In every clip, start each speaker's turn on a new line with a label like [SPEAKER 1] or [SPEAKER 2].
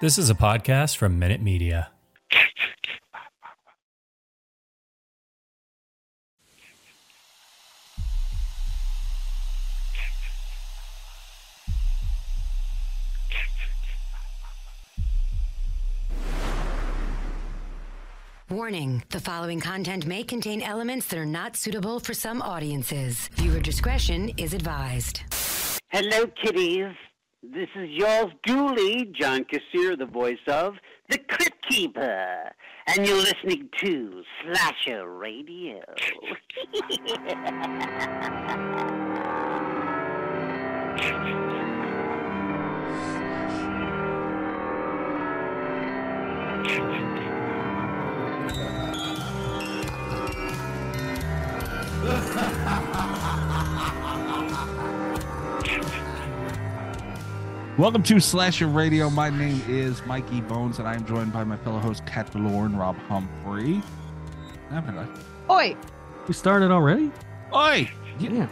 [SPEAKER 1] This is a podcast from Minute Media.
[SPEAKER 2] Warning the following content may contain elements that are not suitable for some audiences. Viewer discretion is advised.
[SPEAKER 3] Hello, kitties. This is yours duly, John Kassir, the voice of The Crypt Keeper. And you're listening to Slasher Radio.
[SPEAKER 4] Welcome to Slasher Radio. My name is Mikey Bones, and I am joined by my fellow host Kat Valor and Rob Humphrey.
[SPEAKER 5] Oi!
[SPEAKER 6] We started already?
[SPEAKER 4] Oi!
[SPEAKER 6] Yeah.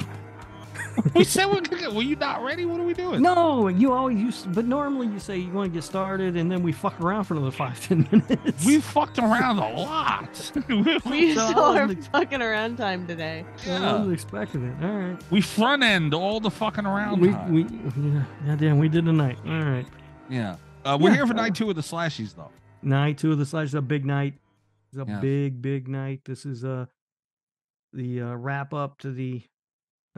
[SPEAKER 4] We said we were you not ready? What are we doing?
[SPEAKER 6] No, you always use, but normally you say you want to get started and then we fuck around for another five, ten minutes.
[SPEAKER 4] we fucked around a lot. we
[SPEAKER 5] We
[SPEAKER 6] So,
[SPEAKER 5] still are
[SPEAKER 6] like-
[SPEAKER 5] fucking around time today.
[SPEAKER 6] I
[SPEAKER 4] yeah.
[SPEAKER 6] wasn't expecting it. All right.
[SPEAKER 4] we front end all the fucking around.
[SPEAKER 6] We,
[SPEAKER 4] time.
[SPEAKER 6] we, yeah, yeah, damn, we did tonight. All right.
[SPEAKER 4] yeah. Uh, we're
[SPEAKER 6] Yeah.
[SPEAKER 4] here for night two of the slashies, though.
[SPEAKER 6] Night two of the slides is a big night. It's a
[SPEAKER 4] Yeah.
[SPEAKER 6] big, big night. This is uh the uh, wrap up to the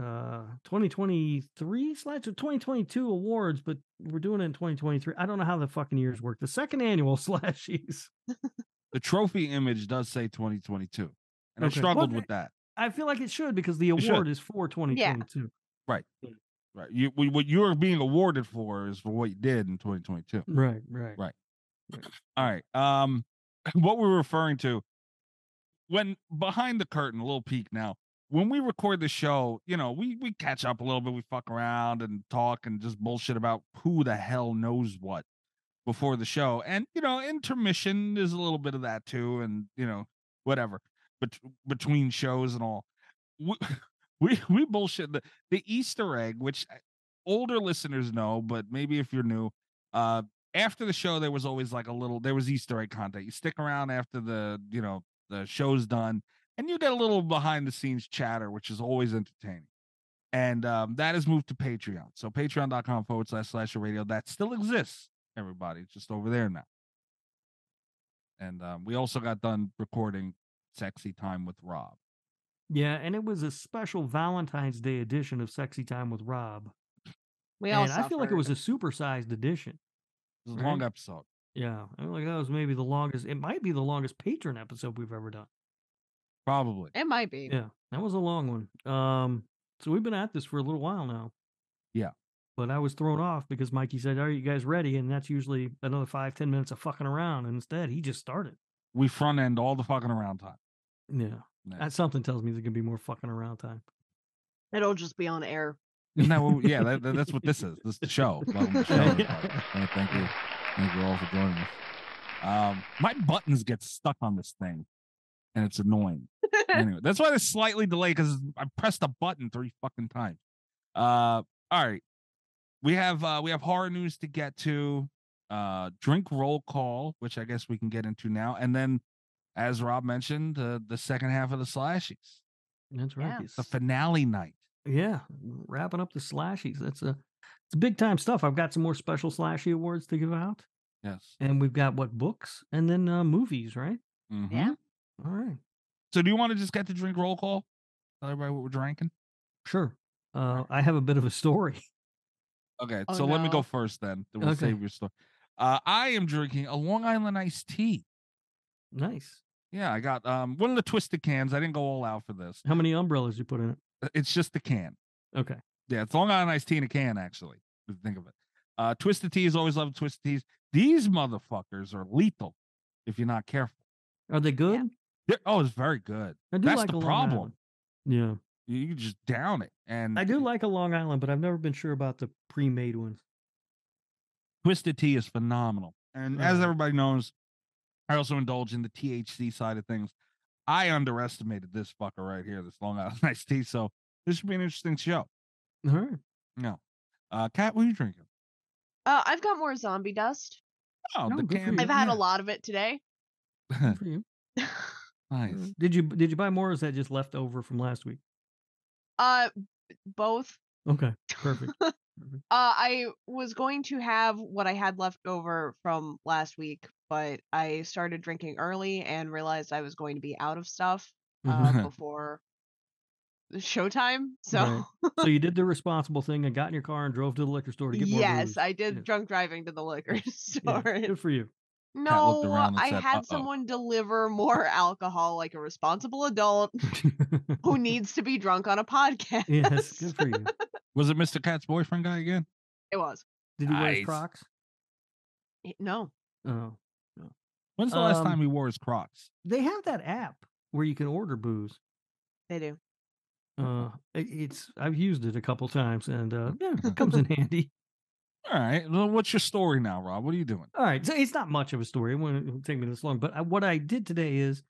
[SPEAKER 6] uh 2023 slides or 2022 awards, but we're doing it in 2023. I don't know how the fucking years work. The second annual slashies.
[SPEAKER 4] The trophy image does say 2022, and I
[SPEAKER 6] Okay.
[SPEAKER 4] struggled
[SPEAKER 6] Well,
[SPEAKER 4] with that.
[SPEAKER 6] I feel like it should because the
[SPEAKER 4] It should.
[SPEAKER 6] award is for 2022.
[SPEAKER 4] Right. You, we, what you are being awarded for is for what you did in 2022.
[SPEAKER 6] Right, right.
[SPEAKER 4] Right. All right. Um, what we're referring to when behind the curtain, a little peek now. When we record the show, you know, we we catch up a little bit, we fuck around and talk and just bullshit about who the hell knows what before the show, and you know, intermission is a little bit of that too, and you know, whatever, but between shows and all, we we, we bullshit the, the Easter egg, which uh, older listeners know, but maybe if you're new, uh, after the show there was always like a little there was easter egg content you stick around after the you know the show's done and you get a little behind the scenes chatter which is always entertaining and um, that has moved to patreon so patreon.com forward slash slash radio that still exists everybody it's just over there now and um, we also got done recording sexy time with rob
[SPEAKER 6] Yeah, and it was a special Valentine's Day edition of Sexy Time with Rob.
[SPEAKER 5] We all
[SPEAKER 6] and I feel like
[SPEAKER 5] suffered.
[SPEAKER 6] it was a supersized edition.
[SPEAKER 4] it was a long
[SPEAKER 6] Right.
[SPEAKER 4] episode
[SPEAKER 6] Yeah, I feel like that was maybe the longest. It might be the longest patron episode we've ever done.
[SPEAKER 4] probably
[SPEAKER 5] It might be.
[SPEAKER 6] Yeah, that was a long one. Um, so we've been at this for a little while now.
[SPEAKER 4] Yeah.
[SPEAKER 6] But I was thrown off because Mikey said, "Are you guys ready?" And that's usually another five, ten minutes of fucking around. And instead, he just started.
[SPEAKER 4] we front end all the fucking around time
[SPEAKER 6] Yeah,
[SPEAKER 4] Yeah.
[SPEAKER 6] That something tells me there's gonna be more fucking around time.
[SPEAKER 5] It'll just be on air.
[SPEAKER 4] Isn't that what, yeah, that, that- that's what this is. This is the show. Welcome to the show. everybody.
[SPEAKER 6] Yeah.
[SPEAKER 4] Hey, thank you. Thank you all for joining us. Um, my buttons get stuck on this thing and it's annoying. anyway, that's why it's slightly delayed because I pressed a button three fucking times. Uh, all right. We have uh we have horror news to get to, uh drink roll call, which I guess we can get into now, and then as Rob mentioned, uh, the second half of the slashies,
[SPEAKER 6] That's right.
[SPEAKER 5] Yeah.
[SPEAKER 6] it's-
[SPEAKER 4] the finale night.
[SPEAKER 6] yeah, wrapping up the slashies. That's a it's big time stuff. I've got some more special slashy awards to give out,
[SPEAKER 4] Yes.
[SPEAKER 6] and we've got what books and then uh, movies, right?
[SPEAKER 4] Mhm.
[SPEAKER 5] Yeah.
[SPEAKER 6] All right,
[SPEAKER 4] So do you want to just get to drink roll call? Tell everybody what we're drinking.
[SPEAKER 6] sure. Uh, I have a bit of a story.
[SPEAKER 4] Okay,
[SPEAKER 5] Oh,
[SPEAKER 4] so let me
[SPEAKER 5] no.
[SPEAKER 4] go first then. then We'll
[SPEAKER 6] Okay.
[SPEAKER 4] save your story. Uh, I am drinking a Long Island iced tea.
[SPEAKER 6] Nice.
[SPEAKER 4] Yeah, I got um one of the twisted cans. I didn't go all out for this.
[SPEAKER 6] How many umbrellas you put in it?
[SPEAKER 4] Uh, It's just the can.
[SPEAKER 6] Okay.
[SPEAKER 4] Yeah, it's Long Island iced tea in a can. Actually, if you think of it. Uh, twisted teas. Always love twisted teas. These motherfuckers are lethal if you're not careful.
[SPEAKER 6] Are they good?
[SPEAKER 4] They're, oh, it's very good.
[SPEAKER 6] I do
[SPEAKER 4] That's
[SPEAKER 6] like
[SPEAKER 4] the
[SPEAKER 6] a Long
[SPEAKER 4] problem.
[SPEAKER 6] Island. Yeah,
[SPEAKER 4] You, you can just down it, and
[SPEAKER 6] I do like a Long Island, but I've never been sure about the pre-made ones.
[SPEAKER 4] Twisted Tea is phenomenal. And as
[SPEAKER 6] Right.
[SPEAKER 4] everybody knows, I also indulge in the THC side of things. I underestimated this fucker right here, this Long Island iced tea. So this should be an interesting show.
[SPEAKER 6] All right.
[SPEAKER 4] No. Uh Kat, what are you drinking?
[SPEAKER 5] Uh, I've got more zombie dust.
[SPEAKER 4] Oh,
[SPEAKER 6] No,
[SPEAKER 4] the
[SPEAKER 6] good for
[SPEAKER 4] candy.
[SPEAKER 5] I've had a
[SPEAKER 6] Yeah.
[SPEAKER 5] lot of it today.
[SPEAKER 6] Good for you.
[SPEAKER 4] nice.
[SPEAKER 6] Did you did you buy more? Or is that just left over from last week?
[SPEAKER 5] uh, b- both.
[SPEAKER 6] Okay, perfect.
[SPEAKER 5] Uh, I was going to have what I had left over from last week, but I started drinking early and realized I was going to be out of stuff uh,
[SPEAKER 6] Mm-hmm.
[SPEAKER 4] Mhm.
[SPEAKER 5] before the showtime. So
[SPEAKER 6] Right. so you did the responsible thing and got in your car and drove to the liquor store to get more.
[SPEAKER 5] yes,
[SPEAKER 6] booze.
[SPEAKER 5] I did
[SPEAKER 6] Yeah.
[SPEAKER 5] drunk driving to the liquor
[SPEAKER 6] Yeah,
[SPEAKER 5] store.
[SPEAKER 6] Good for you.
[SPEAKER 5] No,
[SPEAKER 4] around and
[SPEAKER 5] I
[SPEAKER 4] said,
[SPEAKER 5] had
[SPEAKER 4] "Uh-oh."
[SPEAKER 5] someone deliver more alcohol like a responsible adult who needs to be drunk on a podcast.
[SPEAKER 6] yes, good for you.
[SPEAKER 4] Was it Mr. Cat's boyfriend guy again?
[SPEAKER 5] it was.
[SPEAKER 6] Did he wear
[SPEAKER 4] Nice.
[SPEAKER 6] his Crocs?
[SPEAKER 5] Y- No.
[SPEAKER 6] Oh,
[SPEAKER 4] When's the last
[SPEAKER 6] Um,
[SPEAKER 4] time he wore his Crocs?
[SPEAKER 6] they have that app where you can order booze.
[SPEAKER 5] They do.
[SPEAKER 6] Uh, it- it's I've used it a couple times and uh, yeah, it comes in handy.
[SPEAKER 4] All right. Well, what's your story now, Rob? What are you doing?
[SPEAKER 6] All right, so it's not much of a story. It wouldn't it wouldn't take me this long, but I, what I did today is,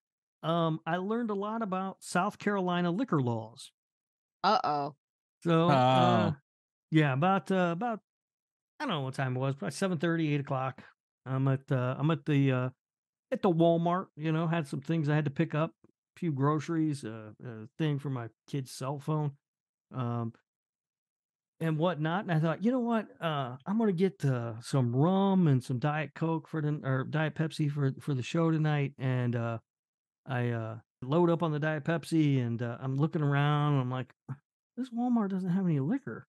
[SPEAKER 6] um, I learned a lot about South Carolina liquor laws.
[SPEAKER 5] Uh oh.
[SPEAKER 6] So, uh,
[SPEAKER 4] Oh.
[SPEAKER 6] yeah, about uh, about I don't know what time it was, probably 7:30, 8 o'clock. I'm at uh, I'm at the uh, at the Walmart. You know, had some things I had to pick up, a few groceries, uh, a thing for my kid's cell phone, um, and whatnot. And I thought, you know what, uh, I'm gonna get uh, some rum and some diet coke for the or diet Pepsi for for the show tonight, and uh, I uh, load up on the diet Pepsi, and uh, I'm looking around. And I'm like, this Walmart doesn't have any liquor.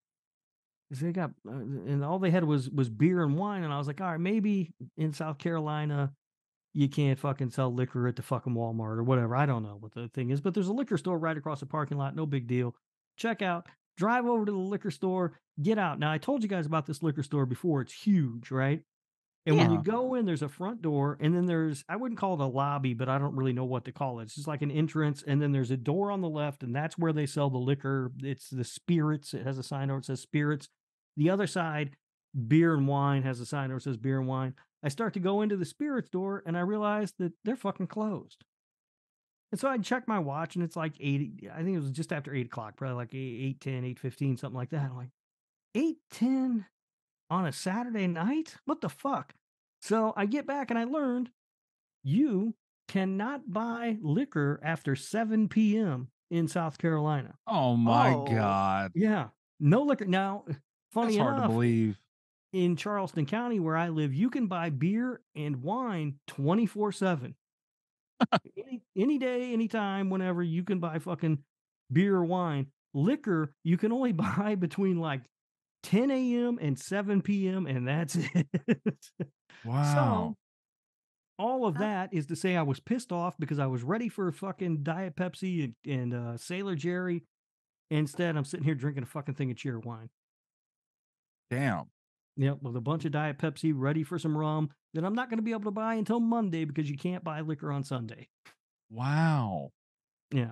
[SPEAKER 6] 'Cause They got uh, and all they had was was beer and wine, and I was like, all right, maybe in South Carolina you can't fucking sell liquor at the fucking Walmart or whatever. I don't know what the thing is, but there's a liquor store right across the parking lot. No big deal. Check out, drive over to the liquor store, get out. Now I told you guys about this liquor store before. It's huge, right? And when
[SPEAKER 4] Yeah.
[SPEAKER 6] you go in, there's a front door, and then there's I wouldn't call it a lobby, but I don't really know what to call it. It's just like an entrance, and then there's a door on the left, and that's where they sell the liquor. It's the spirits. It has a sign over it says spirits. The other side, beer and wine has a sign over it says beer and wine. I start to go into the spirit store and I realize that they're fucking closed. And so I check my watch and it's like 8, I think it was just after 8 o'clock, probably like 8, 10, 8, 15, something like that. I'm like, 8, 10 on a Saturday night? What the fuck? So I get back and I learned you cannot buy liquor after 7 p.m. in South Carolina.
[SPEAKER 4] Oh my
[SPEAKER 5] Oh.
[SPEAKER 4] God.
[SPEAKER 6] Yeah. No liquor. Now, funny
[SPEAKER 4] That's hard to
[SPEAKER 6] enough,
[SPEAKER 4] believe.
[SPEAKER 6] in Charleston County, where I live, you can buy beer and wine 24 7. any, any day, anytime, whenever you can buy fucking beer or wine. Liquor, you can only buy between like 10 a.m. and 7 p.m., and that's it.
[SPEAKER 4] Wow.
[SPEAKER 6] all of
[SPEAKER 5] Huh?
[SPEAKER 6] that is to say I was pissed off because I was ready for fucking Diet Pepsi and, and uh, Sailor Jerry. Instead, I'm sitting here drinking a fucking thing of cheer wine.
[SPEAKER 4] Damn.
[SPEAKER 6] Yep, with a bunch of Diet Pepsi ready for some rum that I'm not going to be able to buy until Monday because you can't buy liquor on Sunday.
[SPEAKER 4] Wow.
[SPEAKER 6] Yeah.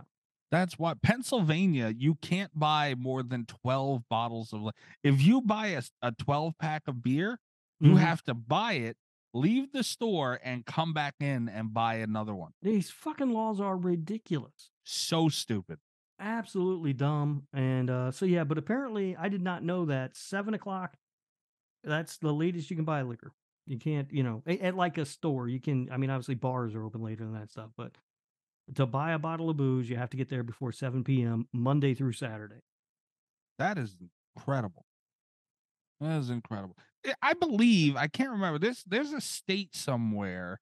[SPEAKER 4] That's why Pennsylvania, you can't buy more than 12 bottles of li- if you buy a, s- a 12 pack of beer, you
[SPEAKER 6] Mhm.
[SPEAKER 4] have to buy it, leave the store, and come back in and buy another one.
[SPEAKER 6] These fucking laws are ridiculous.
[SPEAKER 4] So stupid.
[SPEAKER 6] absolutely dumb. And uh, so yeah, but apparently I did not know that seven o'clock. That's the latest you can buy liquor. You can't, you know, a- at like a store, you can. I mean, obviously bars are open later than that stuff, but to buy a bottle of booze, you have to get there before seven p.m. Monday through Saturday.
[SPEAKER 4] That is incredible. That is incredible. I- I believe I can't remember this. There's a state somewhere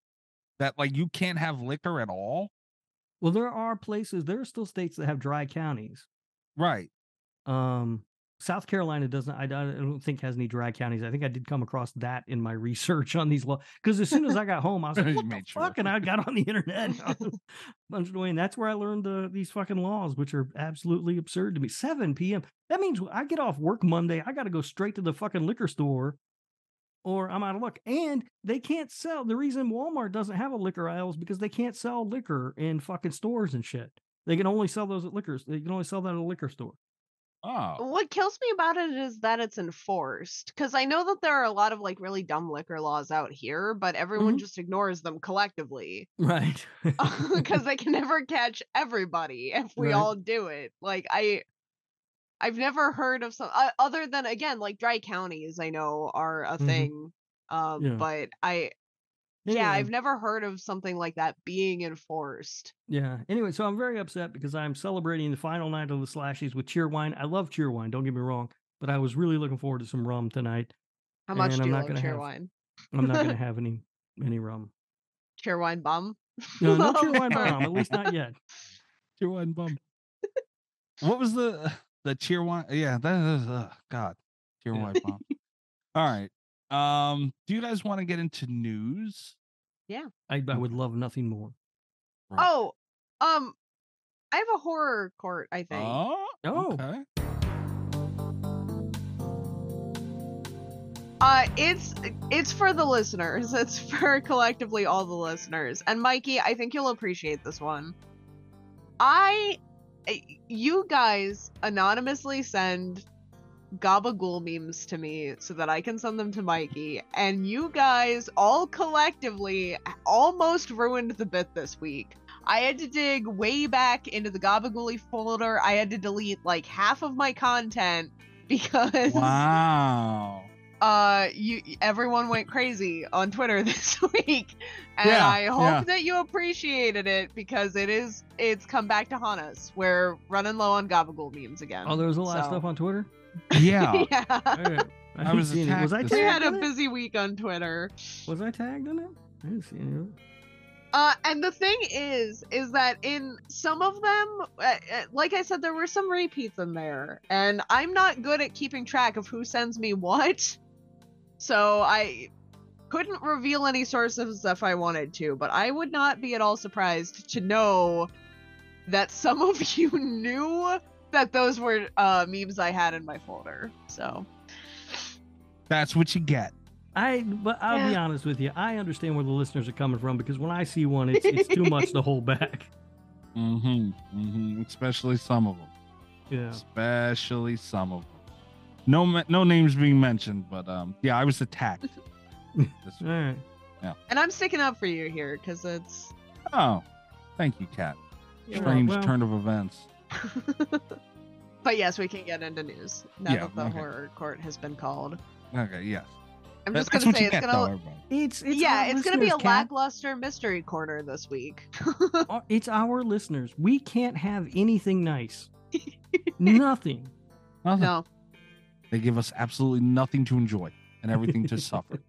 [SPEAKER 4] that like you can't have liquor at all.
[SPEAKER 6] Well, there are places. There are still states that have dry counties.
[SPEAKER 4] Right.
[SPEAKER 6] Um, South Carolina doesn't. I, don't- I don't think has any dry counties. I think I did come across that in my research on these laws. Because as soon as I got home, I was
[SPEAKER 4] You
[SPEAKER 6] like, "What the
[SPEAKER 4] made sure.
[SPEAKER 6] fuck?" And I got on the internet, and I was punched away, and that's where I learned uh, these fucking laws, which are absolutely absurd to me. Seven p.m. That means I get off work Monday. I got to go straight to the fucking liquor store, or I'm out of luck. And they can't sell. The reason Walmart doesn't have a liquor aisle is because they can't sell liquor in fucking stores and shit. They can only sell those at liquors. They can only sell that at a liquor store.
[SPEAKER 4] Oh,
[SPEAKER 5] What kills me about it is that it's enforced. Because I know that there are a lot of like really dumb liquor laws out here, but
[SPEAKER 4] Mm-hmm.
[SPEAKER 5] everyone
[SPEAKER 6] Mhm.
[SPEAKER 5] just ignores them collectively
[SPEAKER 6] Right.
[SPEAKER 5] because they can never catch everybody if we
[SPEAKER 6] Right.
[SPEAKER 5] all do it. Like I, I've never heard of some uh, other than again like dry counties. I know are a
[SPEAKER 6] Mhm.
[SPEAKER 5] thing, um,
[SPEAKER 6] Yeah.
[SPEAKER 5] but I Yeah,
[SPEAKER 6] Anyway.
[SPEAKER 5] I've never heard of something like that being enforced.
[SPEAKER 6] Yeah. Anyway, so I'm very upset because I'm celebrating the final night of the slashies with cheer wine. I love cheer wine, don't get me wrong, but I was really looking forward to some rum tonight.
[SPEAKER 5] How much do
[SPEAKER 6] And I'm
[SPEAKER 5] you
[SPEAKER 6] not
[SPEAKER 5] love
[SPEAKER 6] gonna
[SPEAKER 5] cheer
[SPEAKER 6] have-
[SPEAKER 5] wine?
[SPEAKER 6] I'm not going to have any any rum.
[SPEAKER 5] Cheer wine bum?
[SPEAKER 6] No, no
[SPEAKER 5] Oh,
[SPEAKER 6] cheer wine
[SPEAKER 5] Lord.
[SPEAKER 6] rum, at least not yet.
[SPEAKER 4] Cheer one bum. what was the the cheer one? Yeah, that is uh, God. Cheer
[SPEAKER 6] Yeah.
[SPEAKER 4] one bum. All right. Um, do you guys want to get into news?
[SPEAKER 6] I, I would love nothing more.
[SPEAKER 4] Right.
[SPEAKER 5] Oh, um, I have a horror court, I think.
[SPEAKER 4] Oh,
[SPEAKER 6] Oh.
[SPEAKER 4] okay.
[SPEAKER 5] Uh, it's it's for the listeners. It's for collectively all the listeners. And Mikey, I think you'll appreciate this one. I, I- you guys anonymously send gabagool memes to me so that I can send them to Mikey, and you guys all collectively almost ruined the bit this week. I had to dig way back into the gabagooly folder. I had to delete like half of my content because
[SPEAKER 4] Wow.
[SPEAKER 5] uh you everyone went crazy on twitter this week and
[SPEAKER 4] Yeah,
[SPEAKER 5] i hope
[SPEAKER 4] yeah.
[SPEAKER 5] that you appreciated it because it is it's come back to haunt us we're running low on gabagool memes again
[SPEAKER 6] Oh, there was a lot of
[SPEAKER 5] So-
[SPEAKER 6] stuff on Twitter.
[SPEAKER 4] Yeah.
[SPEAKER 5] yeah
[SPEAKER 6] All right. I,
[SPEAKER 4] I
[SPEAKER 6] haven't
[SPEAKER 4] was
[SPEAKER 6] seen it. Was I
[SPEAKER 4] attacked
[SPEAKER 5] we
[SPEAKER 4] this-
[SPEAKER 5] had
[SPEAKER 6] tagged
[SPEAKER 5] a
[SPEAKER 6] in it?
[SPEAKER 5] busy week on twitter
[SPEAKER 6] Was I tagged in it? I didn't see any of it.
[SPEAKER 5] Uh, and the thing is, is that in some of them, uh, uh, like I said, there were some repeats in there, and I'm not good at keeping track of who sends me what, so I couldn't reveal any sources if I wanted to. But I would not be at all surprised to know that some of you knew that those were uh, memes I had in my folder. So
[SPEAKER 4] That's what you get.
[SPEAKER 6] I but I'll be honest with you. I understand where the listeners are coming from because when I see one, it's it's too much to hold back.
[SPEAKER 4] Mm-hmm. mm-hmm. Especially some of them.
[SPEAKER 6] Yeah.
[SPEAKER 4] Especially some of them. No, ma- no names being mentioned, but um, yeah, I was attacked. this
[SPEAKER 6] All
[SPEAKER 4] week.
[SPEAKER 6] right.
[SPEAKER 5] and I'm sticking up for you here because it's
[SPEAKER 4] Oh, thank you, Kat.
[SPEAKER 6] Yeah,
[SPEAKER 4] Strange
[SPEAKER 6] well-
[SPEAKER 4] turn of events.
[SPEAKER 5] But yes, we can get into news now
[SPEAKER 4] Yeah,
[SPEAKER 5] that the
[SPEAKER 4] okay.
[SPEAKER 5] horror court has been called.
[SPEAKER 4] Okay, yes.
[SPEAKER 5] I'm
[SPEAKER 4] That-
[SPEAKER 5] just
[SPEAKER 4] that's
[SPEAKER 5] gonna
[SPEAKER 4] what
[SPEAKER 5] say
[SPEAKER 4] you
[SPEAKER 5] it's
[SPEAKER 4] get, though,
[SPEAKER 5] gonna
[SPEAKER 4] everybody.
[SPEAKER 6] It's, it's
[SPEAKER 5] yeah,
[SPEAKER 6] our
[SPEAKER 5] it's gonna be a
[SPEAKER 6] listeners, Kat.
[SPEAKER 5] lackluster mystery corner this week.
[SPEAKER 6] Our- It's our listeners. We can't have anything nice. Nothing.
[SPEAKER 4] Nothing.
[SPEAKER 5] no,
[SPEAKER 4] They give us absolutely nothing to enjoy and everything to suffer.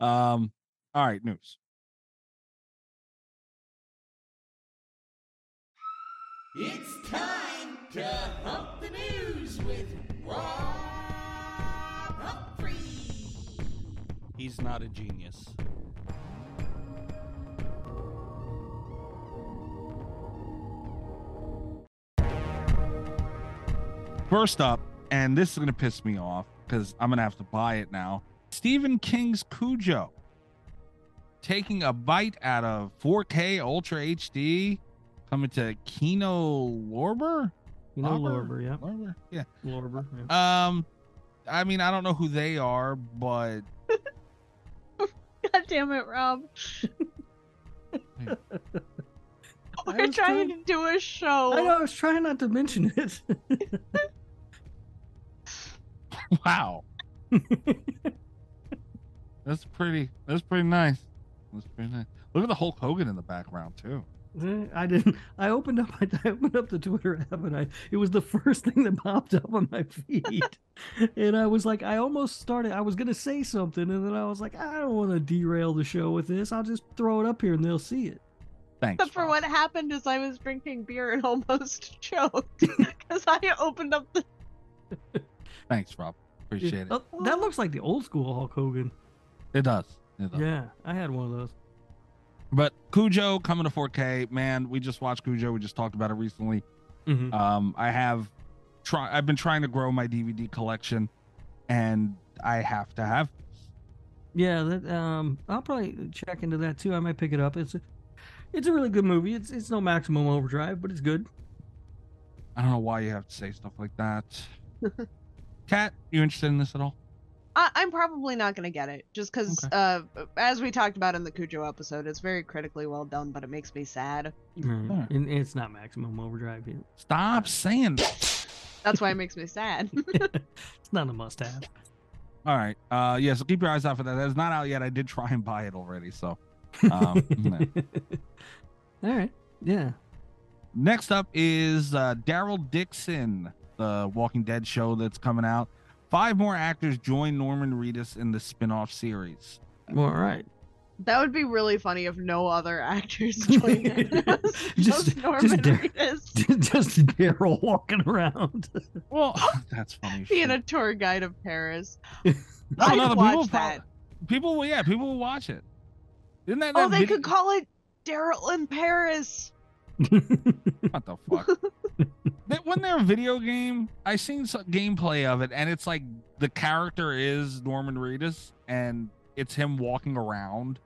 [SPEAKER 4] Um, all right, news.
[SPEAKER 7] It's time to hump the news with Rob Humphrey.
[SPEAKER 8] He's not a genius.
[SPEAKER 4] First up, and this is gonna piss me off because I'm gonna have to buy it now. Stephen King's Cujo taking a bite out of 4K Ultra HD, coming to Kino Lorber.
[SPEAKER 6] You know,
[SPEAKER 4] Lorber?
[SPEAKER 6] Lorber, yeah.
[SPEAKER 4] Lorber, yeah.
[SPEAKER 6] Lorber. yeah.
[SPEAKER 5] Uh,
[SPEAKER 4] Um, I mean, I don't know who they are, but
[SPEAKER 5] god damn it, Rob.
[SPEAKER 4] Hey.
[SPEAKER 6] I
[SPEAKER 5] We're trying
[SPEAKER 6] was trying-
[SPEAKER 5] to do a
[SPEAKER 6] I know.
[SPEAKER 5] show.
[SPEAKER 6] I was trying not to mention it.
[SPEAKER 4] wow, that's pretty. That's pretty nice. That's pretty nice. Look at the Hulk Hogan in the background too.
[SPEAKER 6] I didn't. I opened up. my- I opened up the Twitter app, and I. It was the first thing that popped up on my feed, and I was like, I almost started. I was gonna say something, and then I was like, I don't want to derail the show with this. I'll just throw it up here, and they'll see it.
[SPEAKER 4] Thanks.
[SPEAKER 5] Except for
[SPEAKER 4] Rob.
[SPEAKER 5] what happened is I was drinking beer and almost choked because I opened up the.
[SPEAKER 4] Thanks, Rob. Appreciate it.
[SPEAKER 6] Oh, that looks like the old school Hulk Hogan.
[SPEAKER 4] It does. It does.
[SPEAKER 6] Yeah, I had one of those.
[SPEAKER 4] But Cujo coming to 4K, man. We just watched Cujo. We just talked about it recently.
[SPEAKER 6] Mm-hmm.
[SPEAKER 4] Um, I have try. I've been trying to grow my DVD collection, and I have to have.
[SPEAKER 6] Yeah, that um, I'll probably check into that too. I might pick it up. It's a, it's a really good movie. It's it's no Maximum Overdrive, but it's good.
[SPEAKER 4] I don't know why you have to say stuff like that. Kat, you interested in this at all?
[SPEAKER 5] I- I'm probably not gonna get it just because,
[SPEAKER 4] Okay.
[SPEAKER 5] uh, as we talked about in the Cujo episode, it's very critically well done, but it makes me sad.
[SPEAKER 4] Alright.
[SPEAKER 6] And it's not Maximum Overdrive. Yet.
[SPEAKER 4] Stop saying that.
[SPEAKER 5] That's why it makes me sad.
[SPEAKER 6] It's not a must-have.
[SPEAKER 4] All right. Uh, yeah. So keep your eyes out for that. That is not out yet. I did try and buy it already. So um, no.
[SPEAKER 6] All right. Yeah.
[SPEAKER 4] Next up is uh, Daryl Dixon, the Walking Dead show that's coming out. Five more actors join Norman Reedus in the spin-off series.
[SPEAKER 6] All right.
[SPEAKER 5] That would be really funny if no other actors joined in. just,
[SPEAKER 6] Just- just
[SPEAKER 5] Norman
[SPEAKER 6] Dar-
[SPEAKER 5] Reedus
[SPEAKER 6] Just Daryl walking around.
[SPEAKER 4] Well, that's funny.
[SPEAKER 5] being
[SPEAKER 4] shit.
[SPEAKER 5] a tour guide of Paris.
[SPEAKER 4] I don't
[SPEAKER 5] I'd
[SPEAKER 4] know, the
[SPEAKER 5] watch
[SPEAKER 4] people
[SPEAKER 5] that.
[SPEAKER 4] prob- people will, yeah, people will watch it. Isn't that?
[SPEAKER 5] Oh,
[SPEAKER 4] that
[SPEAKER 5] they
[SPEAKER 4] vid-
[SPEAKER 5] could call it Daryl in Paris.
[SPEAKER 4] What the fuck? that, wasn't there a video game? I seen some gameplay of it, and it's like the character is Norman Reedus, and it's him walking around,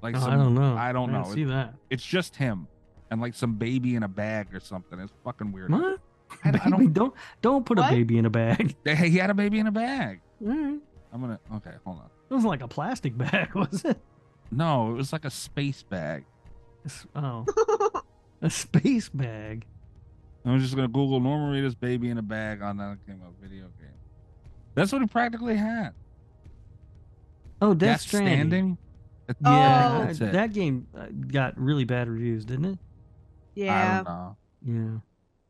[SPEAKER 4] like
[SPEAKER 6] Oh,
[SPEAKER 4] some,
[SPEAKER 6] I don't know.
[SPEAKER 4] I don't
[SPEAKER 6] didn't
[SPEAKER 4] know.
[SPEAKER 6] See that?
[SPEAKER 4] it's just him, and like some baby in a bag or something. It's fucking weird.
[SPEAKER 6] What?
[SPEAKER 4] I, I
[SPEAKER 6] Baby,
[SPEAKER 4] don't.
[SPEAKER 6] don't don't put
[SPEAKER 5] What?
[SPEAKER 6] a baby in a bag.
[SPEAKER 4] Hey, he had a baby in a bag.
[SPEAKER 6] All right.
[SPEAKER 4] I'm gonna. Okay, hold on.
[SPEAKER 6] It wasn't like a plastic bag, was it?
[SPEAKER 4] No, it was like a space bag.
[SPEAKER 6] It's- Oh, a space bag.
[SPEAKER 4] I'm just gonna Google Norman Reedus baby in a bag on that came up video game. That's what he practically had.
[SPEAKER 6] Oh,
[SPEAKER 4] Death
[SPEAKER 6] Death, Stranding.
[SPEAKER 4] Standing. That-
[SPEAKER 6] Yeah,
[SPEAKER 5] Oh.
[SPEAKER 6] I-
[SPEAKER 4] that's it.
[SPEAKER 6] that game uh, got really bad reviews, didn't
[SPEAKER 4] I
[SPEAKER 6] it?
[SPEAKER 5] yeah.
[SPEAKER 4] don't know.
[SPEAKER 6] Yeah,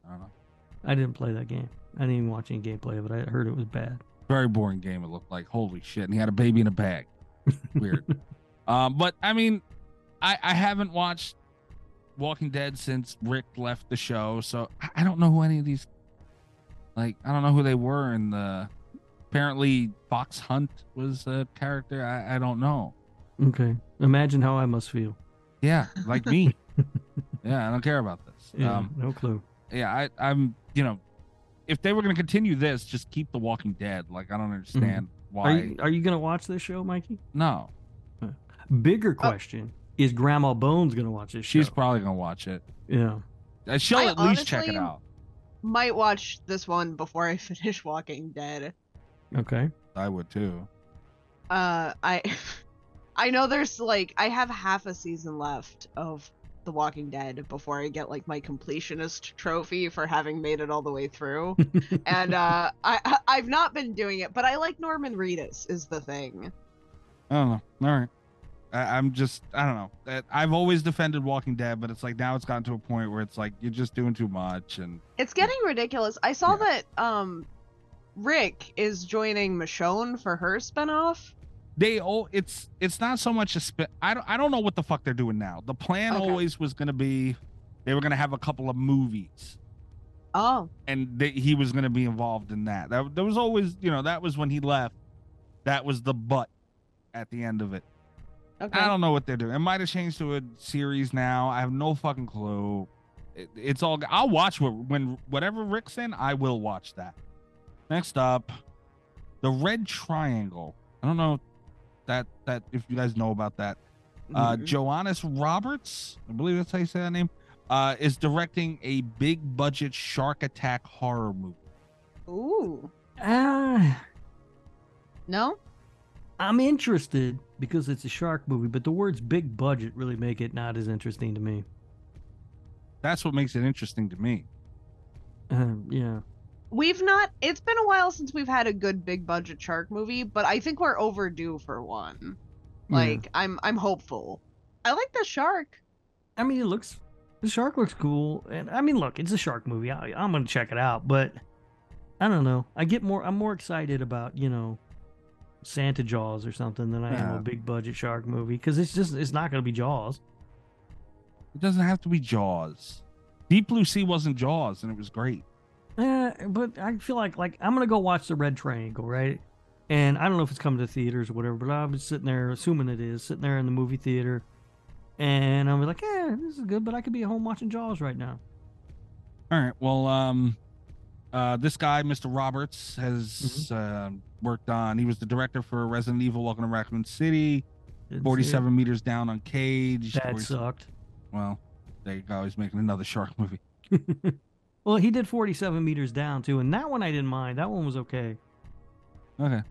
[SPEAKER 4] I don't know.
[SPEAKER 6] I didn't play that game. I didn't even watch any gameplay of it. I heard it was bad.
[SPEAKER 4] Very boring game. It looked like holy shit, and he had a baby in a bag. Weird. um, but I mean, I I haven't watched Walking Dead since Rick left the show, so I, I don't know who any of these. Like I don't know who they were in the. Apparently, Fox Hunt was a character. I, I don't know.
[SPEAKER 6] Okay, imagine how I must feel.
[SPEAKER 4] Yeah, like me. yeah, I don't care about this.
[SPEAKER 6] Yeah,
[SPEAKER 4] Um,
[SPEAKER 6] no clue.
[SPEAKER 4] yeah, I, I'm, you know, if they were going to continue this, just keep The Walking Dead. Like, I don't understand why.
[SPEAKER 6] Mhm. Are you, are you gonna watch this show, Mikey?
[SPEAKER 4] No,
[SPEAKER 5] Uh,
[SPEAKER 6] Bigger question: Is Grandma Bones gonna watch this show?
[SPEAKER 4] she's probably going to watch it.
[SPEAKER 6] yeah.
[SPEAKER 4] Uh, She'll
[SPEAKER 5] I
[SPEAKER 4] at least check it
[SPEAKER 5] honestly-
[SPEAKER 4] out.
[SPEAKER 5] Might watch this one before I finish Walking Dead.
[SPEAKER 6] Okay.
[SPEAKER 4] I would too.
[SPEAKER 5] Uh, I, I know there's like I have half a season left of The Walking Dead before I get like my completionist trophy for having made it all the way through. and uh, I I- I've not been doing it, but I like Norman Reedus is the thing.
[SPEAKER 4] I don't know. All right. I, I'm just, I don't know. That- I've always defended Walking Dead, but it's like now it's gotten to a point where it's like you're just doing too much. And
[SPEAKER 5] It's getting ridiculous. I saw that um, Rick is joining Michonne for her spinoff.
[SPEAKER 4] they all, it's, it's not so much a spin. I don't, I don't know what the fuck they're doing now. The plan
[SPEAKER 5] Okay.
[SPEAKER 4] always was going to be they were going to have a couple of movies.
[SPEAKER 5] Oh,
[SPEAKER 4] and that he was going to be involved in that. That there was always, you know, that was when he left. That was the butt at the end of it.
[SPEAKER 5] okay.
[SPEAKER 4] I don't know what they're doing. It might have changed to a series now. I have no fucking clue. It, it's all. I'll watch what when whatever Rick's in. I will watch that. Next up, the Red Triangle. I don't know that that if you guys know about that. Uh, Johannes Roberts, I believe that's how you say that name, uh, is directing a big budget shark attack horror movie.
[SPEAKER 5] Ooh.
[SPEAKER 6] Ah.
[SPEAKER 5] No?
[SPEAKER 6] I'm interested because it's a shark movie, but the words big budget really make it not as interesting to me.
[SPEAKER 4] That's what makes it interesting to me.
[SPEAKER 6] Um, yeah.
[SPEAKER 5] We've not it's been a while since we've had a good big budget shark movie, but I think we're overdue for one.
[SPEAKER 6] Yeah.
[SPEAKER 5] Like I'm I'm hopeful. I like the shark.
[SPEAKER 6] I mean, it looks, the shark looks cool. And I mean, look, it's a shark movie. I, I'm going to check it out, but I don't know. I get more, I'm more excited about, you know, Santa Jaws or something than I am
[SPEAKER 4] Yeah.
[SPEAKER 6] a big budget shark movie because it's just, it's not going to be Jaws.
[SPEAKER 4] It doesn't have to be Jaws. Deep Blue Sea wasn't Jaws, and it was great.
[SPEAKER 6] Uh, but I feel like like I'm gonna go watch the Red Triangle, right? And I don't know if it's coming to theaters or whatever, but I was sitting there, assuming it is, sitting there in the movie theater, and I'm like, yeah, this is good, but I could be at home watching Jaws right now.
[SPEAKER 4] All right. Well, um, uh, this guy, Mr. Roberts, has
[SPEAKER 6] Mm-hmm.
[SPEAKER 4] um worked on. He was the director for Resident Evil: Welcome to Raccoon City,
[SPEAKER 6] Didn't see
[SPEAKER 4] Forty-Seven Meters Down on Cage.
[SPEAKER 6] it. That
[SPEAKER 4] 47
[SPEAKER 6] sucked.
[SPEAKER 4] Well, there you go. He's making another shark movie.
[SPEAKER 6] well, he did 47 meters down too, and that one I didn't mind. That one was okay,
[SPEAKER 4] Okay.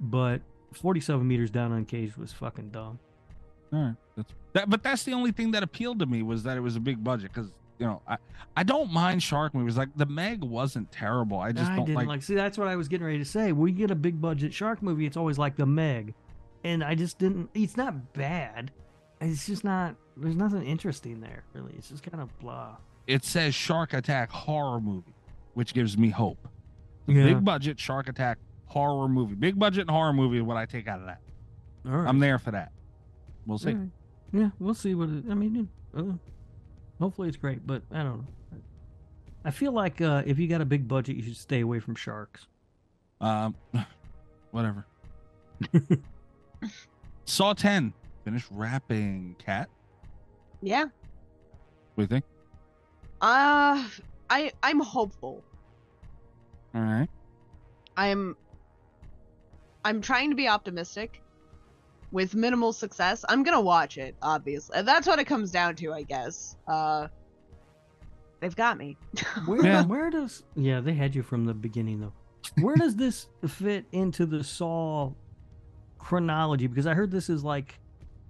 [SPEAKER 6] but 47 meters down on Cage was fucking dumb.
[SPEAKER 4] All right. That's that, but that's the only thing that appealed to me was that it was a big budget because you know, I I don't mind shark movies. Like the Meg wasn't terrible. I just
[SPEAKER 6] I
[SPEAKER 4] don't
[SPEAKER 6] didn't
[SPEAKER 4] like,
[SPEAKER 6] like, See, that's what I was getting ready to say. We get a big budget shark movie. It's always like the Meg, and I just didn't. It's not bad. It's just not. There's nothing interesting there really. It's just kind of blah.
[SPEAKER 4] it says shark attack horror movie, which gives me hope. The
[SPEAKER 6] Yeah.
[SPEAKER 4] Big budget shark attack horror movie. Big budget and horror movie is what I take out of that.
[SPEAKER 6] All right.
[SPEAKER 4] I'm there for that. We'll see.
[SPEAKER 6] Alright. Yeah, we'll see what it, I mean. uh, hopefully, it's great, but I don't know. I feel like uh, if you got a big budget, you should stay away from sharks.
[SPEAKER 4] Um, whatever. Saw ten. Finish wrapping. Cat.
[SPEAKER 5] Yeah.
[SPEAKER 4] What do you think?
[SPEAKER 5] Uh I I'm hopeful.
[SPEAKER 4] All right.
[SPEAKER 5] I'm I'm trying to be optimistic with minimal success. I'm going to watch it, obviously. That's what it comes down to, I guess. Uh They've got me.
[SPEAKER 6] Where,
[SPEAKER 4] Yeah.
[SPEAKER 6] where does? Yeah, they had you from the beginning though. Where does this fit into the Saw chronology? Because I heard this is like,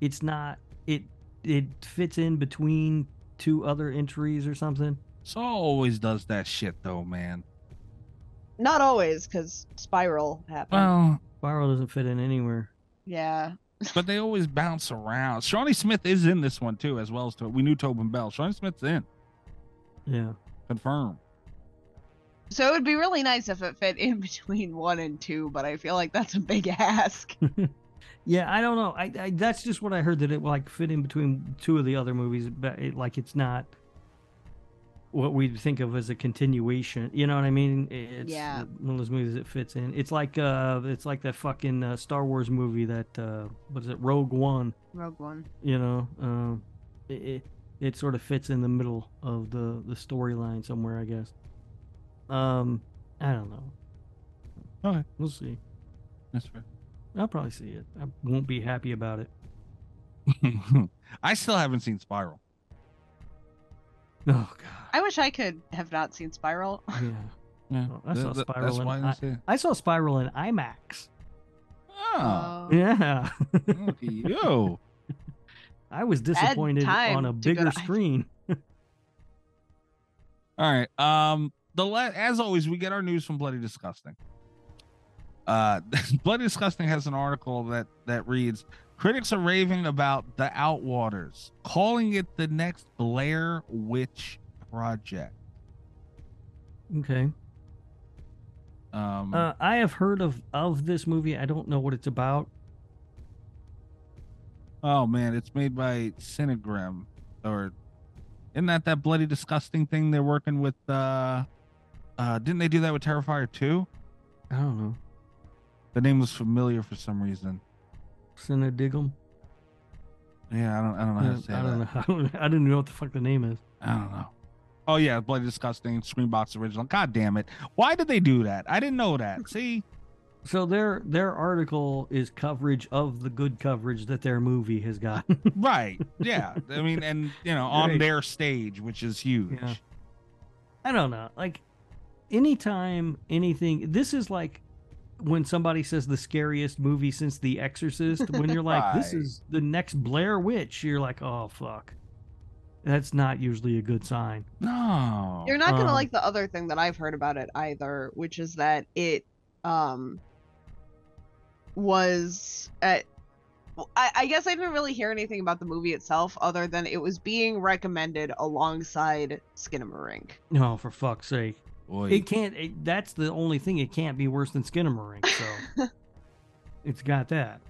[SPEAKER 6] it's not. It it fits in between two other entries or something.
[SPEAKER 4] Saw always does that shit though, man.
[SPEAKER 5] Not always cuz spiral happened.
[SPEAKER 4] Well,
[SPEAKER 6] Spiral doesn't fit in anywhere.
[SPEAKER 5] yeah.
[SPEAKER 4] but they always bounce around. Shawnee Smith is in this one too, as well as to we knew Tobin Bell. Shawnee Smith's in.
[SPEAKER 6] Yeah.
[SPEAKER 4] Confirm.
[SPEAKER 5] So it would be really nice if it fit in between 1 and 2, but I feel like that's a big ask.
[SPEAKER 4] Hmm.
[SPEAKER 6] Yeah, I don't know. I, I that's just what I heard that it like fit in between two of the other movies, but it, like it's not what we think of as a continuation. You know what I mean? It's
[SPEAKER 5] Yeah.
[SPEAKER 6] one of those movies that fits in. It's like uh, it's like that fucking uh, Star Wars movie that uh, what is it, Rogue One?
[SPEAKER 5] Rogue One.
[SPEAKER 6] You know, um, it, it it sort of fits in the middle of the the storyline somewhere, I guess. Um, I don't know.
[SPEAKER 4] Okay.
[SPEAKER 6] We'll see.
[SPEAKER 4] That's fair.
[SPEAKER 6] I'll probably see it. I won't be happy about it.
[SPEAKER 4] I still haven't seen Spiral.
[SPEAKER 6] Oh god.
[SPEAKER 5] I wish I could have not seen Spiral.
[SPEAKER 6] Yeah.
[SPEAKER 4] Yeah,
[SPEAKER 6] Oh, I saw Spiral
[SPEAKER 4] That's
[SPEAKER 6] and
[SPEAKER 4] why I didn't see it.
[SPEAKER 6] I saw Spiral in IMAX.
[SPEAKER 4] Oh,
[SPEAKER 5] Uh,
[SPEAKER 6] Yeah.
[SPEAKER 4] look at you.
[SPEAKER 6] I was disappointed on
[SPEAKER 5] time
[SPEAKER 6] a
[SPEAKER 5] to go
[SPEAKER 6] bigger
[SPEAKER 5] to IMAX.
[SPEAKER 6] screen.
[SPEAKER 4] All right. Um, the la- as always, we get our news from Bloody Disgusting. Uh, Bloody Disgusting has an article that that reads: Critics are raving about the Outwaters, calling it the next Blair Witch project.
[SPEAKER 6] Okay.
[SPEAKER 4] Um,
[SPEAKER 6] Uh, I have heard of of this movie. I don't know what it's about.
[SPEAKER 4] oh man, it's made by Cinegram, or isn't that that Bloody Disgusting thing they're working with? Uh, uh, didn't they do that with Terrifier too?
[SPEAKER 6] I don't know.
[SPEAKER 4] The name was familiar for some reason.
[SPEAKER 6] Cinedigum.
[SPEAKER 4] Yeah, I don't, I don't know how to say
[SPEAKER 6] Hmm, I
[SPEAKER 4] that.
[SPEAKER 6] don't know. I don't. I didn't know what the fuck the name is.
[SPEAKER 4] I don't know. Oh yeah, bloody disgusting. Screenbox original. God damn it! Why did they do that? I didn't know that. See,
[SPEAKER 6] So their their article is coverage of the good coverage that their movie has gotten.
[SPEAKER 4] right? Yeah. I mean, and you know, on
[SPEAKER 6] Great.
[SPEAKER 4] their stage, which is huge.
[SPEAKER 6] Yeah. I don't know. Like anytime anything this is like when somebody says the scariest movie since The Exorcist, when you're like, This
[SPEAKER 4] Right.
[SPEAKER 6] is the next Blair Witch, you're like, Oh fuck. That's not usually a good sign.
[SPEAKER 4] No.
[SPEAKER 5] You're not gonna
[SPEAKER 6] Um,
[SPEAKER 5] like the other thing that I've heard about it either, which is that it um was at well, I, I guess I didn't really hear anything about the movie itself other than it was being recommended alongside Skinamarink.
[SPEAKER 6] No, for fuck's sake.
[SPEAKER 4] Boy.
[SPEAKER 6] It can't it, that's the only thing it can't be worse than Skinamarink, so it's got that.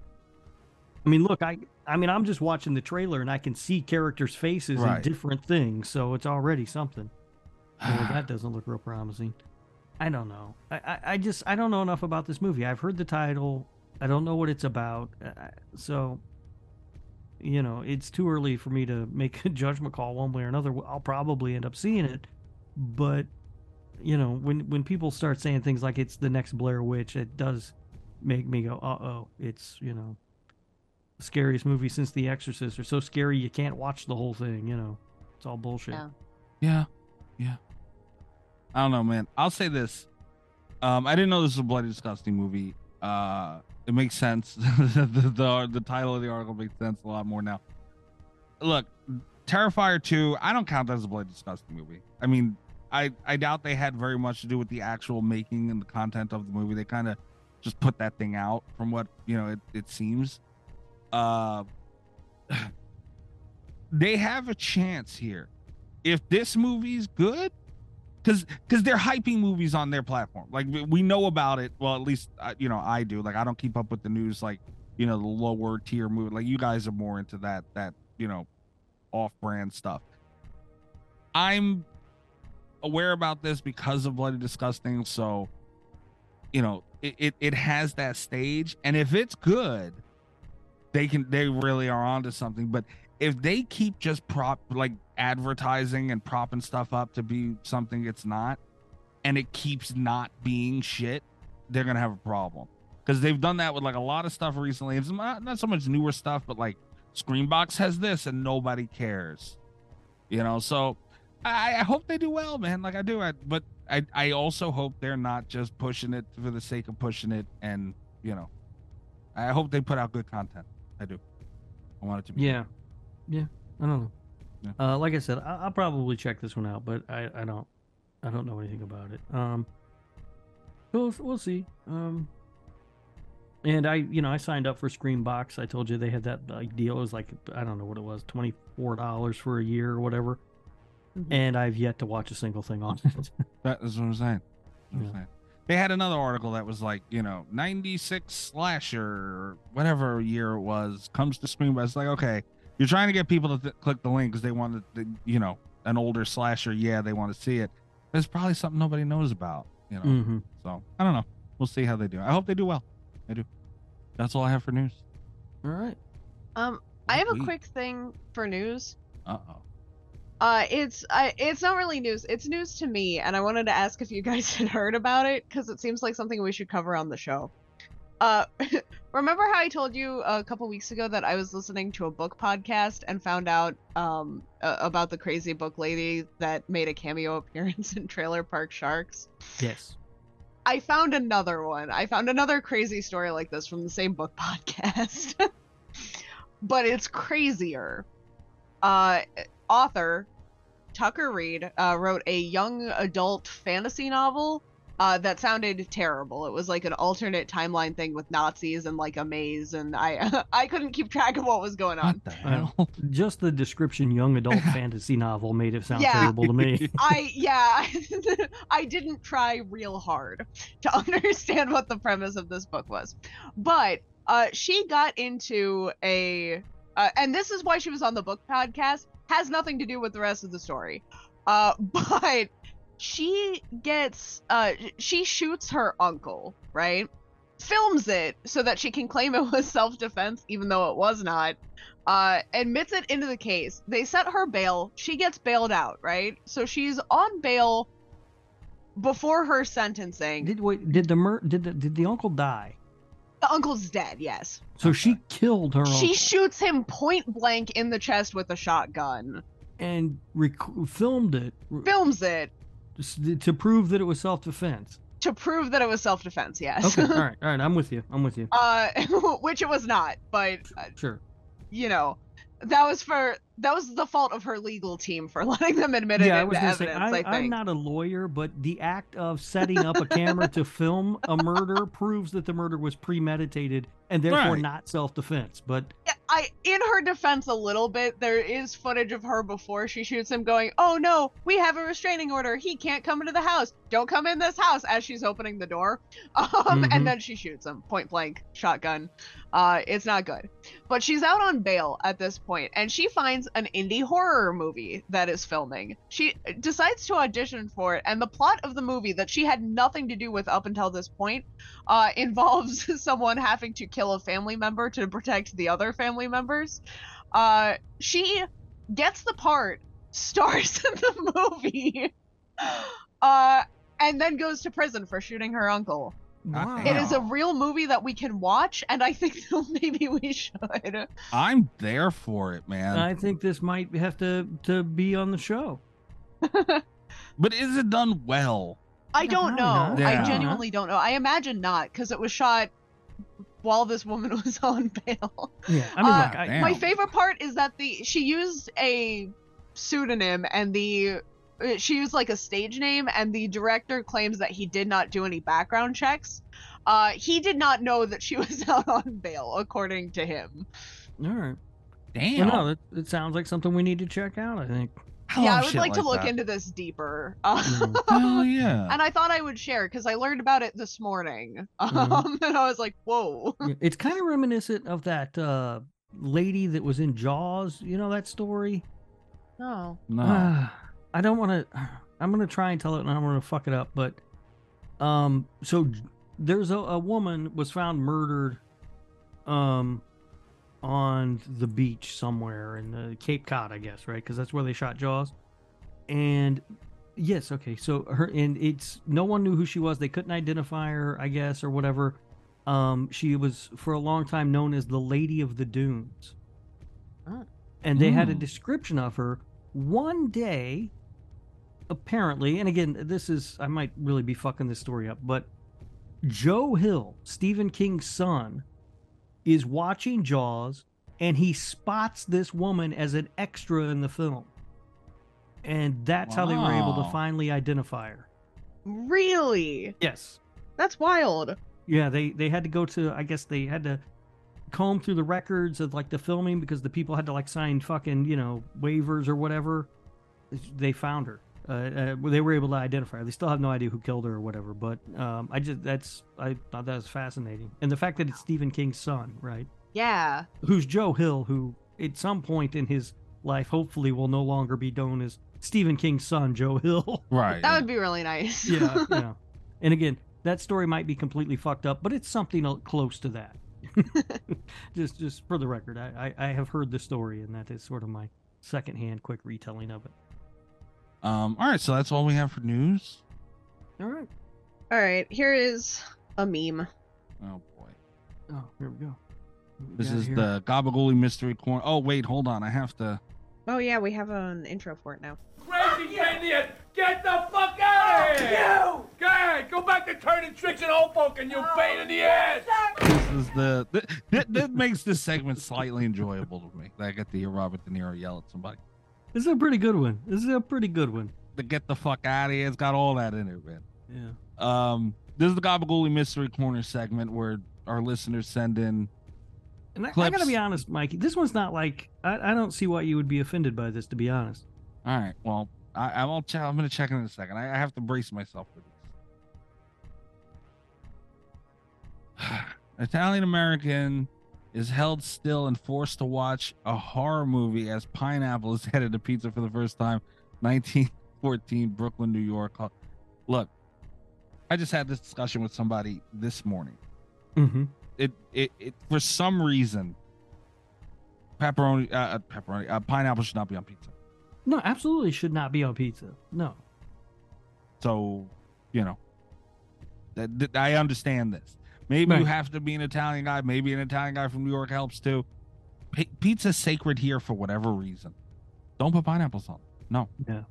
[SPEAKER 6] I mean, look, I I mean I'm just watching the trailer and I can see characters' faces
[SPEAKER 4] Right.
[SPEAKER 6] in different things, so it's already something. Well, that doesn't look real promising. I don't know. I, I, I just I don't know enough about this movie. I've heard the title. I don't know what it's about. Uh, I- So, you know, it's too early for me to make a judgment call one way or another. I'll probably end up seeing it, but you know, when when people start saying things like it's the next Blair Witch, it does make me go, uh oh, it's you know, scariest movie since The Exorcist, or so scary you can't watch the whole thing. You know, it's all bullshit.
[SPEAKER 5] Yeah.
[SPEAKER 4] yeah. Yeah. I don't know, man. I'll say this. Um, I didn't know this was a bloody disgusting movie. Uh, it makes sense. the, the the title of the article makes sense a lot more now. Look, Terrifier 2, I don't count that as a bloody disgusting movie. I mean, I I doubt they had very much to do with the actual making and the content of the movie. They kind of just put that thing out from what, you know, it, it seems. Uh they have a chance here. If this movie's good, cuz cuz they're hyping movies on their platform. Like we- we know about it, well at least uh, you know, I do. Like I don't keep up with the news like, you know, the lower tier movie. Like you guys are more into that that, you know, off-brand stuff. I'm aware about this because of Bloody Disgusting, so you know it, it it has that stage, and if it's good, they can they really are onto something. But if they keep just prop like advertising and propping stuff up to be something it's not, and it keeps not being shit, they're gonna have a problem because they've done that with like a lot of stuff recently. It's not not so much newer stuff, but like Screenbox has this and nobody cares. You know, so I, I hope they do well, man. Like I do, I, but I, I also hope they're not just pushing it for the sake of pushing it, and you know, I hope they put out good content. I do. I want it to be.
[SPEAKER 6] Yeah, yeah. I don't know.
[SPEAKER 4] Yeah.
[SPEAKER 6] Uh, like I said, I- I'll probably check this one out, but I, I don't, I don't know anything about it. Um, we'll we'll see. Um, and I, you know, I signed up for Screenbox. I told you they had that like deal. It was like I don't know what it was, twenty four dollars for a year or whatever. And I've yet to watch a single thing on it.
[SPEAKER 4] That is what I'm saying. That's what I'm
[SPEAKER 6] Yeah.
[SPEAKER 4] saying. They had another article that was like, you know, 96 slasher, or whatever year it was, comes to screen, but it's like, okay, you're trying to get people to th- click the link because they want to, th- you know, an older slasher. Yeah, they want to see it. But it's probably something nobody knows about, you know.
[SPEAKER 6] hmm
[SPEAKER 4] So I don't know. We'll see how they do. I hope they do well. I do. That's all I have for news.
[SPEAKER 6] All right.
[SPEAKER 5] Um, I have a
[SPEAKER 4] Wait.
[SPEAKER 5] quick thing for news.
[SPEAKER 4] Uh oh.
[SPEAKER 5] Uh, it's uh, it's not really news. It's news to me, and I wanted to ask if you guys had heard about it because it seems like something we should cover on the show. Uh, remember how I told you a couple weeks ago that I was listening to a book podcast and found out um uh, about the crazy book lady that made a cameo appearance in Trailer Park Sharks?
[SPEAKER 6] Yes.
[SPEAKER 5] I found another one. I found another crazy story like this from the same book podcast. but it's crazier. Uh author Tucker Reed uh, wrote a young adult fantasy novel uh, that sounded terrible. It was like an alternate timeline thing with Nazis and like a maze, and I I couldn't keep track of what was going on.
[SPEAKER 4] What the hell?
[SPEAKER 6] Just the description, young adult fantasy novel, made it sound
[SPEAKER 5] Yeah.
[SPEAKER 6] terrible to me.
[SPEAKER 5] I yeah, I didn't try real hard to understand what the premise of this book was, but uh, she got into a, uh, and this is why she was on the book podcast. Has nothing to do with the rest of the story, uh, but she gets, uh, she shoots her uncle, right? Films it so that she can claim it was self defense, even though it was not uh, admits it into the case. They set her bail. She gets bailed out, right? So she's on bail before her sentencing.
[SPEAKER 6] Did wait? Did the mur- Did the, did the uncle die?
[SPEAKER 5] The uncle's dead, yes.
[SPEAKER 6] So she killed her
[SPEAKER 5] She
[SPEAKER 6] uncle
[SPEAKER 5] shoots him point blank in the chest with a shotgun,
[SPEAKER 6] and rec- filmed it r-
[SPEAKER 5] films it
[SPEAKER 6] s- to prove that it was self-defense.
[SPEAKER 5] to prove that it was self defense, yes.
[SPEAKER 6] Okay, all right, all right. I'm with you. I'm with you.
[SPEAKER 5] uh, which it was not, but uh,
[SPEAKER 6] Sure.
[SPEAKER 5] you know. That was for that was the fault of her legal team for letting them admit it
[SPEAKER 6] Yeah, I was
[SPEAKER 5] into
[SPEAKER 6] gonna
[SPEAKER 5] evidence.
[SPEAKER 6] say
[SPEAKER 5] I,
[SPEAKER 6] I,
[SPEAKER 5] think
[SPEAKER 6] I'm not a lawyer, but the act of setting up a camera to film a murder proves that the murder was premeditated and therefore
[SPEAKER 4] Right.
[SPEAKER 6] not self-defense. But
[SPEAKER 5] I in her defense a little bit there is footage of her before she shoots him going, "Oh no, we have a restraining order. He can't come into the house. Don't come in this house." as she's opening the door. Um
[SPEAKER 6] Mhm.
[SPEAKER 5] and then she shoots him point blank shotgun. Uh it's not good. But she's out on bail at this point and she finds an indie horror movie that is filming. She decides to audition for it and the plot of the movie that she had nothing to do with up until this point uh, involves someone having to kill a family member to protect the other family members. Uh, she gets the part, stars in the movie, uh, and then goes to prison for shooting her uncle.
[SPEAKER 4] God
[SPEAKER 5] It is a
[SPEAKER 4] damn.
[SPEAKER 5] real movie that we can watch, and I think that maybe we should.
[SPEAKER 4] I'm there for it, man.
[SPEAKER 6] I think this might have to to be on the show.
[SPEAKER 4] but is it done well?
[SPEAKER 5] I don't
[SPEAKER 6] Probably
[SPEAKER 5] know.
[SPEAKER 6] not.
[SPEAKER 4] Yeah.
[SPEAKER 5] I genuinely don't know. I imagine not, because it was shot while this woman was on bail.
[SPEAKER 6] Yeah, I mean,
[SPEAKER 5] Uh,
[SPEAKER 6] look, I,
[SPEAKER 4] Damn.
[SPEAKER 5] My favorite part is that the she used a pseudonym and the uh, she used like a stage name and the director claims that he did not do any background checks. Uh, he did not know that she was out on bail, according to him.
[SPEAKER 6] all right.
[SPEAKER 4] Damn.
[SPEAKER 6] Well, no, that, that sounds like something we need to check out. I think.
[SPEAKER 4] I
[SPEAKER 5] yeah,
[SPEAKER 4] love
[SPEAKER 5] I would
[SPEAKER 4] Oh, shit
[SPEAKER 5] like, to look
[SPEAKER 4] that.
[SPEAKER 5] into this deeper. Um,
[SPEAKER 6] Mm.
[SPEAKER 4] Hell yeah.
[SPEAKER 5] And I thought I would share because I learned about it this morning. Um,
[SPEAKER 6] Mhm.
[SPEAKER 5] And I was like, whoa.
[SPEAKER 6] Yeah, it's kind of reminiscent of that uh, lady that was in Jaws. You know that story?
[SPEAKER 5] No.
[SPEAKER 4] No.
[SPEAKER 6] Ah, I don't want to. I'm gonna try and tell it, and I'm gonna fuck it up. But um, so j- there's a, a woman was found murdered, um, on the beach somewhere in uh, Cape Cod, I guess, right? Because that's where they shot Jaws. And yes, okay. So her and it's no one knew who she was. They couldn't identify her, I guess, or whatever. Um, she was for a long time known as the Lady of the Dunes.
[SPEAKER 5] Ah.
[SPEAKER 6] And they had a
[SPEAKER 4] Mm.
[SPEAKER 6] description of her. One day, apparently, and again, this is I might really be fucking this story up, but Joe Hill, Stephen King's son, is watching Jaws and he spots this woman as an extra in the film. And that's how they were able to
[SPEAKER 4] Wow.
[SPEAKER 6] finally identify her.
[SPEAKER 5] Really?
[SPEAKER 6] Yes.
[SPEAKER 5] That's wild.
[SPEAKER 6] Yeah, they they had to go to I guess they had to comb through the records of like the filming because the people had to like sign fucking, you know, waivers or whatever. They found her. Uh, uh, they were able to identify her. They still have no idea who killed her or whatever, but um, I just that's I thought that was fascinating. And the fact that it's Stephen King's son, right?
[SPEAKER 5] Yeah.
[SPEAKER 6] who's Joe Hill, who at some point in his life hopefully will no longer be known as Stephen King's son, Joe Hill.
[SPEAKER 4] Right.
[SPEAKER 5] That would be really nice.
[SPEAKER 6] yeah, yeah. And again, that story might be completely fucked up, but it's something al- close to that. just, just for the record, I, I, I have heard the story, and that is sort of my secondhand quick retelling of it.
[SPEAKER 4] um, all right, so that's all we have for news.
[SPEAKER 6] All right.
[SPEAKER 5] All right. Here is a meme.
[SPEAKER 4] Oh boy.
[SPEAKER 6] Oh, here we go. What we
[SPEAKER 4] This
[SPEAKER 6] got
[SPEAKER 4] is
[SPEAKER 6] here?
[SPEAKER 4] the Gabagool mystery corner. Oh wait, hold on. I have to
[SPEAKER 5] Oh, yeah. We have an intro for it now.
[SPEAKER 9] Crazy Indian, get the fuck out of here! You! Go ahead, go back to turning tricks and hoboken, you pain in the ass!
[SPEAKER 4] this is the th- th- that makes this segment slightly enjoyable to me. I get to hear Robert De Niro yell at somebody.
[SPEAKER 6] This is a pretty good one. This is a pretty good one.
[SPEAKER 4] The get the fuck out of here. It's got all that in it, man.
[SPEAKER 6] Yeah.
[SPEAKER 4] Um, this is the Gabagool mystery corner segment where our listeners send in
[SPEAKER 6] And I, I gotta
[SPEAKER 4] Clips.
[SPEAKER 6] be honest, Mikey. This one's not like I, I don't see why you would be offended by this. To be honest.
[SPEAKER 4] All right. Well, I, I will check. I'm going to check in, in a second. I, I have to brace myself for this. Italian American is held still and forced to watch a horror movie as pineapple is headed to pizza for the first time. 1914, Brooklyn, New York. Look, I just had this discussion with somebody this morning
[SPEAKER 6] Mm-hmm.
[SPEAKER 4] it it, it for some reason pepperoni uh, uh pepperoni uh, pineapple should not be on pizza
[SPEAKER 6] No, absolutely should not be on pizza. No.
[SPEAKER 4] so you know that, that- i understand this maybe you
[SPEAKER 6] Right.
[SPEAKER 4] have to be an italian guy maybe an italian guy from new york helps too P- pizza's sacred here for whatever reason don't put pineapples on it. no
[SPEAKER 6] Yeah.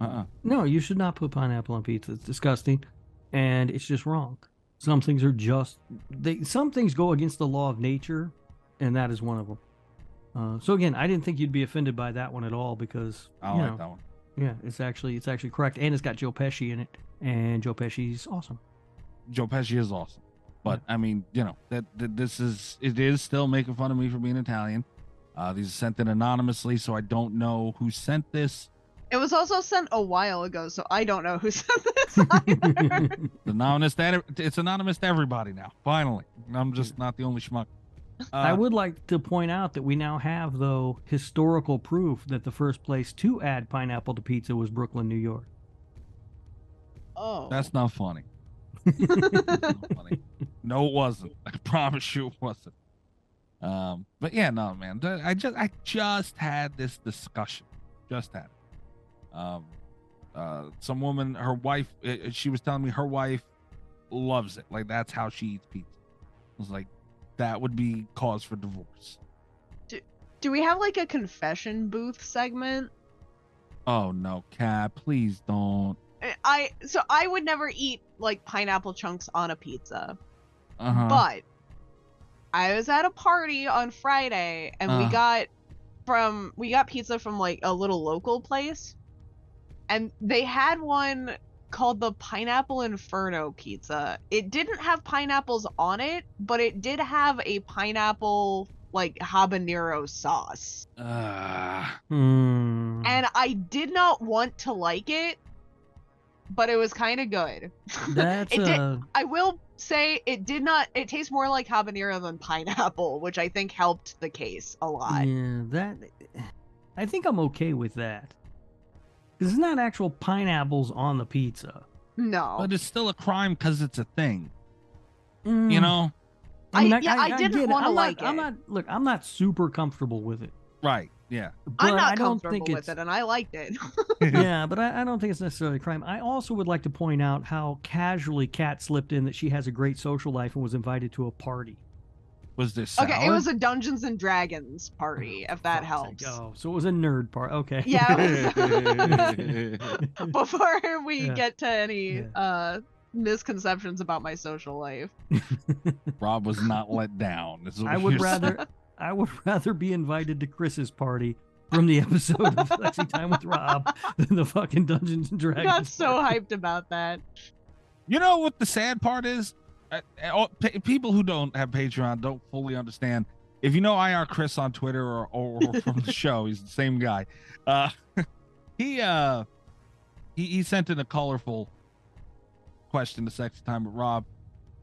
[SPEAKER 4] uh-uh
[SPEAKER 6] No, you should not put pineapple on pizza. It's disgusting and it's just wrong. Some things are just they some things go against the law of nature and that is one of them. Uh, so again, I didn't think you'd be offended by that one at all because
[SPEAKER 4] i
[SPEAKER 6] you
[SPEAKER 4] like
[SPEAKER 6] know,
[SPEAKER 4] that one
[SPEAKER 6] yeah, it's actually it's actually correct and it's got Joe Pesci in it and Joe Pesci's awesome.
[SPEAKER 4] joe pesci is awesome but i mean you know that, that this is it is still making fun of me for being italian uh these are sent in anonymously so i don't know who sent this
[SPEAKER 5] It was also sent a while ago, so I don't know who sent this either.
[SPEAKER 4] It's anonymous that it's anonymous to everybody now. Finally, I'm just not the only schmuck.
[SPEAKER 6] I
[SPEAKER 4] Uh,
[SPEAKER 6] would like to point out that we now have though historical proof that the first place to add pineapple to pizza was Brooklyn, New York.
[SPEAKER 5] oh.
[SPEAKER 4] That's not funny. Not funny. No, it wasn't. I promise you, it wasn't. Um, but yeah, no, man. th- I just I just had this discussion. Just had it. Um, uh, some woman, her wife, uh, she was telling me her wife loves it. Like that's how she eats pizza. I was like, that would be cause for divorce.
[SPEAKER 5] Do we have like a confession booth segment?
[SPEAKER 4] Oh no, Cat, please don't.
[SPEAKER 5] I- I so I would never eat like pineapple chunks on a pizza,
[SPEAKER 4] Uh huh.
[SPEAKER 5] but I was at a party on Friday and we
[SPEAKER 4] Uh.
[SPEAKER 5] got from we got pizza from like a little local place. And they had one called the Pineapple Inferno pizza. It didn't have pineapples on it, but it did have a pineapple like habanero sauce.
[SPEAKER 4] Ah.
[SPEAKER 6] Hmm.
[SPEAKER 5] And I did not want to like it, but it was kind of good.
[SPEAKER 6] That's
[SPEAKER 5] it did-
[SPEAKER 6] uh,
[SPEAKER 5] I will say it did not. It tastes more like habanero than pineapple, which I think helped the case a lot.
[SPEAKER 6] yeah, that. I think I'm okay with that. 'Cause It's not actual pineapples on the pizza.
[SPEAKER 5] No,
[SPEAKER 4] But it's still a crime because it's a thing. You
[SPEAKER 6] Mm,
[SPEAKER 4] know?
[SPEAKER 5] I- yeah, I didn't
[SPEAKER 6] get it.
[SPEAKER 5] wanna
[SPEAKER 6] I'm not-
[SPEAKER 5] like
[SPEAKER 6] I'm
[SPEAKER 5] it.
[SPEAKER 6] not. Look, I'm not super comfortable with it.
[SPEAKER 4] Right. Yeah.
[SPEAKER 5] I'm
[SPEAKER 6] but
[SPEAKER 5] not
[SPEAKER 6] I don't
[SPEAKER 5] comfortable
[SPEAKER 6] think
[SPEAKER 5] with
[SPEAKER 6] it's,
[SPEAKER 5] it, and I liked it.
[SPEAKER 6] yeah, but I, I don't think it's necessarily a crime. I also would like to point out how casually Kat slipped in that she has a great social life and was invited to a party.
[SPEAKER 4] Was this
[SPEAKER 5] okay, it was a Dungeons and Dragons party, if that
[SPEAKER 6] For
[SPEAKER 5] helps.
[SPEAKER 6] fuck's sake. Oh, so it was a nerd part. Okay.
[SPEAKER 5] Yeah. it
[SPEAKER 4] was.
[SPEAKER 5] Before we
[SPEAKER 6] Yeah.
[SPEAKER 5] get to any
[SPEAKER 6] Yeah.
[SPEAKER 5] uh, misconceptions about my social life,
[SPEAKER 4] Rob was not let down. is what
[SPEAKER 6] I would
[SPEAKER 4] you're saying.
[SPEAKER 6] rather I would rather be invited to Chris's party from the episode of Flexi Time with Rob than the fucking Dungeons and Dragons.
[SPEAKER 5] got so
[SPEAKER 6] party.
[SPEAKER 5] hyped about that.
[SPEAKER 4] You know what the sad part is? Uh, all- pe- people who don't have Patreon don't fully understand. If you know IR Chris on Twitter or, or from the show, he's the same guy. Uh, he uh, he, he sent in a colorful question to Sex Time with Rob,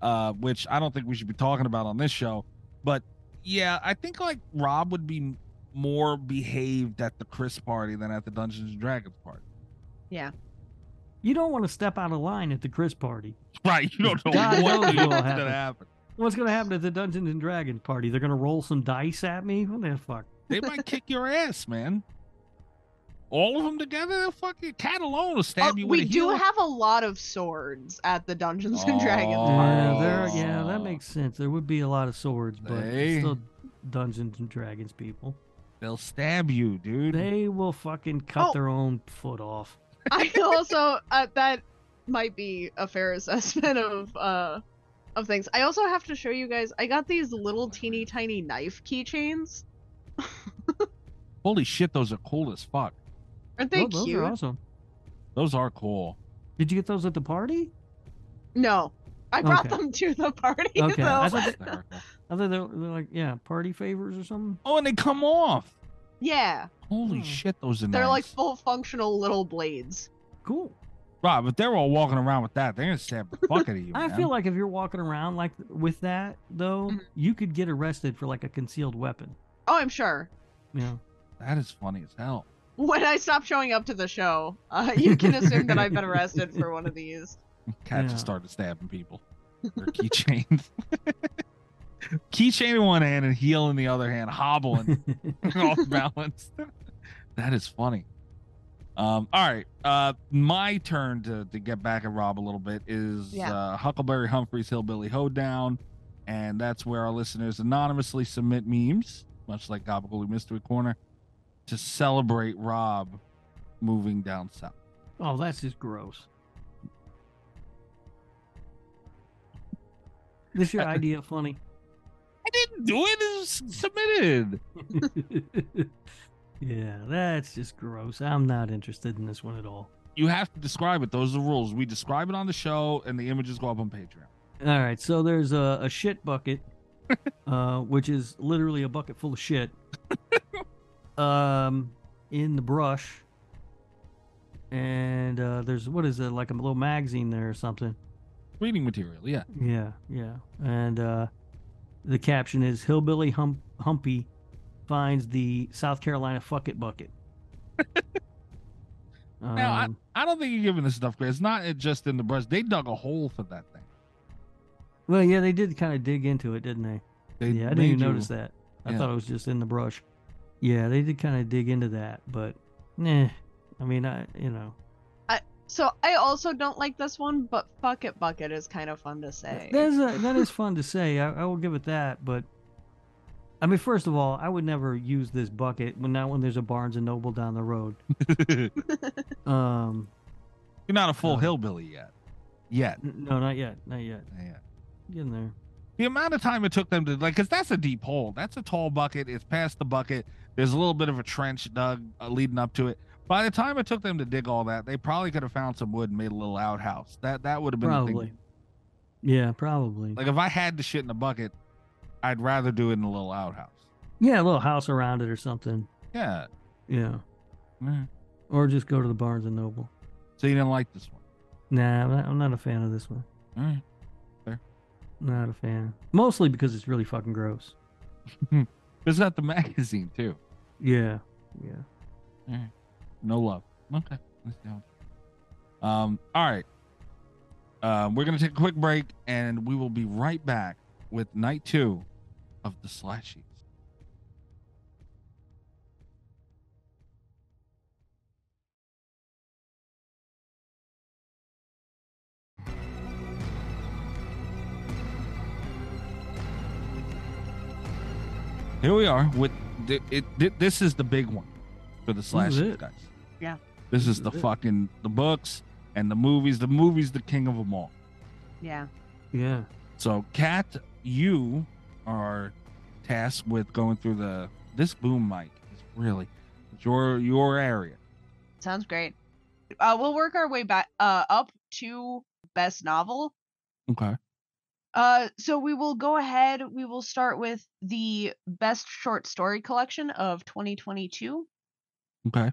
[SPEAKER 4] uh, which I don't think we should be talking about on this show. But yeah, I think like Rob would be m- more behaved at the Chris party than at the Dungeons and Dragons party.
[SPEAKER 6] You don't want to step out of line at the Chris party.
[SPEAKER 4] Right? You don't know
[SPEAKER 6] God knows
[SPEAKER 4] what
[SPEAKER 6] what'll
[SPEAKER 4] going
[SPEAKER 6] happen.
[SPEAKER 4] to happen.
[SPEAKER 6] What's gonna happen at the Dungeons and Dragons party? They're gonna roll some dice at me. What the fuck?
[SPEAKER 4] They might kick your ass, man. All of them together, they'll fuck you. Cat alone will stab
[SPEAKER 5] Oh,
[SPEAKER 4] you with
[SPEAKER 5] we
[SPEAKER 4] a
[SPEAKER 5] do
[SPEAKER 4] heel.
[SPEAKER 5] have a lot of swords at the Dungeons and Dragons
[SPEAKER 4] Oh.
[SPEAKER 5] party.
[SPEAKER 6] Yeah, there. Yeah,
[SPEAKER 4] Oh.
[SPEAKER 6] that makes sense. There would be a lot of swords, but it's
[SPEAKER 4] They-
[SPEAKER 6] still Dungeons and Dragons people.
[SPEAKER 4] They'll stab you, dude.
[SPEAKER 6] They will fucking cut
[SPEAKER 5] Oh.
[SPEAKER 6] their own foot off.
[SPEAKER 5] I also uh, that might be a fair assessment of uh of things. I also have to show you guys. I got these little teeny tiny knife keychains.
[SPEAKER 4] Holy shit, those are cool as fuck.
[SPEAKER 5] Aren't they
[SPEAKER 6] Oh, those
[SPEAKER 5] cute?
[SPEAKER 6] are awesome.
[SPEAKER 4] Those are cool.
[SPEAKER 6] Did you get those at the party?
[SPEAKER 5] No, I brought
[SPEAKER 6] Okay.
[SPEAKER 5] them to the party
[SPEAKER 6] Okay,
[SPEAKER 5] though.
[SPEAKER 6] I thought-
[SPEAKER 4] Hysterical.
[SPEAKER 6] I thought they were they're like yeah, party favors or something.
[SPEAKER 4] oh, and they come off.
[SPEAKER 5] Yeah,
[SPEAKER 4] Holy
[SPEAKER 6] Hmm.
[SPEAKER 4] shit, those are
[SPEAKER 5] they're like
[SPEAKER 4] nice.
[SPEAKER 5] full functional little blades.
[SPEAKER 6] Cool.
[SPEAKER 4] Rob, if they're all walking around with that, they're gonna stab the fuck out of you.
[SPEAKER 6] I
[SPEAKER 4] man.
[SPEAKER 6] feel like if you're walking around like th- with that though,
[SPEAKER 5] Mhm.
[SPEAKER 6] you could get arrested for like a concealed weapon.
[SPEAKER 5] Oh, I'm sure.
[SPEAKER 6] Yeah.
[SPEAKER 4] that is funny as hell.
[SPEAKER 5] When I stop showing up to the show, uh, you can assume that I've been arrested for one of these.
[SPEAKER 4] Cat
[SPEAKER 6] Yeah.
[SPEAKER 4] just started stabbing people. Their keychains. Keychain in one hand and heel in the other hand, hobbling. off balance. that is funny. Um, all right. Uh, my turn to, to get back at Rob a little bit is
[SPEAKER 5] Yeah.
[SPEAKER 4] uh, Huckleberry Humphrey's Hillbilly Hoedown. And that's where our listeners anonymously submit memes, much like Gobblegly Mystery Corner, to celebrate Rob moving down south.
[SPEAKER 6] oh, that's just gross. This your idea funny?
[SPEAKER 4] I didn't do it. It was submitted.
[SPEAKER 6] yeah, that's just gross. I'm not interested in this one at all.
[SPEAKER 4] You have to describe it. Those are the rules. We describe it on the show, and the images go up on Patreon.
[SPEAKER 6] All right, so there's a, a shit bucket, uh, which is literally a bucket full of shit, um, in the brush, and uh, there's what is it like a little magazine there or something?
[SPEAKER 4] Reading material. Yeah.
[SPEAKER 6] Yeah, yeah, and uh, the caption is "Hillbilly Hump- Humpy finds the South Carolina fuck it bucket."
[SPEAKER 4] Now,
[SPEAKER 6] Um,
[SPEAKER 4] I don't think you're giving this enough credit. It's not it just in the brush. They dug a hole for that thing.
[SPEAKER 6] well, yeah, they did kind of dig into it, didn't they?
[SPEAKER 4] They
[SPEAKER 6] yeah, I didn't
[SPEAKER 4] made
[SPEAKER 6] even
[SPEAKER 4] you-
[SPEAKER 6] notice that. I
[SPEAKER 4] Yeah.
[SPEAKER 6] thought it was just in the brush. Yeah, they did kind of dig into that, but nah. I mean, I you know,
[SPEAKER 5] So I also don't like this one, but fuck it, bucket is kind of fun to say.
[SPEAKER 6] there's a, that is fun to say. I, I will give it that, but I mean, first of all, I would never use this bucket when not when there's a Barnes and Noble down the road. Um,
[SPEAKER 4] You're not a full
[SPEAKER 6] No.
[SPEAKER 4] hillbilly yet. Yet.
[SPEAKER 6] n- no, not yet, not yet.
[SPEAKER 4] Yeah.
[SPEAKER 6] Getting there.
[SPEAKER 4] the amount of time it took them to like, because that's a deep hole. That's a tall bucket. It's past the bucket. There's a little bit of a trench dug uh, leading up to it. By the time it took them to dig all that, they probably could have found some wood and made a little outhouse. That that would have been the thing.
[SPEAKER 6] Probably. Yeah, probably.
[SPEAKER 4] Like if I had the shit in a bucket, I'd rather do it in a little outhouse.
[SPEAKER 6] yeah, a little house around it or something.
[SPEAKER 4] Yeah.
[SPEAKER 6] Yeah.
[SPEAKER 4] Mhm.
[SPEAKER 6] Or just go to the Barnes and Noble.
[SPEAKER 4] So you didn't like this one. Mm-hmm.
[SPEAKER 6] Nah, I'm not, I'm not a fan of this one.
[SPEAKER 4] All right.
[SPEAKER 6] Not a fan. Mostly because it's really fucking gross.
[SPEAKER 4] It's not the magazine too.
[SPEAKER 6] Yeah. Yeah.
[SPEAKER 4] No love. Okay. That's down. Um, all right. Um, we're gonna take a quick break and we will be right back with night two of the slashies. Here we are with th- it, th- this is the big one for the slashies,
[SPEAKER 6] it.
[SPEAKER 4] guys.
[SPEAKER 5] Yeah.
[SPEAKER 4] This
[SPEAKER 6] This
[SPEAKER 4] is
[SPEAKER 6] is
[SPEAKER 4] the
[SPEAKER 6] it.
[SPEAKER 4] fucking the books and the movies. The movies the king of them all.
[SPEAKER 5] Yeah.
[SPEAKER 6] Yeah.
[SPEAKER 4] So, Kat, you are tasked with going through the this boom mic. It's really it's your your area.
[SPEAKER 5] Sounds great. Uh, we'll work our way back uh, up to best novel.
[SPEAKER 4] Okay.
[SPEAKER 5] Uh, so we will go ahead. We will start with the best short story collection of 2022.
[SPEAKER 4] Okay.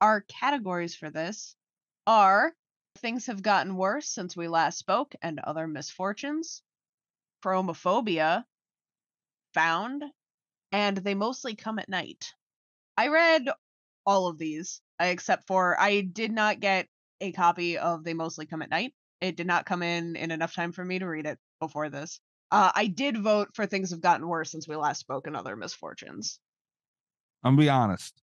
[SPEAKER 5] Our categories for this are Things Have Gotten Worse Since We Last Spoke and Other Misfortunes, Chromophobia, Found, and They Mostly Come at Night. I read all of these uh, except for I did not get a copy of They Mostly Come at Night. It did not come in in enough time for me to read it before this. Uh, I did vote for Things Have Gotten Worse Since We Last Spoke and Other Misfortunes.
[SPEAKER 4] I'm gonna be honest.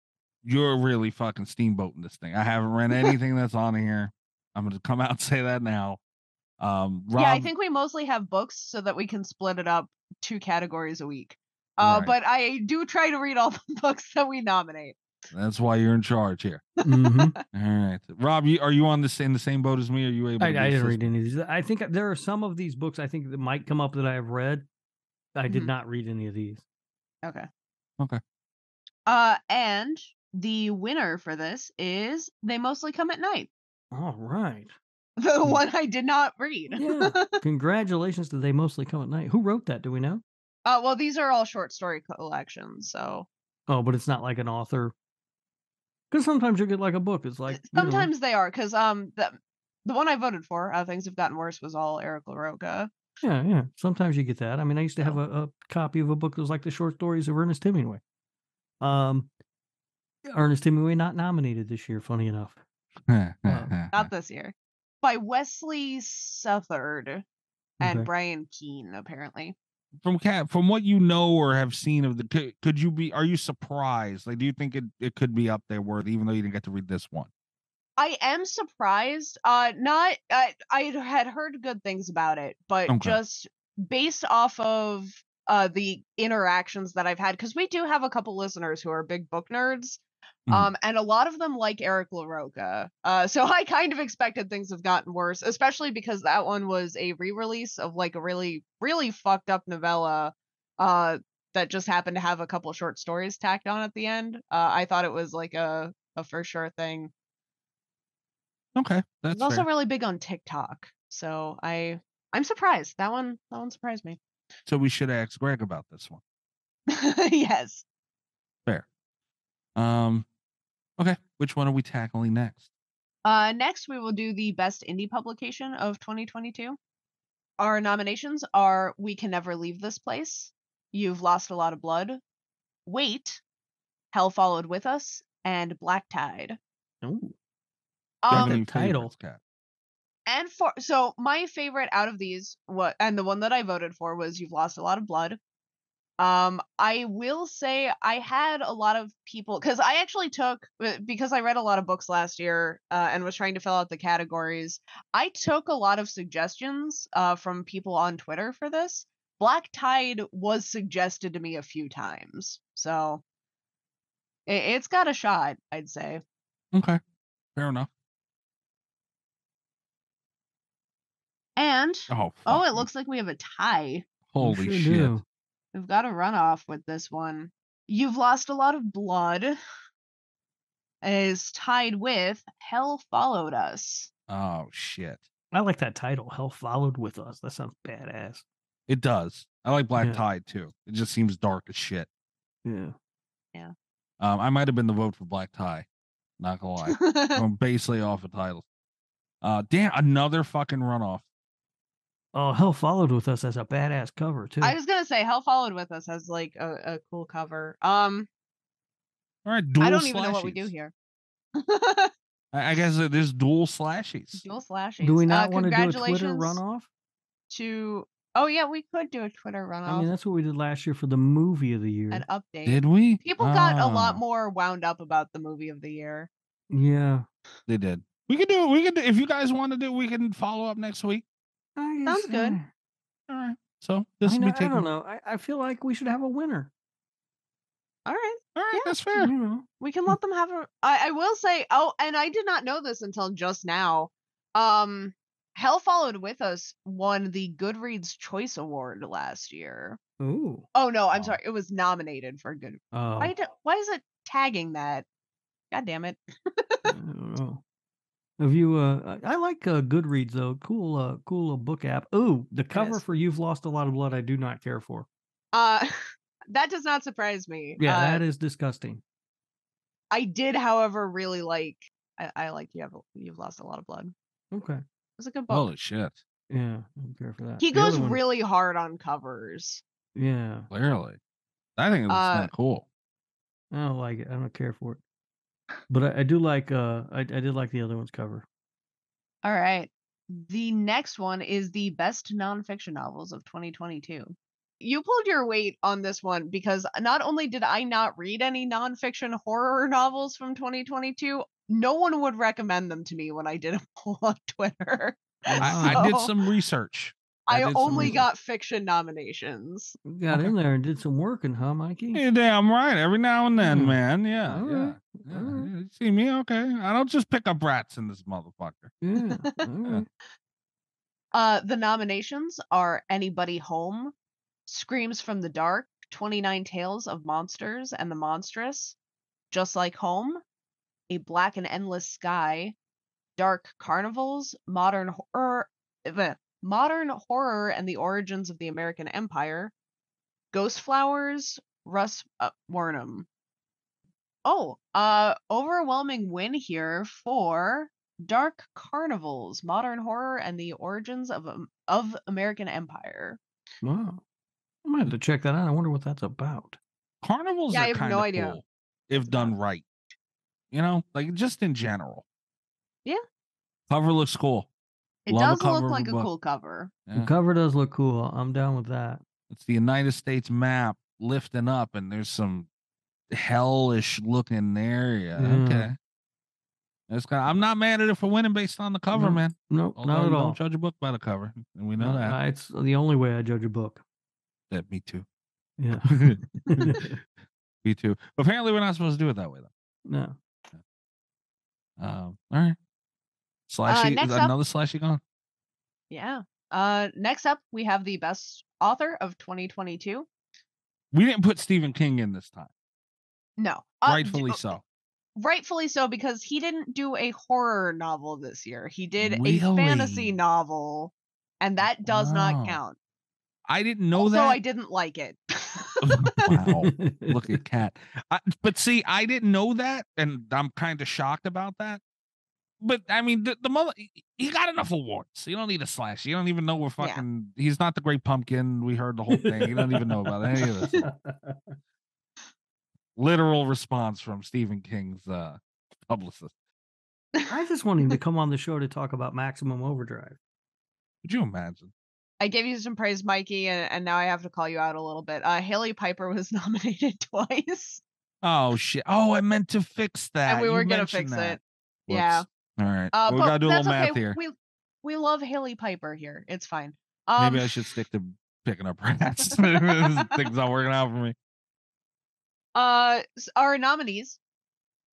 [SPEAKER 4] You're really fucking steamboating this thing. I haven't read anything that's on here. I'm gonna come out and say that now. Um Rob,
[SPEAKER 5] Yeah, I think we mostly have books so that we can split it up two categories a week. Uh,
[SPEAKER 4] Right.
[SPEAKER 5] But I do try to read all the books that we nominate.
[SPEAKER 4] that's why you're in charge here.
[SPEAKER 6] hmm
[SPEAKER 4] All right. Rob, you are you on this in the same boat as me? Are you able
[SPEAKER 6] I, I
[SPEAKER 4] to
[SPEAKER 6] didn't
[SPEAKER 4] assist-
[SPEAKER 6] read any of these. I think there are some of these books I think that might come up that I have read. I did
[SPEAKER 5] Mhm.
[SPEAKER 6] not read any of these.
[SPEAKER 5] Okay.
[SPEAKER 4] Okay.
[SPEAKER 5] Uh, and the winner for this is They Mostly Come at Night,
[SPEAKER 6] All right.
[SPEAKER 5] the one I did not read.
[SPEAKER 6] Yeah. Congratulations to They Mostly Come at Night. Who wrote that? Do we know?
[SPEAKER 5] Uh, well, these are all short story collections, so
[SPEAKER 6] Oh, but it's not like an author. Because sometimes you get like a book. It's like you know,
[SPEAKER 5] sometimes they are because um the the one I voted for, uh, things have gotten worse, was all Eric LaRocca.
[SPEAKER 6] yeah, yeah. Sometimes you get that. I mean, I used to
[SPEAKER 5] Oh.
[SPEAKER 6] have a, a copy of a book that was like the short stories of Ernest Hemingway. Um, Ernest Hemingway not nominated this year. Funny enough.
[SPEAKER 5] Not this year, by Wesley Southard and
[SPEAKER 6] Okay.
[SPEAKER 5] Brian Keene, apparently.
[SPEAKER 4] from cat from what you know or have seen of the could, could you be are you surprised like do you think it, it could be up there worth even though you didn't get to read this one
[SPEAKER 5] I am surprised. Uh, not I I had heard good things about it, but
[SPEAKER 4] Okay.
[SPEAKER 5] just based off of uh the interactions that I've had, because we do have a couple listeners who are big book nerds,
[SPEAKER 4] Mhm.
[SPEAKER 5] um, and a lot of them like Eric LaRocca. Uh, so I kind of expected things have gotten worse, especially because that one was a re-release of like a really really fucked up novella. Uh. That just happened to have a couple short stories tacked on at the end. Uh, I thought it was like a a for sure thing.
[SPEAKER 4] okay that's
[SPEAKER 5] He's also
[SPEAKER 4] fair.
[SPEAKER 5] really big on TikTok. So I I'm surprised. That one that one surprised me.
[SPEAKER 4] so we should ask greg about this one
[SPEAKER 5] yes.
[SPEAKER 4] um okay which one are we tackling next
[SPEAKER 5] Uh next we will do the best indie publication of 2022. Our nominations are We Can Never Leave This Place, You've Lost a Lot of Blood, Wait, Hell Followed With Us, and Black Tide.
[SPEAKER 4] Do
[SPEAKER 6] Ooh.
[SPEAKER 4] you have
[SPEAKER 5] Um,
[SPEAKER 6] Oh, the
[SPEAKER 4] any
[SPEAKER 6] title.
[SPEAKER 4] favorites, Kat?
[SPEAKER 5] and for so my favorite out of these what and the one that i voted for was you've lost a lot of blood um i will say i had a lot of people because i actually took b- because i read a lot of books last year uh, and was trying to fill out the categories i took a lot of suggestions uh, from people on twitter for this black tide was suggested to me a few times so i- it's got a shot i'd say
[SPEAKER 4] okay fair enough
[SPEAKER 5] and
[SPEAKER 4] oh fuck
[SPEAKER 5] oh it
[SPEAKER 4] me.
[SPEAKER 5] oh, looks like we have a tie
[SPEAKER 6] You
[SPEAKER 4] Oh, Holy
[SPEAKER 6] sure
[SPEAKER 4] shit.
[SPEAKER 6] do.
[SPEAKER 5] We've got a runoff with this one. You've lost a lot of blood. Is tied with Hell Followed Us.
[SPEAKER 4] Oh shit.
[SPEAKER 6] I like that title. Hell followed with us. That sounds badass.
[SPEAKER 4] It does. I like Black
[SPEAKER 6] Yeah.
[SPEAKER 4] Tide too. It just seems dark as shit.
[SPEAKER 6] Yeah.
[SPEAKER 4] Um, I might have been the vote for Black Tie. Not gonna lie. I'm basically off of titles. Uh damn, another fucking runoff.
[SPEAKER 6] Oh, Hell followed with us as a badass cover too.
[SPEAKER 5] I was gonna say Hell Followed with Us has like a, a cool cover. Um,
[SPEAKER 4] All right, dual
[SPEAKER 5] I don't even know what we
[SPEAKER 4] slashies.
[SPEAKER 5] do here.
[SPEAKER 4] I, I guess uh, there's dual slashies.
[SPEAKER 5] Dual slashes.
[SPEAKER 6] do we
[SPEAKER 5] uh,
[SPEAKER 6] not want to do a Twitter
[SPEAKER 5] congratulations
[SPEAKER 6] runoff?
[SPEAKER 5] To oh yeah, we could do a Twitter runoff.
[SPEAKER 6] I mean, that's what we did last year for the movie of the year.
[SPEAKER 5] an update.
[SPEAKER 4] Did we?
[SPEAKER 5] People got a lot
[SPEAKER 4] Ah,
[SPEAKER 5] more wound up about the movie of the year.
[SPEAKER 6] yeah.
[SPEAKER 4] They did. We could do it. We could do if you guys want to do we can follow up next week.
[SPEAKER 5] Sounds good.
[SPEAKER 4] All right. So this
[SPEAKER 6] eh, I,
[SPEAKER 4] will
[SPEAKER 6] know,
[SPEAKER 4] be
[SPEAKER 6] I
[SPEAKER 4] taken.
[SPEAKER 6] don't know. I, I feel like we should have a winner.
[SPEAKER 5] All right.
[SPEAKER 4] All right,
[SPEAKER 5] Yeah.
[SPEAKER 4] that's
[SPEAKER 6] You
[SPEAKER 4] fair.
[SPEAKER 6] know.
[SPEAKER 5] we can let them have a I, I will say oh and i did not know this until just now um hell followed with us won the goodreads choice award last year
[SPEAKER 6] Ooh.
[SPEAKER 5] oh no i'm
[SPEAKER 4] Wow.
[SPEAKER 5] sorry it was nominated for good
[SPEAKER 6] Oh.
[SPEAKER 5] why, do, why is it tagging that god damn it
[SPEAKER 6] I don't know. Have you? Uh, I I like uh, Goodreads though. Cool, uh, cool uh, book app. Ooh, the cover
[SPEAKER 5] is.
[SPEAKER 6] for "You've Lost a Lot of Blood." I do not care for.
[SPEAKER 5] uh that does not surprise me
[SPEAKER 6] Yeah,
[SPEAKER 5] uh,
[SPEAKER 6] that is disgusting.
[SPEAKER 5] i did however really like i, I like you have you've lost a lot of blood it
[SPEAKER 6] Okay.
[SPEAKER 5] was a good book
[SPEAKER 4] Holy shit.
[SPEAKER 6] Yeah, I don't care for that.
[SPEAKER 5] he
[SPEAKER 6] The other
[SPEAKER 5] goes
[SPEAKER 6] one-
[SPEAKER 5] really hard on covers
[SPEAKER 6] Yeah,
[SPEAKER 4] Clearly. I think it's
[SPEAKER 5] Uh,
[SPEAKER 4] not cool.
[SPEAKER 6] I don't like it. I don't care for it. But I, I do like. Uh, I, I did like the other one's cover.
[SPEAKER 5] All right. The next one is the best nonfiction novels of 2022. You pulled your weight on this one because not only did I not read any nonfiction horror novels from 2022, no one would recommend them to me when I did a poll on Twitter.
[SPEAKER 4] I, I did
[SPEAKER 5] So,
[SPEAKER 4] some research. I
[SPEAKER 5] I
[SPEAKER 4] did some
[SPEAKER 5] only
[SPEAKER 4] research.
[SPEAKER 5] got fiction nominations.
[SPEAKER 6] You Got in there and did some working, huh, Mikey?
[SPEAKER 4] Yeah, damn right. Every now and then,
[SPEAKER 5] Mm-hmm.
[SPEAKER 6] Hmm.
[SPEAKER 4] man. Yeah.
[SPEAKER 6] All
[SPEAKER 4] yeah.
[SPEAKER 6] right,
[SPEAKER 4] yeah,
[SPEAKER 6] all right.
[SPEAKER 4] yeah. You See me? Okay. I don't just pick up rats in this motherfucker.
[SPEAKER 6] Yeah. all right.
[SPEAKER 5] Uh, the nominations are Anybody Home, Screams from the Dark, 29 Tales of Monsters and the Monstrous, Just Like Home, A Black and Endless Sky, Dark Carnivals, Modern Horror, bleh, Modern Horror and the Origins of the American Empire, Ghost Flowers, Russ uh, Warnum. Oh, uh, overwhelming win here for Dark Carnivals: Modern Horror and the Origins of Am- of American Empire.
[SPEAKER 6] Wow. I might have to check that out. I wonder what that's about.
[SPEAKER 4] Carnivals
[SPEAKER 5] Yeah, I
[SPEAKER 4] are
[SPEAKER 5] have
[SPEAKER 4] kind of
[SPEAKER 5] no idea.
[SPEAKER 4] cool if done right. You know, like just in general.
[SPEAKER 5] Yeah.
[SPEAKER 4] Cover looks cool.
[SPEAKER 5] It
[SPEAKER 4] Love a
[SPEAKER 5] does
[SPEAKER 4] cover
[SPEAKER 5] look
[SPEAKER 4] of
[SPEAKER 5] like
[SPEAKER 4] a
[SPEAKER 5] a
[SPEAKER 4] book.
[SPEAKER 5] cool cover.
[SPEAKER 6] The
[SPEAKER 4] Yeah.
[SPEAKER 6] cover does look cool. I'm down with that.
[SPEAKER 4] It's the United States map lifting up, and there's some hellish looking area.
[SPEAKER 5] Mm.
[SPEAKER 6] Yeah.
[SPEAKER 4] Okay. That's kind of, I'm not mad at it for winning based on the cover,
[SPEAKER 6] No,
[SPEAKER 4] man.
[SPEAKER 6] Nope,
[SPEAKER 4] Although
[SPEAKER 6] not
[SPEAKER 4] you
[SPEAKER 6] at
[SPEAKER 4] don't
[SPEAKER 6] all.
[SPEAKER 4] Judge a book by the cover, and we know
[SPEAKER 6] Uh,
[SPEAKER 4] that.
[SPEAKER 6] uh, It's the only way I judge a book.
[SPEAKER 4] that me too.
[SPEAKER 6] Yeah.
[SPEAKER 4] me too. Apparently, we're not supposed to do it that way, though.
[SPEAKER 6] no.
[SPEAKER 4] Um, all right. Slashy,
[SPEAKER 5] Uh, next
[SPEAKER 4] is
[SPEAKER 5] up-
[SPEAKER 4] another slashy gone.
[SPEAKER 5] Yeah. Uh, next up we have the best author of 2022.
[SPEAKER 4] We didn't put Stephen King in this time,
[SPEAKER 5] No, uh, d-
[SPEAKER 4] rightfully
[SPEAKER 5] uh,
[SPEAKER 4] so.
[SPEAKER 5] Rightfully so, because he didn't do a horror novel this year. He did a
[SPEAKER 4] Really?
[SPEAKER 5] fantasy novel, and that does
[SPEAKER 4] Wow.
[SPEAKER 5] not count.
[SPEAKER 4] I didn't know
[SPEAKER 5] also,
[SPEAKER 4] that.
[SPEAKER 5] I didn't like it.
[SPEAKER 4] wow. Look at Cat. I, but see, I didn't know that, and I'm kind of shocked about that. But I mean, the, the mother, he- he got enough awards. You don't need a slash. You don't even know we're
[SPEAKER 5] Yeah.
[SPEAKER 4] fucking. He's not the great pumpkin. We heard the whole thing. You don't even know about any of this. Literal response from Stephen King's uh, publicist.
[SPEAKER 6] I just want him to come on the show to talk about Maximum Overdrive.
[SPEAKER 4] Could you imagine?
[SPEAKER 5] I gave you some praise, Mikey, and, and now I have to call you out a little bit. Uh, Haley Piper was nominated twice.
[SPEAKER 4] Oh shit! Oh, I meant to fix that.
[SPEAKER 5] and we
[SPEAKER 4] You
[SPEAKER 5] were gonna
[SPEAKER 4] mentioned
[SPEAKER 5] fix
[SPEAKER 4] that.
[SPEAKER 5] it. Yeah.
[SPEAKER 4] Whoops. All right.
[SPEAKER 5] Uh,
[SPEAKER 4] we
[SPEAKER 5] but
[SPEAKER 4] gotta do a
[SPEAKER 5] that's
[SPEAKER 4] little math
[SPEAKER 5] okay.
[SPEAKER 4] here.
[SPEAKER 5] We we love Haley Piper here. It's fine. Um,
[SPEAKER 4] Maybe I should stick to picking up rats. Things not working out for me.
[SPEAKER 5] Uh, s- our nominees,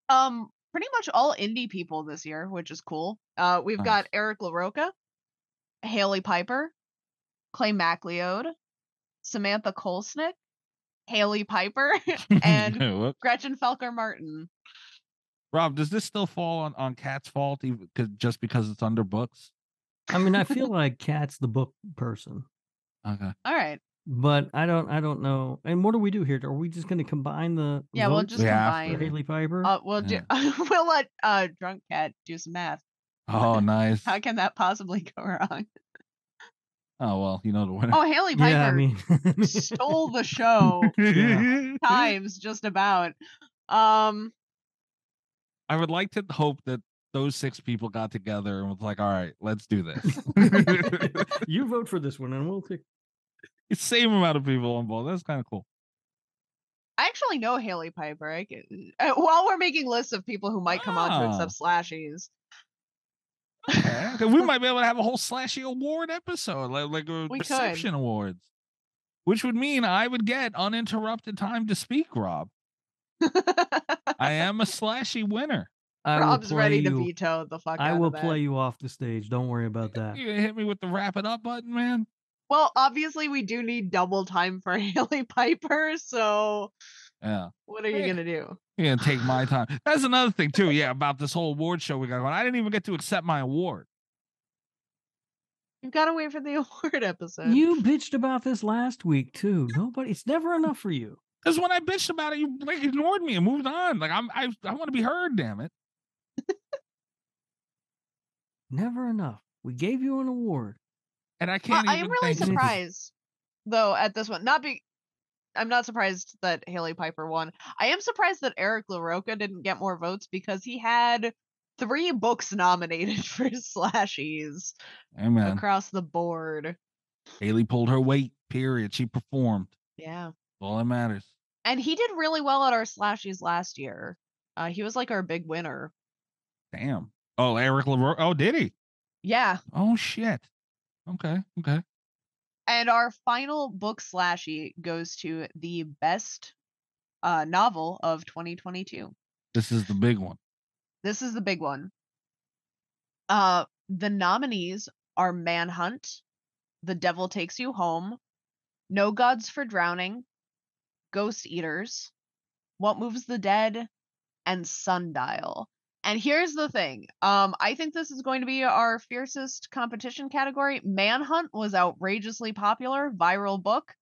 [SPEAKER 5] um, pretty much all indie people this year, which is cool. Uh, we've
[SPEAKER 4] Nice.
[SPEAKER 5] got Eric LaRocca, Haley Piper, Clay MacLeod, Samantha Kolsnick, Haley Piper, and
[SPEAKER 4] Whoop.
[SPEAKER 5] Gretchen Felker Martin.
[SPEAKER 4] Rob, does this still fall on on Cat's fault? Even, cause, just because it's under books.
[SPEAKER 6] I mean, I feel like Cat's the book person,
[SPEAKER 4] Okay.
[SPEAKER 5] All right.
[SPEAKER 6] but I don't. I don't know. And what do we do here? Are we just going to combine the?
[SPEAKER 5] Yeah, we'll
[SPEAKER 6] votes
[SPEAKER 5] just
[SPEAKER 4] We have
[SPEAKER 6] for
[SPEAKER 4] to.
[SPEAKER 5] combine.
[SPEAKER 6] Haley Piper.
[SPEAKER 5] Uh, we'll do, we'll let uh, drunk cat do some math.
[SPEAKER 4] Oh, nice.
[SPEAKER 5] How can that possibly go wrong?
[SPEAKER 4] Oh well, you know the winner.
[SPEAKER 5] Oh, Haley Piper
[SPEAKER 6] yeah, I mean, I mean,
[SPEAKER 5] stole the show
[SPEAKER 6] yeah.
[SPEAKER 5] times just about. Um,
[SPEAKER 4] I would like to hope that those six people got together and was like, "All right, let's do this."
[SPEAKER 6] you vote for this one, and we'll pick.
[SPEAKER 4] It's same amount of people on both. That's kind of cool.
[SPEAKER 5] I actually know Haley Piper. I can, uh, while we're making lists of people who might come on to
[SPEAKER 4] Ah.
[SPEAKER 5] accept slashies,
[SPEAKER 4] Okay. 'Cause we might be able to have a whole slashy award episode, like like a
[SPEAKER 5] We could.
[SPEAKER 4] reception awards, which would mean I would get uninterrupted time to speak, Rob. I am a slashy winner.
[SPEAKER 6] I will
[SPEAKER 5] Rob's
[SPEAKER 6] play
[SPEAKER 5] ready to
[SPEAKER 6] you-
[SPEAKER 5] veto the fuck.
[SPEAKER 6] I
[SPEAKER 5] out of
[SPEAKER 6] will
[SPEAKER 5] that.
[SPEAKER 6] play you off the stage. Don't worry about that.
[SPEAKER 4] You gonna hit me with the wrap it up button, man.
[SPEAKER 5] Well, obviously we do need double time for Haley Piper. So
[SPEAKER 4] Yeah.
[SPEAKER 5] what are you
[SPEAKER 4] Hey.
[SPEAKER 5] gonna do?
[SPEAKER 4] You're gonna take my time. That's another thing too. Yeah, about this whole award show we got going. I didn't even get to accept my award.
[SPEAKER 5] You've got to wait for the award episode.
[SPEAKER 6] You bitched about this last week too. Nobody, it's never enough for you.
[SPEAKER 4] Because when I bitched about it, you like, ignored me and moved on. Like I'm, I, I want to be heard. Damn it.
[SPEAKER 6] Never enough. We gave you an award.
[SPEAKER 4] And I
[SPEAKER 5] Well,
[SPEAKER 4] can't.
[SPEAKER 5] I
[SPEAKER 4] even
[SPEAKER 5] am really
[SPEAKER 4] thank you.
[SPEAKER 5] surprised, though, at this one. Not be, I'm not surprised that Haley Piper won. I am surprised that Eric LaRocca didn't get more votes because he had three books nominated for slashies
[SPEAKER 4] Amen.
[SPEAKER 5] across the board.
[SPEAKER 4] Haley pulled her weight. Period. She performed.
[SPEAKER 5] Yeah,
[SPEAKER 4] All that matters.
[SPEAKER 5] and he did really well at our slashies last year. Uh, he was like our big winner.
[SPEAKER 4] Damn. Oh, Eric LaRoe. Oh, did he?
[SPEAKER 5] Yeah,
[SPEAKER 4] Oh shit. Okay. Okay.
[SPEAKER 5] and our final book slashie goes to the best uh, novel of 2022.
[SPEAKER 4] This is the big one.
[SPEAKER 5] this is the big one. Uh, the nominees are Manhunt, The Devil Takes You Home, No Gods for Drowning, Ghost Eaters, What Moves the Dead, and Sundial. And here's the thing. Um, I think this is going to be our fiercest competition category. Manhunt was outrageously popular, viral book.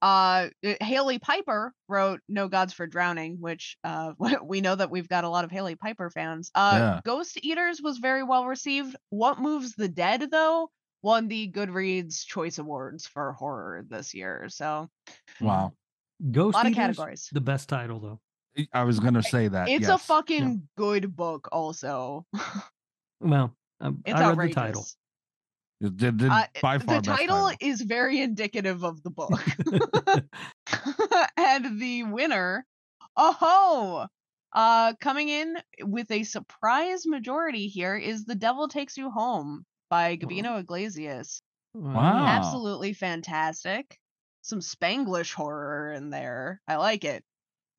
[SPEAKER 5] Uh, uh, Haley Piper wrote "No Gods for Drowning," which uh, we know that we've got a lot of Haley Piper fans. Uh,
[SPEAKER 4] Yeah.
[SPEAKER 5] Ghost Eaters was very well received. What Moves the Dead, though, won the Goodreads Choice Awards for horror this year. So
[SPEAKER 4] Wow.
[SPEAKER 6] Ghost
[SPEAKER 5] Lot of
[SPEAKER 6] Eaters,
[SPEAKER 5] categories.
[SPEAKER 6] The best title though.
[SPEAKER 4] I- I was gonna say that.
[SPEAKER 5] it's a
[SPEAKER 4] yes.
[SPEAKER 5] fucking good book. Also,
[SPEAKER 6] Well, um,
[SPEAKER 5] it's
[SPEAKER 6] I read
[SPEAKER 5] outrageous.
[SPEAKER 6] the title.
[SPEAKER 4] It did- did
[SPEAKER 5] Uh,
[SPEAKER 4] by far
[SPEAKER 5] the
[SPEAKER 4] best
[SPEAKER 5] title is very indicative of the book. and the winner, oh ho, uh, coming in with a surprise majority here is "The Devil Takes You Home" by Gabino Iglesias.
[SPEAKER 6] Uh,
[SPEAKER 4] Wow.
[SPEAKER 5] Absolutely fantastic. Some Spanglish horror in there. I like it.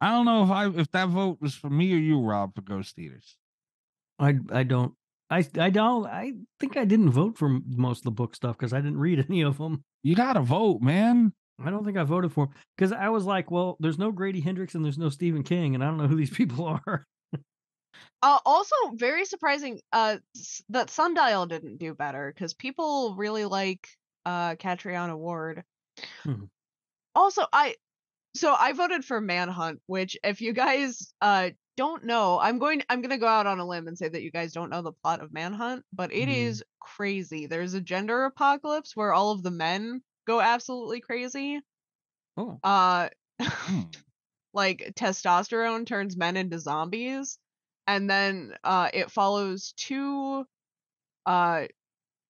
[SPEAKER 4] I don't know if I if that vote was for me or you, Rob, for Ghost Eaters.
[SPEAKER 6] I I don't. I I don't. I think I didn't vote for m- most of the book stuff because I didn't read any of them.
[SPEAKER 4] You gotta vote, man.
[SPEAKER 6] I don't think I voted for them because I was like, well, there's no Grady Hendrix and there's no Stephen King, and I don't know who these people are.
[SPEAKER 5] Uh, also, very surprising uh, s- that Sundial didn't do better because people really like uh, Catriona Ward.
[SPEAKER 6] Hmm.
[SPEAKER 5] Also, I so I voted for Manhunt, which if you guys uh, don't know, I'm going I'm going to go out on a limb and say that you guys don't know the plot of Manhunt, but it
[SPEAKER 6] Mhm.
[SPEAKER 5] is crazy. There's a gender apocalypse where all of the men go absolutely crazy.
[SPEAKER 6] Oh,
[SPEAKER 5] Uh,
[SPEAKER 4] Hmm.
[SPEAKER 5] like testosterone turns men into zombies and then uh it follows two uh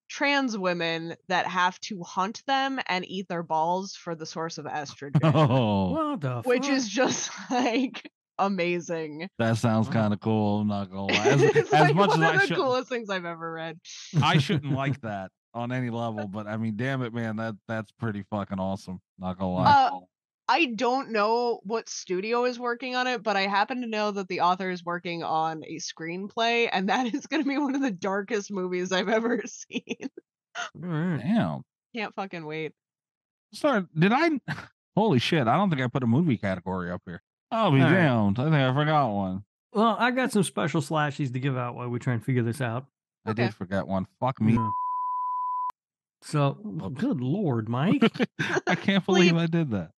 [SPEAKER 5] trans women that have to hunt them and eat their balls for the source of estrogen
[SPEAKER 4] Oh,
[SPEAKER 6] what the
[SPEAKER 5] which
[SPEAKER 6] fuck?
[SPEAKER 5] is just like amazing
[SPEAKER 4] that sounds
[SPEAKER 6] Wow.
[SPEAKER 4] kind of cool. I'm not gonna lie. As, as
[SPEAKER 5] it's like
[SPEAKER 4] much as
[SPEAKER 5] one of
[SPEAKER 4] I
[SPEAKER 5] the
[SPEAKER 4] should,
[SPEAKER 5] coolest things i've ever read
[SPEAKER 4] I shouldn't like that on any level, but I mean, damn it, man, that that's pretty fucking awesome. Not gonna lie.
[SPEAKER 5] Uh, I don't know what studio is working on it, but I happen to know that the author is working on a screenplay, and that is going to be one of the darkest movies I've ever seen.
[SPEAKER 4] Uh,
[SPEAKER 6] All right.
[SPEAKER 4] damn.
[SPEAKER 5] Can't fucking wait.
[SPEAKER 4] Sorry, did I? Holy shit! I don't think I put a movie category up here. I'll be
[SPEAKER 6] All right.
[SPEAKER 4] damned. I think I forgot one.
[SPEAKER 6] Well, I got some special slashies to give out while we try and figure this out.
[SPEAKER 4] I
[SPEAKER 5] Okay.
[SPEAKER 4] did forget one. Fuck me.
[SPEAKER 6] Yeah. Mm. So, good lord, Mike.
[SPEAKER 4] I can't believe I did that.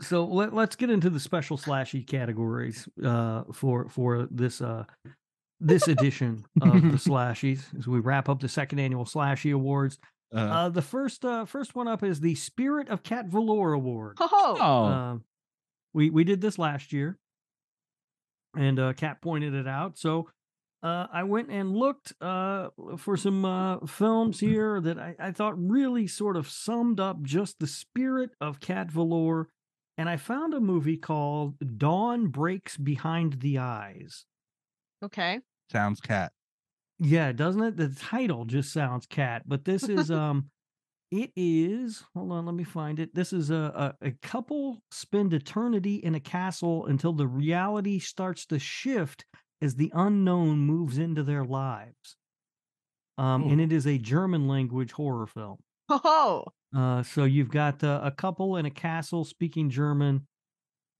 [SPEAKER 6] so let, let's get into the special slashy categories uh, for for this uh, this edition of the slashies as we wrap up the second annual slashy awards.
[SPEAKER 4] Uh,
[SPEAKER 6] Uh, the first uh, first one up is the Spirit of Cat Valor Award.
[SPEAKER 5] Oh,
[SPEAKER 4] oh,
[SPEAKER 6] Um, we we did this last year, and uh, Kat pointed it out. So uh, I went and looked uh, for some uh, films here that I, I thought really sort of summed up just the spirit of Cat Valor, and I found a movie called Dawn Breaks Behind the Eyes.
[SPEAKER 5] okay.
[SPEAKER 4] sounds cat.
[SPEAKER 6] Yeah, doesn't it? The title just sounds cat, but this is um it is hold on, let me find it. This is a, a a couple spend eternity in a castle until the reality starts to shift as the unknown moves into their lives. Um and it is a German language horror film.
[SPEAKER 5] Oh,
[SPEAKER 6] Uh, so you've got uh, a couple in a castle speaking German,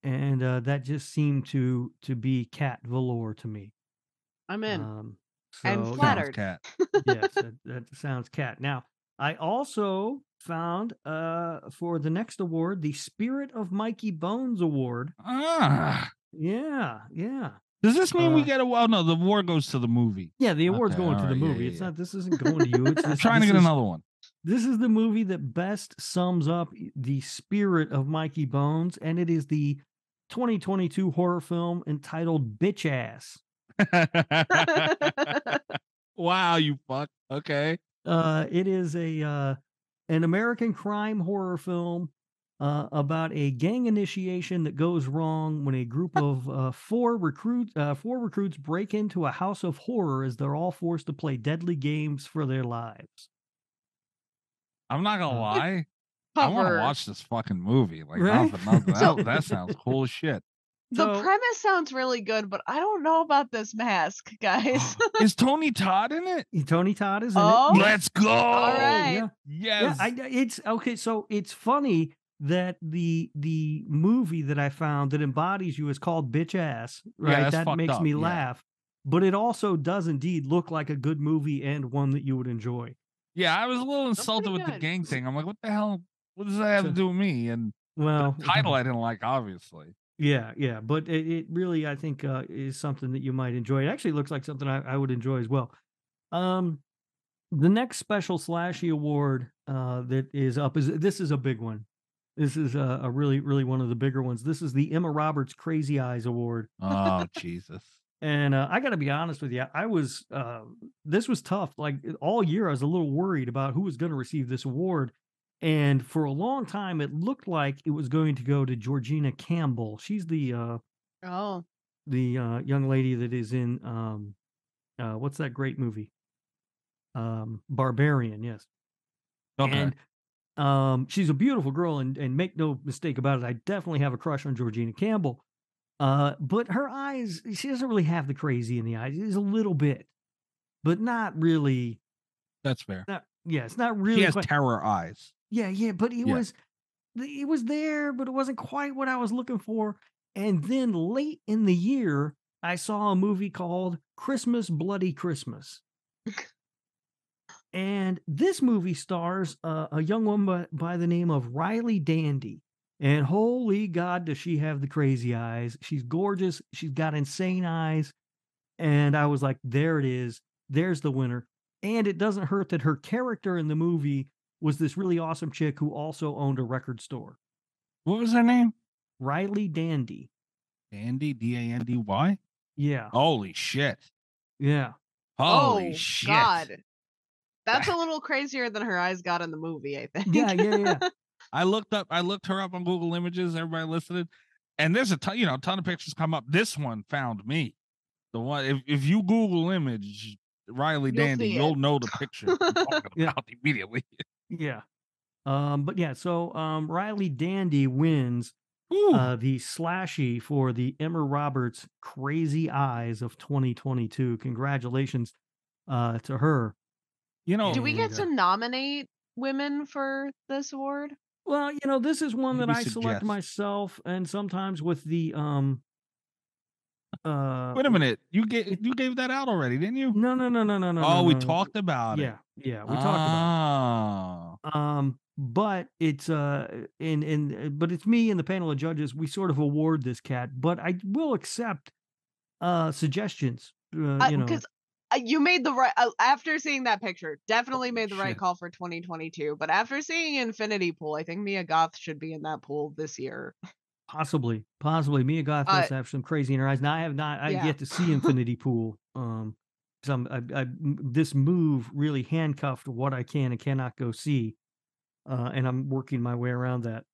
[SPEAKER 6] and uh, that just seemed to to be Cat Valor to me.
[SPEAKER 5] I'm in.
[SPEAKER 6] Um,
[SPEAKER 5] I'm
[SPEAKER 6] so-
[SPEAKER 5] flattered.
[SPEAKER 4] Sounds cat.
[SPEAKER 6] yes, that, that sounds cat. Now, I also found uh for the next award the Spirit of Mikey Bones Award.
[SPEAKER 4] Ah,
[SPEAKER 6] Yeah, yeah,
[SPEAKER 4] does this mean we
[SPEAKER 6] Uh,
[SPEAKER 4] get a? Well, no, the war goes to the movie.
[SPEAKER 6] yeah. The award's
[SPEAKER 4] Okay,
[SPEAKER 6] going to the
[SPEAKER 4] alright, yeah,
[SPEAKER 6] movie.
[SPEAKER 4] yeah,
[SPEAKER 6] it's
[SPEAKER 4] yeah.
[SPEAKER 6] not. This isn't going to you. It's
[SPEAKER 4] I'm
[SPEAKER 6] this-
[SPEAKER 4] trying to
[SPEAKER 6] this
[SPEAKER 4] get
[SPEAKER 6] is-
[SPEAKER 4] another one.
[SPEAKER 6] This is the movie that best sums up e, the spirit of Mikey Bones, and it is the 2022 horror film entitled Bitch Ass.
[SPEAKER 4] wow, you fuck. Okay.
[SPEAKER 6] Uh, it is a uh, an American crime horror film uh, about a gang initiation that goes wrong when a group of uh, four recruits uh, four recruits break into a house of horror as they're all forced to play deadly games for their lives.
[SPEAKER 4] I'm not gonna
[SPEAKER 6] Uh,
[SPEAKER 4] lie. I want to
[SPEAKER 5] Cover.
[SPEAKER 4] watch this fucking movie. Like
[SPEAKER 6] Right?
[SPEAKER 4] nothing, nothing.
[SPEAKER 5] So-
[SPEAKER 4] That, that sounds cool as shit.
[SPEAKER 5] The
[SPEAKER 6] So-
[SPEAKER 5] premise sounds really good, but I don't know about this mask, guys.
[SPEAKER 4] Is Tony Todd in it?
[SPEAKER 6] Tony Todd is in
[SPEAKER 5] Oh,
[SPEAKER 6] it. Oh,
[SPEAKER 4] Let's go.
[SPEAKER 5] all right.
[SPEAKER 6] Yeah, yeah,
[SPEAKER 4] Yes.
[SPEAKER 6] I, I- it's okay. So it's funny that the the movie that I found that embodies you is called Bitch Ass, right?
[SPEAKER 4] that's
[SPEAKER 6] that
[SPEAKER 4] fucked
[SPEAKER 6] makes
[SPEAKER 4] up,
[SPEAKER 6] me
[SPEAKER 4] yeah.
[SPEAKER 6] laugh, but it also does indeed look like a good movie and one that you would enjoy.
[SPEAKER 4] yeah, I was a little
[SPEAKER 5] pretty
[SPEAKER 4] insulted with the
[SPEAKER 5] good.
[SPEAKER 4] gang thing. I'm like, what the hell? What does that have to
[SPEAKER 6] So-
[SPEAKER 4] do with me? And
[SPEAKER 6] Well,
[SPEAKER 4] the title I didn't like, obviously.
[SPEAKER 6] Yeah, yeah, but it, it really I think uh, is something that you might enjoy. It actually looks like something I, I would enjoy as well. Um, the next special slashy award uh, that is up is this is a big one. This is a, a really, really one of the bigger ones. This is the Emma Roberts Crazy Eyes Award,
[SPEAKER 4] Oh Jesus.
[SPEAKER 6] and uh, I got to be honest with you, I was uh, this was tough. Like all year, I was a little worried about who was going to receive this award. And for a long time, it looked like it was going to go to Georgina Campbell. She's the uh,
[SPEAKER 5] oh,
[SPEAKER 6] the uh, young lady that is in um, uh, what's that great movie? Um, Barbarian, yes.
[SPEAKER 4] Okay.
[SPEAKER 6] And um, she's a beautiful girl, and and make no mistake about it, I definitely have a crush on Georgina Campbell. Uh, but her eyes, she doesn't really have the crazy in the eyes. It's a little bit, but not really.
[SPEAKER 4] That's fair.
[SPEAKER 6] Not yeah, it's not
[SPEAKER 4] He
[SPEAKER 6] really.
[SPEAKER 4] has
[SPEAKER 6] quite-
[SPEAKER 4] terror eyes.
[SPEAKER 6] yeah, yeah, but it
[SPEAKER 4] Yeah.
[SPEAKER 6] was th- it was there, but it wasn't quite what I was looking for. And then late in the year, I saw a movie called Christmas Bloody Christmas. and this movie stars uh, a young woman by, by the name of Riley Dandy. And holy God, does she have the crazy eyes? She's gorgeous. She's got insane eyes. And I was like, there it is. There's the winner. And it doesn't hurt that her character in the movie was this really awesome chick who also owned a record store,
[SPEAKER 4] What was her name?
[SPEAKER 6] Riley Dandy.
[SPEAKER 4] Dandy D A N D Y.
[SPEAKER 6] Yeah,
[SPEAKER 4] Holy shit.
[SPEAKER 6] yeah,
[SPEAKER 4] Holy
[SPEAKER 5] oh,
[SPEAKER 4] shit.
[SPEAKER 5] God. That's a little crazier than her eyes got in the movie, I think.
[SPEAKER 6] yeah, yeah, yeah.
[SPEAKER 4] I looked up, I looked her up on Google Images. Everybody listening, and there's a ton, you know, a ton of pictures come up. This one found me. The one, if, if you Google image Riley
[SPEAKER 5] You'll
[SPEAKER 4] Dandy,
[SPEAKER 5] see it.
[SPEAKER 4] you'll know the picture I'm talking
[SPEAKER 6] Yeah.
[SPEAKER 4] about immediately.
[SPEAKER 6] yeah. Um, but yeah, so um, Riley Dandy wins
[SPEAKER 4] Ooh,
[SPEAKER 6] uh, the slashy for the Emma Roberts Crazy Eyes of 2022. Congratulations uh, to her.
[SPEAKER 4] you know,
[SPEAKER 5] Do we
[SPEAKER 6] Oh,
[SPEAKER 5] get
[SPEAKER 6] yeah.
[SPEAKER 5] to nominate women for this award?
[SPEAKER 6] Well, you know, this is one that
[SPEAKER 4] Maybe
[SPEAKER 6] I select
[SPEAKER 4] suggest.
[SPEAKER 6] myself, and sometimes with the um. Uh,
[SPEAKER 4] Wait a minute. You gave you gave that out already, didn't you?
[SPEAKER 6] No, no, no, no, no, no.
[SPEAKER 4] oh,
[SPEAKER 6] no,
[SPEAKER 4] we
[SPEAKER 6] no, no.
[SPEAKER 4] talked about it. Ah.
[SPEAKER 6] Yeah, yeah, we talked about. it. um but it's uh and and but it's me and the panel of judges we sort of award this cat but i will accept uh suggestions uh, you know Oh,
[SPEAKER 5] because you made the right uh, after seeing that picture definitely made the right
[SPEAKER 6] shit.
[SPEAKER 5] call for 2022 but after seeing infinity pool i think mia goth should be in that pool this year
[SPEAKER 6] possibly possibly mia goth
[SPEAKER 5] Uh,
[SPEAKER 6] must have some crazy in her eyes now i have not i have
[SPEAKER 5] yeah.
[SPEAKER 6] yet to see infinity pool um some I, I m- this move really handcuffed what i can and cannot go see uh and i'm working my way around that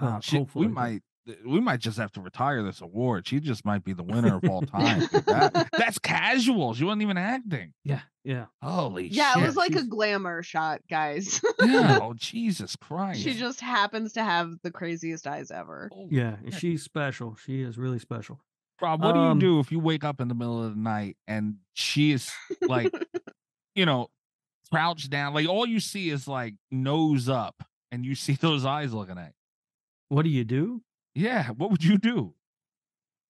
[SPEAKER 4] Oh,
[SPEAKER 6] Uh,
[SPEAKER 4] shit, we
[SPEAKER 6] hopefully, but-
[SPEAKER 4] might th- we might just have to retire this award. She just might be the winner of all time. with that. That's casual. She wasn't even acting.
[SPEAKER 6] yeah yeah
[SPEAKER 4] Holy
[SPEAKER 5] yeah
[SPEAKER 4] shit.
[SPEAKER 5] it was like a
[SPEAKER 6] she's-
[SPEAKER 5] glamour shot guys
[SPEAKER 4] Yeah, oh Jesus Christ.
[SPEAKER 5] she just happens to have the craziest eyes ever
[SPEAKER 4] Holy
[SPEAKER 6] yeah
[SPEAKER 4] shit.
[SPEAKER 6] she's special she is really special
[SPEAKER 4] Rob, what
[SPEAKER 6] Um,
[SPEAKER 4] do you do if you wake up in the middle of the night and she is like, you know, crouched down, like all you see is like nose up, and you see those eyes looking at.
[SPEAKER 6] what do you do
[SPEAKER 4] You. Yeah, what would you do?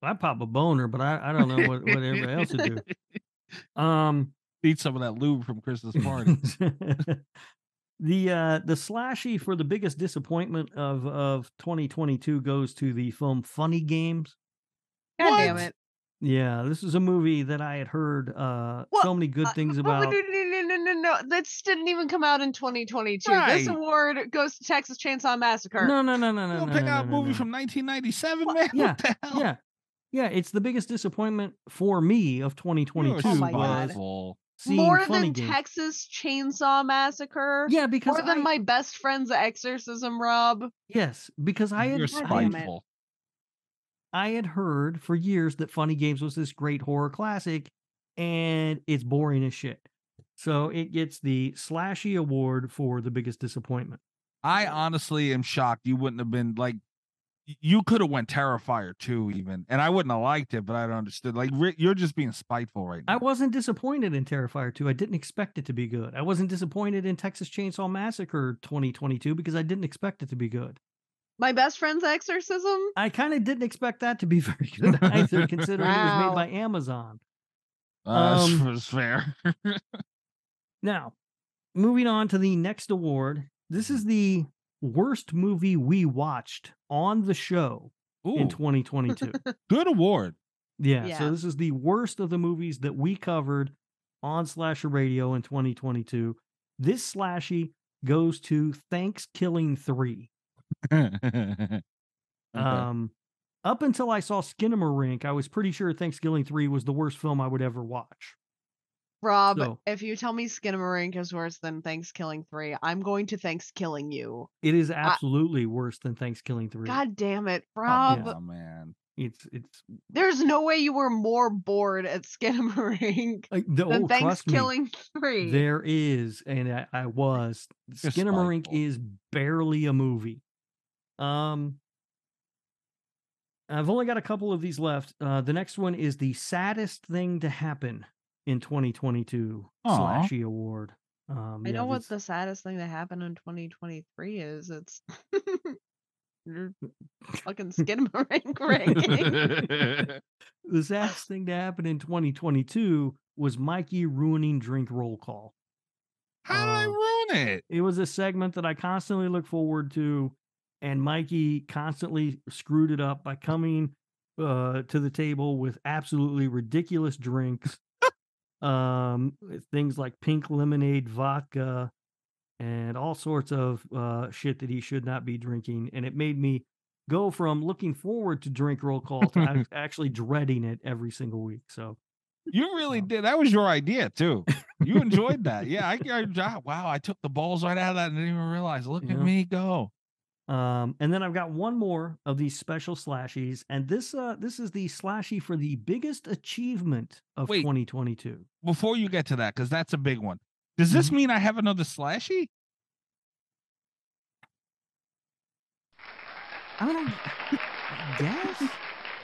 [SPEAKER 6] I pop a boner, but I, I don't know what, what everybody else would do. Um,
[SPEAKER 4] Eat some of that lube from Christmas party.
[SPEAKER 6] the uh, the slashy for the biggest disappointment of of 2022 goes to the film Funny Games.
[SPEAKER 5] god damn
[SPEAKER 4] What?
[SPEAKER 5] it
[SPEAKER 6] Yeah, this is a movie that I had heard uh, so
[SPEAKER 5] Well,
[SPEAKER 6] many good things
[SPEAKER 5] Uh, but no,
[SPEAKER 6] about.
[SPEAKER 5] no, no, no, no, no. This didn't even come out in 2022. This
[SPEAKER 4] Right.
[SPEAKER 5] award goes to Texas Chainsaw Massacre.
[SPEAKER 6] No, no, no, no,
[SPEAKER 4] You
[SPEAKER 6] no,
[SPEAKER 4] don't
[SPEAKER 6] no,
[SPEAKER 4] pick
[SPEAKER 6] no,
[SPEAKER 4] out a
[SPEAKER 6] no,
[SPEAKER 4] movie
[SPEAKER 6] no.
[SPEAKER 4] from 1997, man.
[SPEAKER 6] Yeah,
[SPEAKER 4] What the hell?
[SPEAKER 6] yeah, yeah. It's the biggest disappointment for me of
[SPEAKER 4] You are
[SPEAKER 6] 2022
[SPEAKER 5] Oh my
[SPEAKER 6] was
[SPEAKER 5] God.
[SPEAKER 4] spiteful.
[SPEAKER 6] seeing
[SPEAKER 5] More
[SPEAKER 6] Funny
[SPEAKER 5] than
[SPEAKER 6] Games.
[SPEAKER 5] Texas Chainsaw Massacre.
[SPEAKER 6] Yeah, because
[SPEAKER 5] More than
[SPEAKER 6] I-
[SPEAKER 5] my best friend's exorcism, Rob.
[SPEAKER 6] yes, because I had
[SPEAKER 4] You're
[SPEAKER 6] I had
[SPEAKER 2] damn it.
[SPEAKER 4] spiteful.
[SPEAKER 6] I had heard for years that Funny Games was this great horror classic, and it's boring as shit. So it gets the Slashy Award for the biggest disappointment.
[SPEAKER 4] I honestly am shocked you wouldn't have been like y- you could have went Terrifier too, even, and I wouldn't have liked it, but I don't understood. Like re- you're just being spiteful right now.
[SPEAKER 6] I wasn't disappointed in Terrifier 2. I didn't expect it to be good. I wasn't disappointed in Texas Chainsaw Massacre 2022 because I didn't expect it to be good.
[SPEAKER 5] My best friend's exorcism.
[SPEAKER 6] I kind of didn't expect that to be very good either, considering it was
[SPEAKER 5] Wow.
[SPEAKER 6] made by Amazon.
[SPEAKER 4] Uh, that's
[SPEAKER 6] Um,
[SPEAKER 4] f- that's fair.
[SPEAKER 6] Now, moving on to the next award. This is the worst movie we watched on the show
[SPEAKER 4] Ooh,
[SPEAKER 6] in 2022.
[SPEAKER 4] good award.
[SPEAKER 6] yeah,
[SPEAKER 5] Yeah.
[SPEAKER 6] So this is the worst of the movies that we covered on Slasher Radio in 2022. This slashy goes to Thanks Killing 3.
[SPEAKER 4] Okay.
[SPEAKER 6] Um, up until I saw Skinamarink, I was pretty sure Thanksgiving 3 was the worst film I would ever watch.
[SPEAKER 5] Rob,
[SPEAKER 6] So-
[SPEAKER 5] if you tell me Skinamarink is worse than Thanksgiving 3, I'm going to Thanksgiving you.
[SPEAKER 6] It is absolutely worse than Thanksgiving 3.
[SPEAKER 5] God damn it,
[SPEAKER 4] oh,
[SPEAKER 5] Rob.
[SPEAKER 6] yeah.
[SPEAKER 4] man.
[SPEAKER 6] It's, it's,
[SPEAKER 5] There's no way you were more bored at Skinamarink
[SPEAKER 6] like, the,
[SPEAKER 5] than
[SPEAKER 6] oh, trust me.
[SPEAKER 5] Thanksgiving 3.
[SPEAKER 6] There is, and I, I was.
[SPEAKER 4] You're
[SPEAKER 6] Skinamarink
[SPEAKER 4] spiteful.
[SPEAKER 6] is barely a movie. Um, I've only got a couple of these left. Uh, the next one is the saddest thing to happen in 2022
[SPEAKER 4] Aw.
[SPEAKER 6] Slashy E Award. Um,
[SPEAKER 5] I
[SPEAKER 6] yeah,
[SPEAKER 5] know what
[SPEAKER 6] this-
[SPEAKER 5] the saddest thing that happened in 2023 is. It's your fucking Skinamarink ranking.
[SPEAKER 6] the saddest thing to happen in 2022 was Mikey ruining drink roll call.
[SPEAKER 4] How did I
[SPEAKER 6] Um,
[SPEAKER 4] ruin it?
[SPEAKER 6] It was a segment that I constantly look forward to, and Mikey constantly screwed it up by coming uh, to the table with absolutely ridiculous drinks, um, things like pink lemonade, vodka, and all sorts of uh, shit that he should not be drinking. And it made me go from looking forward to drink roll call to ac- actually dreading it every single week. So
[SPEAKER 4] You really
[SPEAKER 6] Um,
[SPEAKER 4] did. That was your idea too. You enjoyed that. Yeah, I, I wow, I took the balls right out of that and didn't even realize. Look
[SPEAKER 6] Yeah.
[SPEAKER 4] at me go.
[SPEAKER 6] Um, and then I've got one more of these special slashies, and this uh this is the slashy for the biggest achievement of
[SPEAKER 4] Wait.
[SPEAKER 6] 2022.
[SPEAKER 4] Before you get to that, because that's a big one. Does this
[SPEAKER 6] Mhm.
[SPEAKER 4] mean I have another slashy?
[SPEAKER 6] I mean, I guess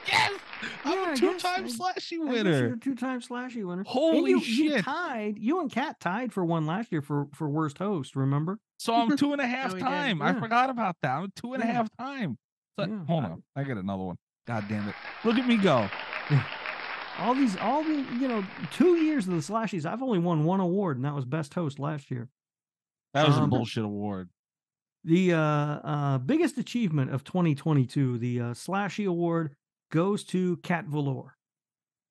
[SPEAKER 4] Yes. I'm
[SPEAKER 6] Yeah, I
[SPEAKER 4] a
[SPEAKER 6] guess
[SPEAKER 4] two-time
[SPEAKER 6] I-
[SPEAKER 4] slashy
[SPEAKER 6] I guess You're
[SPEAKER 4] winner.
[SPEAKER 6] a two-time slashy winner. And
[SPEAKER 4] Holy
[SPEAKER 6] you, You
[SPEAKER 4] shit.
[SPEAKER 6] tied. You and Kat tied for one last year for for worst host. Remember?
[SPEAKER 4] So I'm two and a half
[SPEAKER 5] we did,
[SPEAKER 4] time.
[SPEAKER 6] Oh, yeah.
[SPEAKER 4] I forgot about that. I'm two and a
[SPEAKER 6] Yeah.
[SPEAKER 4] half time. So-
[SPEAKER 6] Yeah,
[SPEAKER 4] Hold
[SPEAKER 6] I-
[SPEAKER 4] on. I got another one. God damn it. Look at me go.
[SPEAKER 6] All these, all the you know, two years of the slashies. I've only won one award, and that was best host last year.
[SPEAKER 4] That was a
[SPEAKER 6] Um,
[SPEAKER 4] bullshit award.
[SPEAKER 6] The uh, uh, biggest achievement of 2022, the uh, Slashy Award, goes to Kat Valor.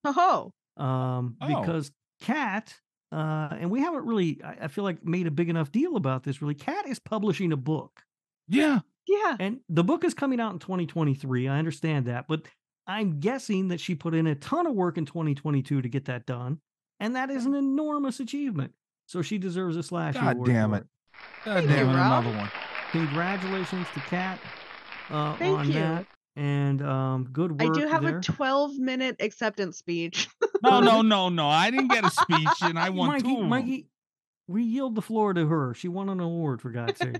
[SPEAKER 5] Oh,
[SPEAKER 6] um,
[SPEAKER 4] Oh.
[SPEAKER 6] because Cat, uh, and we haven't really, I, I feel like, made a big enough deal about this. Really, Cat is publishing a book,
[SPEAKER 4] Yeah.
[SPEAKER 5] yeah.
[SPEAKER 6] and the book is coming out in 2023. I understand that, but I'm guessing that she put in a ton of work in 2022 to get that done, and that
[SPEAKER 5] Mm-hmm.
[SPEAKER 6] is an enormous achievement. So she deserves a slash.
[SPEAKER 4] God
[SPEAKER 6] award
[SPEAKER 4] damn
[SPEAKER 6] for
[SPEAKER 4] it. God
[SPEAKER 5] Thank
[SPEAKER 4] damn
[SPEAKER 5] you,
[SPEAKER 4] it.
[SPEAKER 5] Rob.
[SPEAKER 4] Another one.
[SPEAKER 6] Congratulations to Cat uh,
[SPEAKER 5] Thank
[SPEAKER 6] on
[SPEAKER 5] you.
[SPEAKER 6] that, and um, good
[SPEAKER 5] I
[SPEAKER 6] work.
[SPEAKER 5] do have
[SPEAKER 6] there.
[SPEAKER 5] a 12 minute acceptance speech.
[SPEAKER 4] No, no, no, no. I didn't get a speech and I won
[SPEAKER 6] Mikey,
[SPEAKER 4] two. of 'em.
[SPEAKER 6] Mikey, we yield the floor to her. She won an award for God's sake.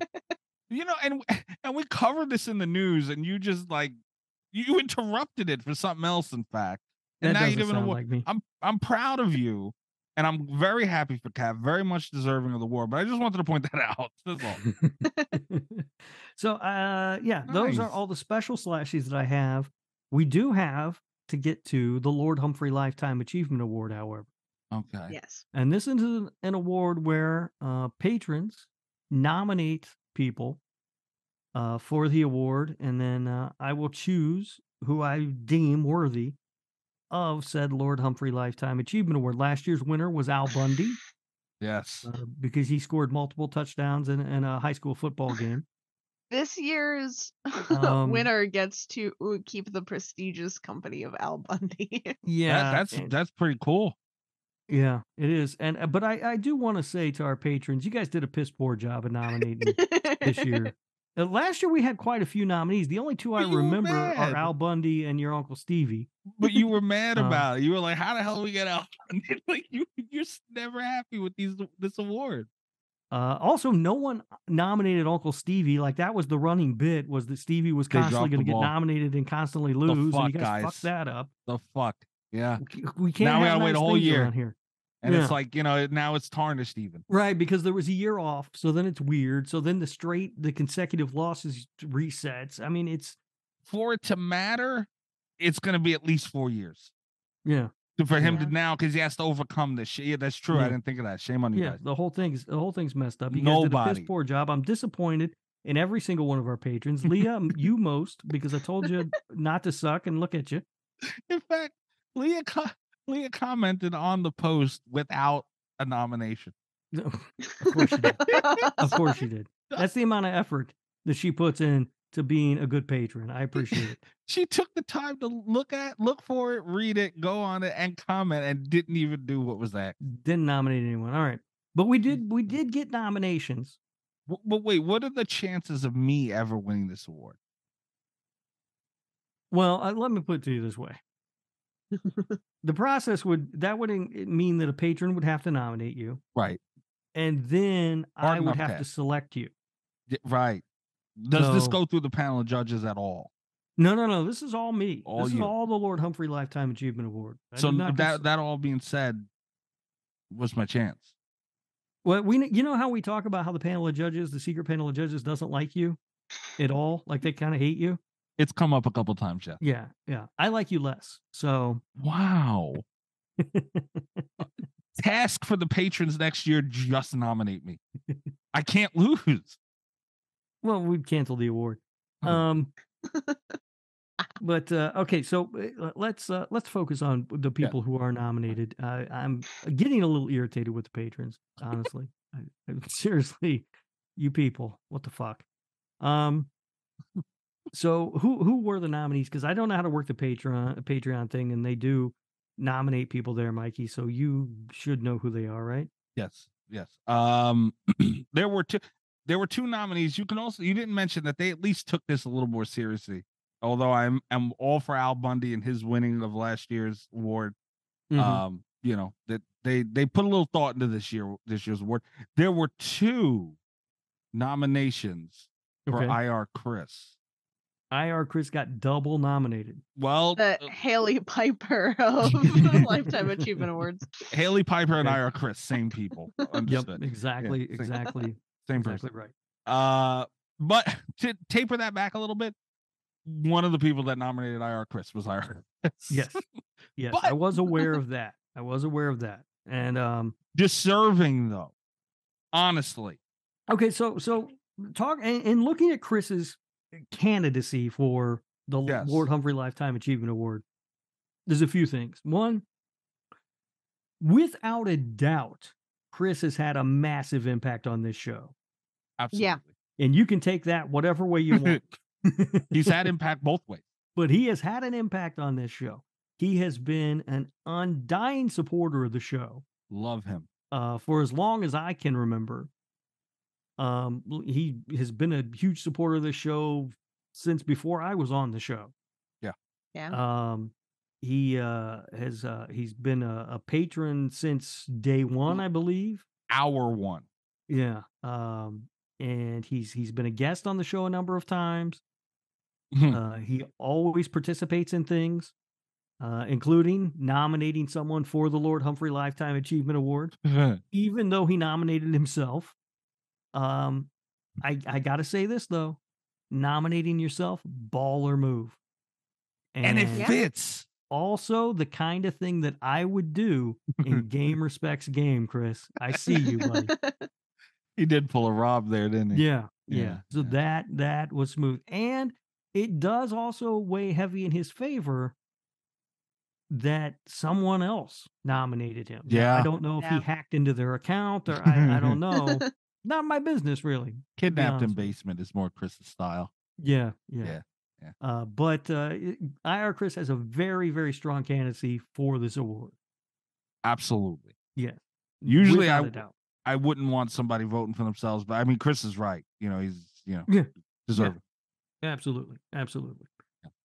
[SPEAKER 4] You know, and and we covered this in the news and you just like you interrupted it for something else, in fact.
[SPEAKER 6] That
[SPEAKER 4] And now you
[SPEAKER 6] doesn't
[SPEAKER 4] give an
[SPEAKER 6] sound
[SPEAKER 4] award.
[SPEAKER 6] like me.
[SPEAKER 4] I'm I'm proud of you, and I'm very happy for Cat. Very much deserving of the war, but I just wanted to point that out. That's all.
[SPEAKER 6] so uh yeah, those are
[SPEAKER 4] Oh. Nice.
[SPEAKER 6] all the special slashies that I have. We do have to get to the Lord Humphrey Lifetime Achievement Award, however.
[SPEAKER 4] Okay.
[SPEAKER 5] yes.
[SPEAKER 6] And this is an, an award where uh patrons nominate people uh for the award and then uh, I will choose who I deem worthy of said Lord Humphrey Lifetime Achievement Award. Last year's winner was Al Bundy.
[SPEAKER 4] Yes.
[SPEAKER 6] uh, because he scored multiple touchdowns in, in a high school football game.
[SPEAKER 5] This year's
[SPEAKER 6] Um,
[SPEAKER 5] winner gets to ooh, keep the prestigious company of Al Bundy.
[SPEAKER 4] Yeah.
[SPEAKER 6] Yeah,
[SPEAKER 4] that's
[SPEAKER 6] and-
[SPEAKER 4] that's pretty cool.
[SPEAKER 6] yeah, it is. And uh, but I I do want to say to our patrons, you guys did a piss poor job of nominating this year. Uh, last year we had quite a few nominees. The only two I
[SPEAKER 4] But you were
[SPEAKER 6] remember
[SPEAKER 4] mad.
[SPEAKER 6] are Al Bundy and your uncle Stevie.
[SPEAKER 4] But you were mad
[SPEAKER 6] Um,
[SPEAKER 4] about it. You were like, "How the hell do we get out?" like you, you're s- never happy with these this award.
[SPEAKER 6] Uh, also, no one nominated Uncle Stevie. Like that was the running bit was that Stevie was
[SPEAKER 4] They
[SPEAKER 6] constantly
[SPEAKER 4] dropped the
[SPEAKER 6] going to get
[SPEAKER 4] ball.
[SPEAKER 6] nominated and constantly lose. and you
[SPEAKER 4] fuck,
[SPEAKER 6] guys,
[SPEAKER 4] guys.
[SPEAKER 6] fucked that up.
[SPEAKER 4] The fuck. Yeah.
[SPEAKER 6] We c- We can't.
[SPEAKER 4] Now we
[SPEAKER 6] have
[SPEAKER 4] gotta wait a
[SPEAKER 6] nice
[SPEAKER 4] whole
[SPEAKER 6] things
[SPEAKER 4] year.
[SPEAKER 6] around here.
[SPEAKER 4] And
[SPEAKER 6] Yeah.
[SPEAKER 4] it's like, you know, now it's tarnished even.
[SPEAKER 6] Right, because there was a year off, so then it's weird. So then the straight, the consecutive losses resets. I mean, it's
[SPEAKER 4] For it to matter, it's going to be at least four years
[SPEAKER 6] yeah,
[SPEAKER 4] for him
[SPEAKER 5] Yeah.
[SPEAKER 4] to now because he has to overcome this shit. Yeah, that's true.
[SPEAKER 6] Yeah.
[SPEAKER 4] I didn't think of that. Shame on you
[SPEAKER 6] yeah.
[SPEAKER 4] guys.
[SPEAKER 6] The whole thing's the whole thing's messed up. You guys did a
[SPEAKER 4] Nobody.
[SPEAKER 6] piss poor job. I'm disappointed in every single one of our patrons. Leah, m- you most because I told you not to suck, and look at you.
[SPEAKER 4] In fact, Leah co- Leah commented on the post without a nomination.
[SPEAKER 6] No, of course you did. Of course you did. That's the amount of effort that she puts in to being a good patron. I appreciate it.
[SPEAKER 4] She took the time to look at, look for it, read it, go on it, and comment, and didn't even do what was that.
[SPEAKER 6] Didn't nominate anyone. All right, but we did we did get nominations.
[SPEAKER 4] W- But wait, what are the chances of me ever winning this award?
[SPEAKER 6] Well, uh, let me put it to you this way. the process would that would in- it mean that a patron would have to nominate you
[SPEAKER 4] Right,
[SPEAKER 6] and then
[SPEAKER 4] Hard
[SPEAKER 6] I would
[SPEAKER 4] enough
[SPEAKER 6] have to
[SPEAKER 4] task.
[SPEAKER 6] select you.
[SPEAKER 4] D- right. Does this
[SPEAKER 6] So-
[SPEAKER 4] go through the panel of judges at all?
[SPEAKER 6] No, no, no. This is all me.
[SPEAKER 4] All
[SPEAKER 6] this is
[SPEAKER 4] you.
[SPEAKER 6] all the Lord Humphrey Lifetime Achievement Award. I
[SPEAKER 4] so
[SPEAKER 6] did
[SPEAKER 4] that
[SPEAKER 6] not cons-
[SPEAKER 4] that all being said, what's my chance?
[SPEAKER 6] well, we kn- you know how we talk about how the panel of judges, the secret panel of judges doesn't like you at all, like they kind of hate you.
[SPEAKER 4] It's come up a couple times, Jeff.
[SPEAKER 6] Yeah, yeah. I like you less. So
[SPEAKER 4] Wow. Task for the patrons next year: just nominate me. I can't lose.
[SPEAKER 6] Well, we'd cancel the award.
[SPEAKER 4] Oh.
[SPEAKER 6] Um, but uh, okay, so uh, let's uh, let's focus on the people who are nominated. Uh, I'm getting a little irritated with the patrons, honestly. I, I, seriously, you people, what the fuck? Um, so who who were the nominees? Because I don't know how to work the Patreon Patreon thing, and they do nominate people there, Mikey. So you should know who they are, right?
[SPEAKER 4] Yes, yes. Um, there were two. There were two nominees. You can also you didn't mention that they at least took this a little more seriously. Although I'm I'm all for Al Bundy and his winning of last year's award.
[SPEAKER 6] Mm-hmm. Uh,
[SPEAKER 4] um you know that they they put a little thought into this year this year's award there were two nominations for
[SPEAKER 6] Okay.
[SPEAKER 4] ir chris
[SPEAKER 6] IR Chris got double nominated.
[SPEAKER 4] Well,
[SPEAKER 5] The
[SPEAKER 4] uh,
[SPEAKER 5] Haley Piper of Lifetime Achievement Awards.
[SPEAKER 4] Haley Piper and
[SPEAKER 6] Okay.
[SPEAKER 4] I are Chris, same people.
[SPEAKER 6] Yep,
[SPEAKER 4] Understood.
[SPEAKER 6] exactly,
[SPEAKER 4] same-
[SPEAKER 6] exactly,
[SPEAKER 4] Same person.
[SPEAKER 6] exactly right.
[SPEAKER 4] Uh, but to taper that back a little bit, one of the people that nominated IR Chris was IR. Chris.
[SPEAKER 6] Yes, yes, I
[SPEAKER 4] But-
[SPEAKER 6] was aware of that. I was aware of that. And um,
[SPEAKER 4] Deserving though. Honestly.
[SPEAKER 6] Okay, so so talk and, and looking at Chris's candidacy for the L-
[SPEAKER 4] Yes.
[SPEAKER 6] Lord Humphrey Lifetime Achievement Award, there's a few things. One, without a doubt, Chris has had a massive impact on this show,
[SPEAKER 4] Absolutely.
[SPEAKER 6] and you can take that whatever way you want.
[SPEAKER 4] He's had impact both ways.
[SPEAKER 6] but he has had an impact on this show. He has been an undying supporter of the show
[SPEAKER 4] Love him.
[SPEAKER 6] uh, for as long as I can remember. Um, l- he has been a huge supporter of the show since before I was on the show.
[SPEAKER 4] Yeah.
[SPEAKER 6] Yeah. Um, he uh, has uh, he's been a, a patron since day one, I believe.
[SPEAKER 4] Hour one.
[SPEAKER 6] Yeah. Um, and he's he's been a guest on the show a number of times. Uh, he always participates in things, uh, including nominating someone for the Lord Humphrey Lifetime Achievement Award even though he nominated himself. Um, I I gotta say this though, nominating yourself, baller move.
[SPEAKER 4] and it
[SPEAKER 5] Yeah.
[SPEAKER 4] fits.
[SPEAKER 6] also the kind of thing that I would do in game respects game, Chris. I see you, buddy.
[SPEAKER 4] He did pull a Rob there, didn't he?
[SPEAKER 6] Yeah, yeah.
[SPEAKER 4] Yeah,
[SPEAKER 6] So
[SPEAKER 4] yeah.
[SPEAKER 6] that that was smooth, and it does also weigh heavy in his favor that someone else nominated him. Now, I
[SPEAKER 4] Yeah.
[SPEAKER 6] don't know if
[SPEAKER 5] Yeah.
[SPEAKER 6] he hacked into their account or I, I don't know. Not my business, really.
[SPEAKER 4] Kidnapped in
[SPEAKER 6] honest with you.
[SPEAKER 4] basement is more Chris's style.
[SPEAKER 6] Yeah, yeah.
[SPEAKER 4] Yeah, yeah.
[SPEAKER 6] Uh, but uh, it- IR Chris has a very, very strong candidacy for this award.
[SPEAKER 4] Absolutely. Usually
[SPEAKER 6] Usually,
[SPEAKER 4] I
[SPEAKER 6] I
[SPEAKER 4] w- I wouldn't want somebody voting for themselves, but I mean Chris is right. You know, he's you know
[SPEAKER 6] Yeah.
[SPEAKER 4] deserving.
[SPEAKER 6] absolutely, absolutely.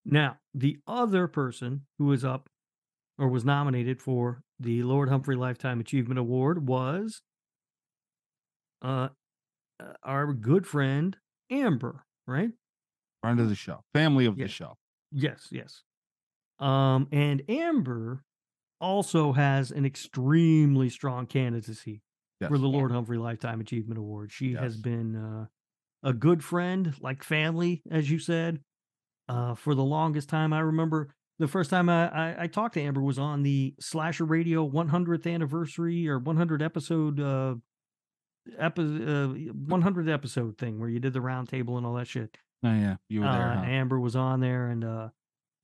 [SPEAKER 6] Now, the other person who was up or was nominated for the Lord Humphrey Lifetime Achievement Award was uh, uh, our good friend Amber, right?
[SPEAKER 4] Friend of the show. Family of
[SPEAKER 6] Yeah.
[SPEAKER 4] the show.
[SPEAKER 6] Yes, yes. Um, and Amber also has an extremely strong candidacy
[SPEAKER 4] Yes.
[SPEAKER 6] for the Lord Humphrey Lifetime Achievement Award. She has
[SPEAKER 4] Yes.
[SPEAKER 6] been uh, a good friend, like family, as you said, uh, for the longest time. I remember the first time I, I, I talked to Amber was on the Slasher Radio 100th anniversary or 100 episode uh, epi- uh, 100 episode thing where you did the round table and all that shit.
[SPEAKER 4] Oh yeah, you were there.
[SPEAKER 6] Uh,
[SPEAKER 4] huh?
[SPEAKER 6] Amber was on there, and uh,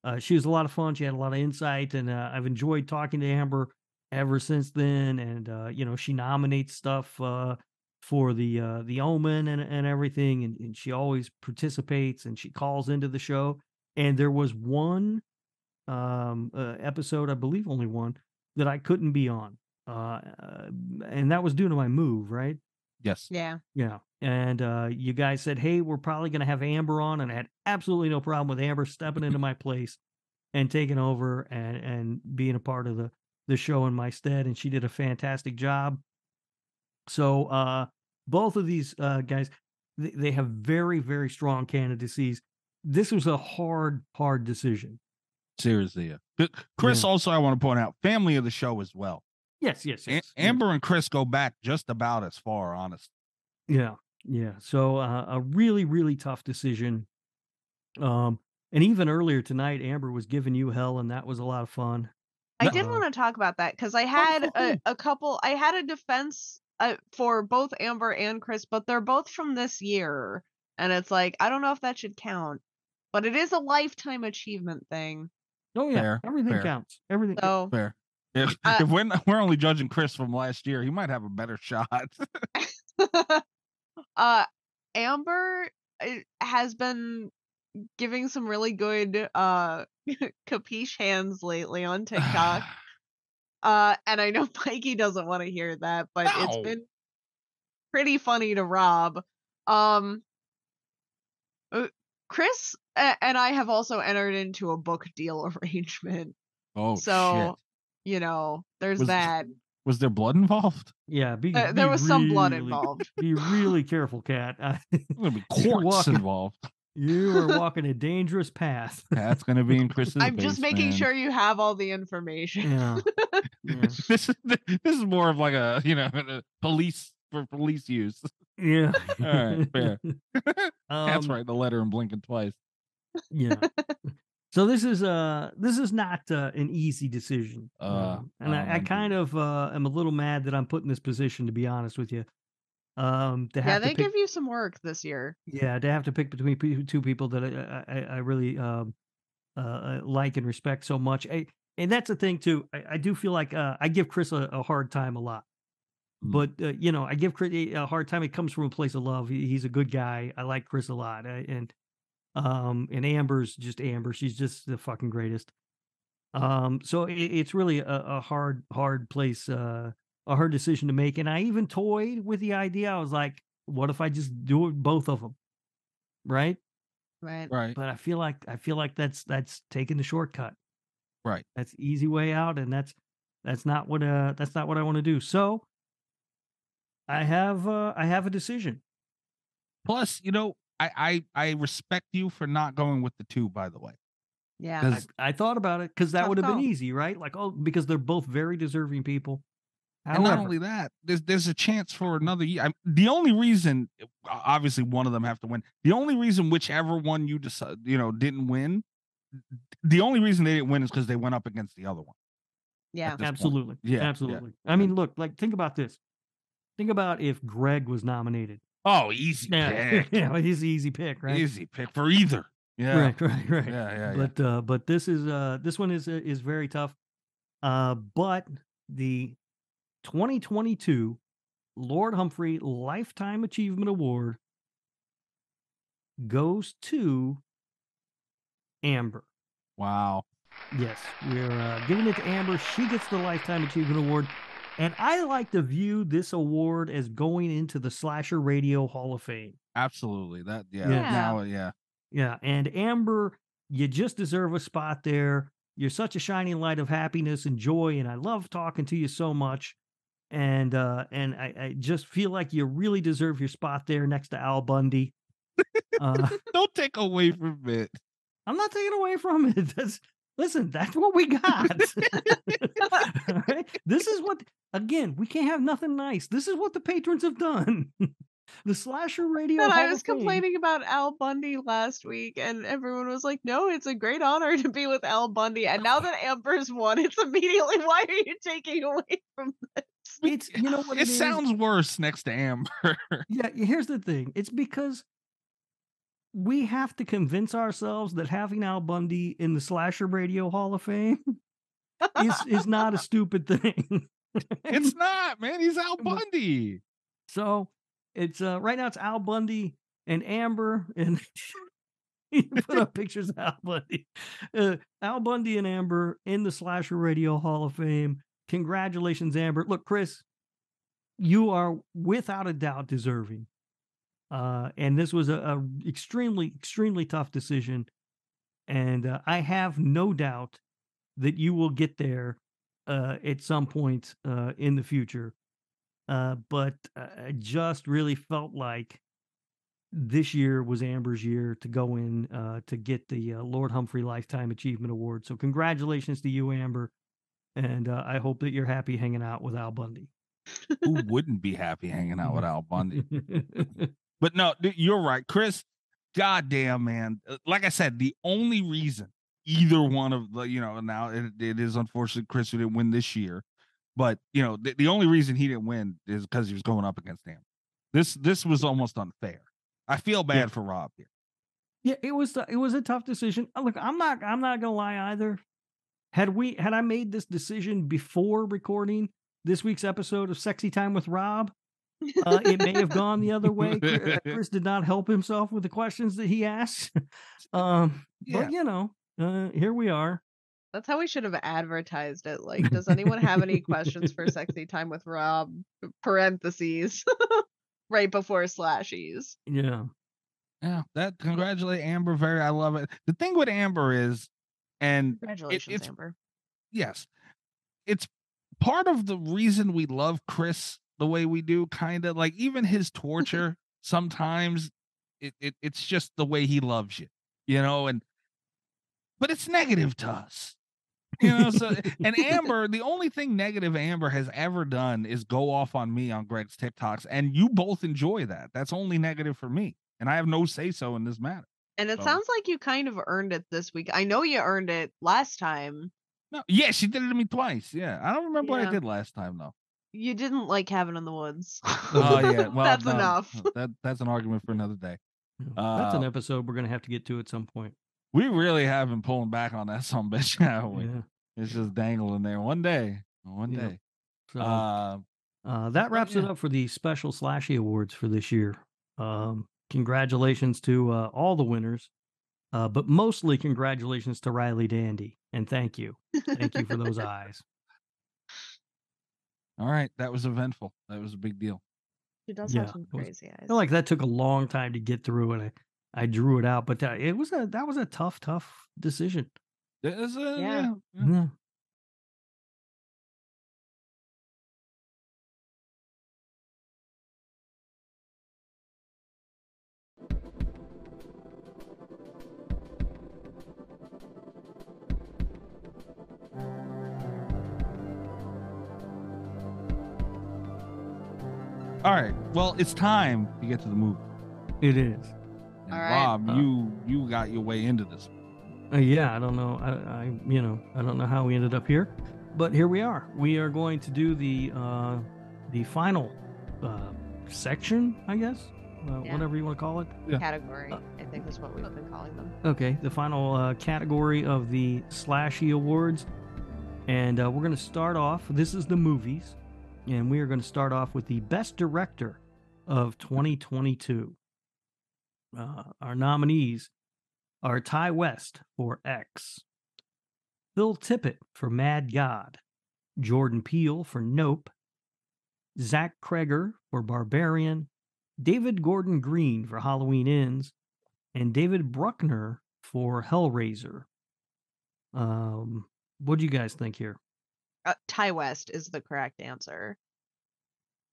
[SPEAKER 6] uh, she was a lot of fun. She had a lot of insight, and uh, I've enjoyed talking to Amber ever since then. And uh, you know, she nominates stuff uh, for the uh, the Omen and and everything, and, and she always participates and she calls into the show. And there was one um, uh, episode, I believe, only one that I couldn't be on, uh, uh, and that was due to my move, right?
[SPEAKER 4] yes.
[SPEAKER 5] yeah.
[SPEAKER 6] Yeah. And uh, you guys said, hey, we're probably going to have Amber on. And I had absolutely no problem with Amber stepping into my place and taking over and, and being a part of the, the show in my stead. And she did a fantastic job. So uh, both of these uh, guys, they, they have very, very strong candidacies. This was a hard, hard decision.
[SPEAKER 4] Seriously. Yeah. But Chris
[SPEAKER 6] Yeah.
[SPEAKER 4] also I want to point out, family of the show as well.
[SPEAKER 6] Yes, yes,
[SPEAKER 4] A-
[SPEAKER 6] yes. yeah.
[SPEAKER 4] Amber and Chris go back just about as far, honest.
[SPEAKER 6] Yeah, yeah. So uh, a really, really tough decision. Um, and even earlier tonight, Amber was giving you hell, and that was a lot of fun.
[SPEAKER 5] I did
[SPEAKER 6] Uh,
[SPEAKER 5] want to talk about that because I
[SPEAKER 6] Oh,
[SPEAKER 5] had a, a couple, I had a defense uh, for both Amber and Chris, but they're both from this year. And it's like, I don't know if that should count, but it is a lifetime achievement thing.
[SPEAKER 6] Oh yeah,
[SPEAKER 4] Fair,
[SPEAKER 6] everything
[SPEAKER 4] fair.
[SPEAKER 6] counts. Everything.
[SPEAKER 5] So
[SPEAKER 4] Fair. If,
[SPEAKER 5] Oh. Uh,
[SPEAKER 4] if we're, not, we're only judging Chris from last year, he might have a better shot.
[SPEAKER 5] uh amber uh, has been giving some really good uh capiche hands lately on tiktok uh and i know mikey doesn't want to hear that but
[SPEAKER 4] No.
[SPEAKER 5] it's been pretty funny to rob um uh, chris a- and i have also entered into a book deal arrangement
[SPEAKER 4] oh,
[SPEAKER 5] so
[SPEAKER 4] shit.
[SPEAKER 5] you know there's
[SPEAKER 4] Was-
[SPEAKER 5] that
[SPEAKER 4] Was there blood involved?
[SPEAKER 6] Yeah, be,
[SPEAKER 5] Uh, there
[SPEAKER 6] be
[SPEAKER 5] was some blood
[SPEAKER 6] really-
[SPEAKER 5] involved
[SPEAKER 6] Be really careful, Cat.
[SPEAKER 4] There'll be
[SPEAKER 6] You're
[SPEAKER 4] quartz
[SPEAKER 6] welcome.
[SPEAKER 4] involved.
[SPEAKER 6] You are walking a dangerous path.
[SPEAKER 4] That's gonna be in Chris's.
[SPEAKER 5] I'm just making
[SPEAKER 4] basement.
[SPEAKER 5] sure you have all the information.
[SPEAKER 6] Yeah. Yeah.
[SPEAKER 4] this is this is more of like a you know a police for police use.
[SPEAKER 6] Yeah.
[SPEAKER 4] All right, fair. That's
[SPEAKER 6] Um,
[SPEAKER 4] right. The letter and blinking twice.
[SPEAKER 6] yeah so this is uh this is not uh, an easy decision
[SPEAKER 4] Uh,
[SPEAKER 6] um,
[SPEAKER 4] um,
[SPEAKER 6] and I, I kind of uh am a little mad that i'm put in this position to be honest with you um to have
[SPEAKER 5] Yeah,
[SPEAKER 6] to
[SPEAKER 5] they
[SPEAKER 6] pick,
[SPEAKER 5] give you some work this year.
[SPEAKER 6] yeah to have to pick between pe- two people that i i, I- I really um uh like and respect so much I, and that's the thing too i, I do feel like uh, i give chris a, a hard time a lot
[SPEAKER 4] Mm.
[SPEAKER 6] but uh, you know i give chris a a hard time it comes from a place of love he, he's a good guy i like chris a lot I, and um and amber's just amber she's just the fucking greatest um so it, it's really a, a hard hard place uh a hard decision to make and i even toyed with the idea i was like what if i just do it both of them right
[SPEAKER 5] Right.
[SPEAKER 4] Right.
[SPEAKER 6] but i feel like i feel like that's that's taking the shortcut
[SPEAKER 4] Right.
[SPEAKER 6] that's the easy way out and that's that's not what uh that's not what i want to do so i have uh i have a decision
[SPEAKER 4] Plus, you know, I I I respect you for not going with the two. By the way,
[SPEAKER 5] Yeah.
[SPEAKER 6] I,
[SPEAKER 4] because
[SPEAKER 6] I thought about it because that
[SPEAKER 5] Tough
[SPEAKER 6] would have been
[SPEAKER 5] call.
[SPEAKER 6] easy, right? Like, oh, because they're both very deserving people.
[SPEAKER 4] and not
[SPEAKER 6] However-
[SPEAKER 4] only that, there's there's a chance for another year. I, the only reason, o- obviously, one of them have to win. The only reason whichever one you decide, you know, didn't win. The only reason they didn't win is because they went up against the other one.
[SPEAKER 5] yeah.
[SPEAKER 4] this point.
[SPEAKER 6] absolutely,
[SPEAKER 4] Yeah, yeah.
[SPEAKER 6] absolutely. I mean, look, like, think about this. Think about if Greg was nominated.
[SPEAKER 4] Oh, easy
[SPEAKER 6] Yeah,
[SPEAKER 4] pick,
[SPEAKER 6] yeah, he's the easy pick, right?
[SPEAKER 4] easy pick for either. Yeah,
[SPEAKER 6] Right, right, right.
[SPEAKER 4] yeah, yeah. yeah.
[SPEAKER 6] but uh, but this is uh, this one is is very tough. Uh, but the 2022 Lord Humphrey Lifetime Achievement Award goes to Amber.
[SPEAKER 4] Wow.
[SPEAKER 6] Yes, we're uh, giving it to Amber. She gets the Lifetime Achievement Award. And I like to view this award as going into the Slasher Radio Hall of Fame.
[SPEAKER 4] Absolutely. That yeah.
[SPEAKER 6] Yeah.
[SPEAKER 4] Now yeah.
[SPEAKER 6] Yeah. And Amber, you just deserve a spot there. You're such a shining light of happiness and joy. And I love talking to you so much. And uh and I, I just feel like you really deserve your spot there next to Al Bundy. Uh,
[SPEAKER 4] Don't take away from it.
[SPEAKER 6] I'm not taking away from it. That's listen, that's what we got. All right? This is what again, we can't have nothing nice. This is what the patrons have done. the slasher radio.
[SPEAKER 5] But I
[SPEAKER 6] Hall
[SPEAKER 5] was
[SPEAKER 6] of Fame-
[SPEAKER 5] complaining about Al Bundy last week, and everyone was like, "No, it's a great honor to be with Al Bundy." And now that Amber's won, it's immediately, "Why are you taking away from this?"
[SPEAKER 6] It's you know what
[SPEAKER 4] it,
[SPEAKER 6] it is?
[SPEAKER 4] sounds worse next to Amber.
[SPEAKER 6] Yeah, y- here's the thing. It's because we have to convince ourselves that having Al Bundy in the Slasher Radio Hall of Fame is is not a stupid thing.
[SPEAKER 4] it's not, man. He's Al Bundy.
[SPEAKER 6] so it's uh right now it's Al Bundy and Amber and you put up pictures of Al Bundy. Uh, Al Bundy and Amber in the Slasher Radio Hall of Fame. Congratulations, Amber. Look, Chris, you are without a doubt deserving. Uh, and this was a, a extremely, extremely tough decision. And uh, I have no doubt that you will get there uh, at some point uh, in the future. Uh, but uh, I just really felt like this year was Amber's year to go in uh, to get the uh, Lord Humphrey Lifetime Achievement Award. So congratulations to you, Amber, and uh, I hope that you're happy hanging out with Al Bundy.
[SPEAKER 4] Who wouldn't be happy hanging out with Al Bundy? But no, th- you're right, Chris. Goddamn, man. Uh, Like I said, the only reason either one of the, you know, now it, it is unfortunate Chris who didn't win this year, but you know, the, the only reason he didn't win is because he was going up against Amber. This this was almost unfair. I feel bad for Rob here.
[SPEAKER 6] yeah, it was tou- it was a tough decision. Uh, Look, I'm not I'm not gonna lie either. Had we had I made this decision before recording this week's episode of Sexy Time with Rob, uh, it may have gone the other way. Chris, Chris did not help himself with the questions that he asked. Um,
[SPEAKER 4] Yeah.
[SPEAKER 6] But you know, uh, here we are.
[SPEAKER 5] That's how we should have advertised it. Like, does anyone have any questions for Sexy Time with Rob? Parentheses, right before slashies.
[SPEAKER 6] Yeah.
[SPEAKER 4] Yeah, that congratulate Amber. Very, I love it. The thing with Amber is, and
[SPEAKER 5] Congratulations,
[SPEAKER 4] it's-
[SPEAKER 5] Amber.
[SPEAKER 4] yes, it's part of the reason we love Chris the way we do. Kind of like even his torture sometimes it, it it's just the way he loves you, you know, and but it's negative to us. You know, so eh, and Amber, the only thing negative Amber has ever done is go off on me on Greg's TikToks, and you both enjoy that. That's only negative for me, and I have no say so in this matter.
[SPEAKER 5] And it
[SPEAKER 4] So-
[SPEAKER 5] sounds like you kind of earned it this week. I know you earned it last time.
[SPEAKER 4] No, yeah, she did it to me twice. Yeah, I don't remember what
[SPEAKER 5] Yeah.
[SPEAKER 4] I did last time though.
[SPEAKER 5] You didn't like Cabin in the Woods.
[SPEAKER 4] Oh yeah, well,
[SPEAKER 5] That's
[SPEAKER 4] no,
[SPEAKER 5] enough.
[SPEAKER 4] That that's an argument for another day.
[SPEAKER 6] That's an
[SPEAKER 4] Uh,
[SPEAKER 6] episode we're gonna have to get to at some point.
[SPEAKER 4] We really have been pulling back on that some bitch, have we?
[SPEAKER 6] Yeah.
[SPEAKER 4] It's just dangling there. One day, one
[SPEAKER 6] Yeah.
[SPEAKER 4] day.
[SPEAKER 6] So
[SPEAKER 4] Uh,
[SPEAKER 6] uh,
[SPEAKER 4] but
[SPEAKER 6] that wraps it
[SPEAKER 4] yeah.
[SPEAKER 6] up for the special Slashy Awards for this year. Um, congratulations to uh, all the winners, uh, but mostly congratulations to Riley Dandy and thank you, thank you for those eyes.
[SPEAKER 4] all right, that was eventful. That was a big deal.
[SPEAKER 5] She does
[SPEAKER 6] Yeah,
[SPEAKER 5] have some
[SPEAKER 6] it was-
[SPEAKER 5] crazy eyes.
[SPEAKER 6] I feel like that took a long time to get through, and I, I drew it out. But that, it was a that was a tough, tough decision.
[SPEAKER 4] It was, uh,
[SPEAKER 5] Yeah.
[SPEAKER 4] yeah, yeah.
[SPEAKER 6] Yeah.
[SPEAKER 5] Mm-hmm.
[SPEAKER 4] All right. Well, it's time to get to the movie.
[SPEAKER 6] It is.
[SPEAKER 4] And
[SPEAKER 5] All right.
[SPEAKER 4] Rob,
[SPEAKER 6] Uh,
[SPEAKER 4] you you got your way into this.
[SPEAKER 6] Uh, yeah, I don't know. I, I, you know, I don't know how we ended up here, but here we are. We are going to do the, uh, the final, uh, section, I guess, uh,
[SPEAKER 5] Yeah.
[SPEAKER 6] whatever you want to call it.
[SPEAKER 5] category,
[SPEAKER 6] Uh,
[SPEAKER 5] I think is what we've been calling them.
[SPEAKER 6] Okay, the final uh, category of the Slashy Awards, and uh, we're going to start off. This is the movies, and we are going to start off with the Best Director of 2022. Uh, our nominees are Ty West for X, Phil Tippett for Mad God, Jordan Peele for Nope, Zach Kreger for Barbarian, David Gordon Green for Halloween Ends, and David Bruckner for Hellraiser. Um, what do you guys think here?
[SPEAKER 5] Uh, Ty West is the correct answer.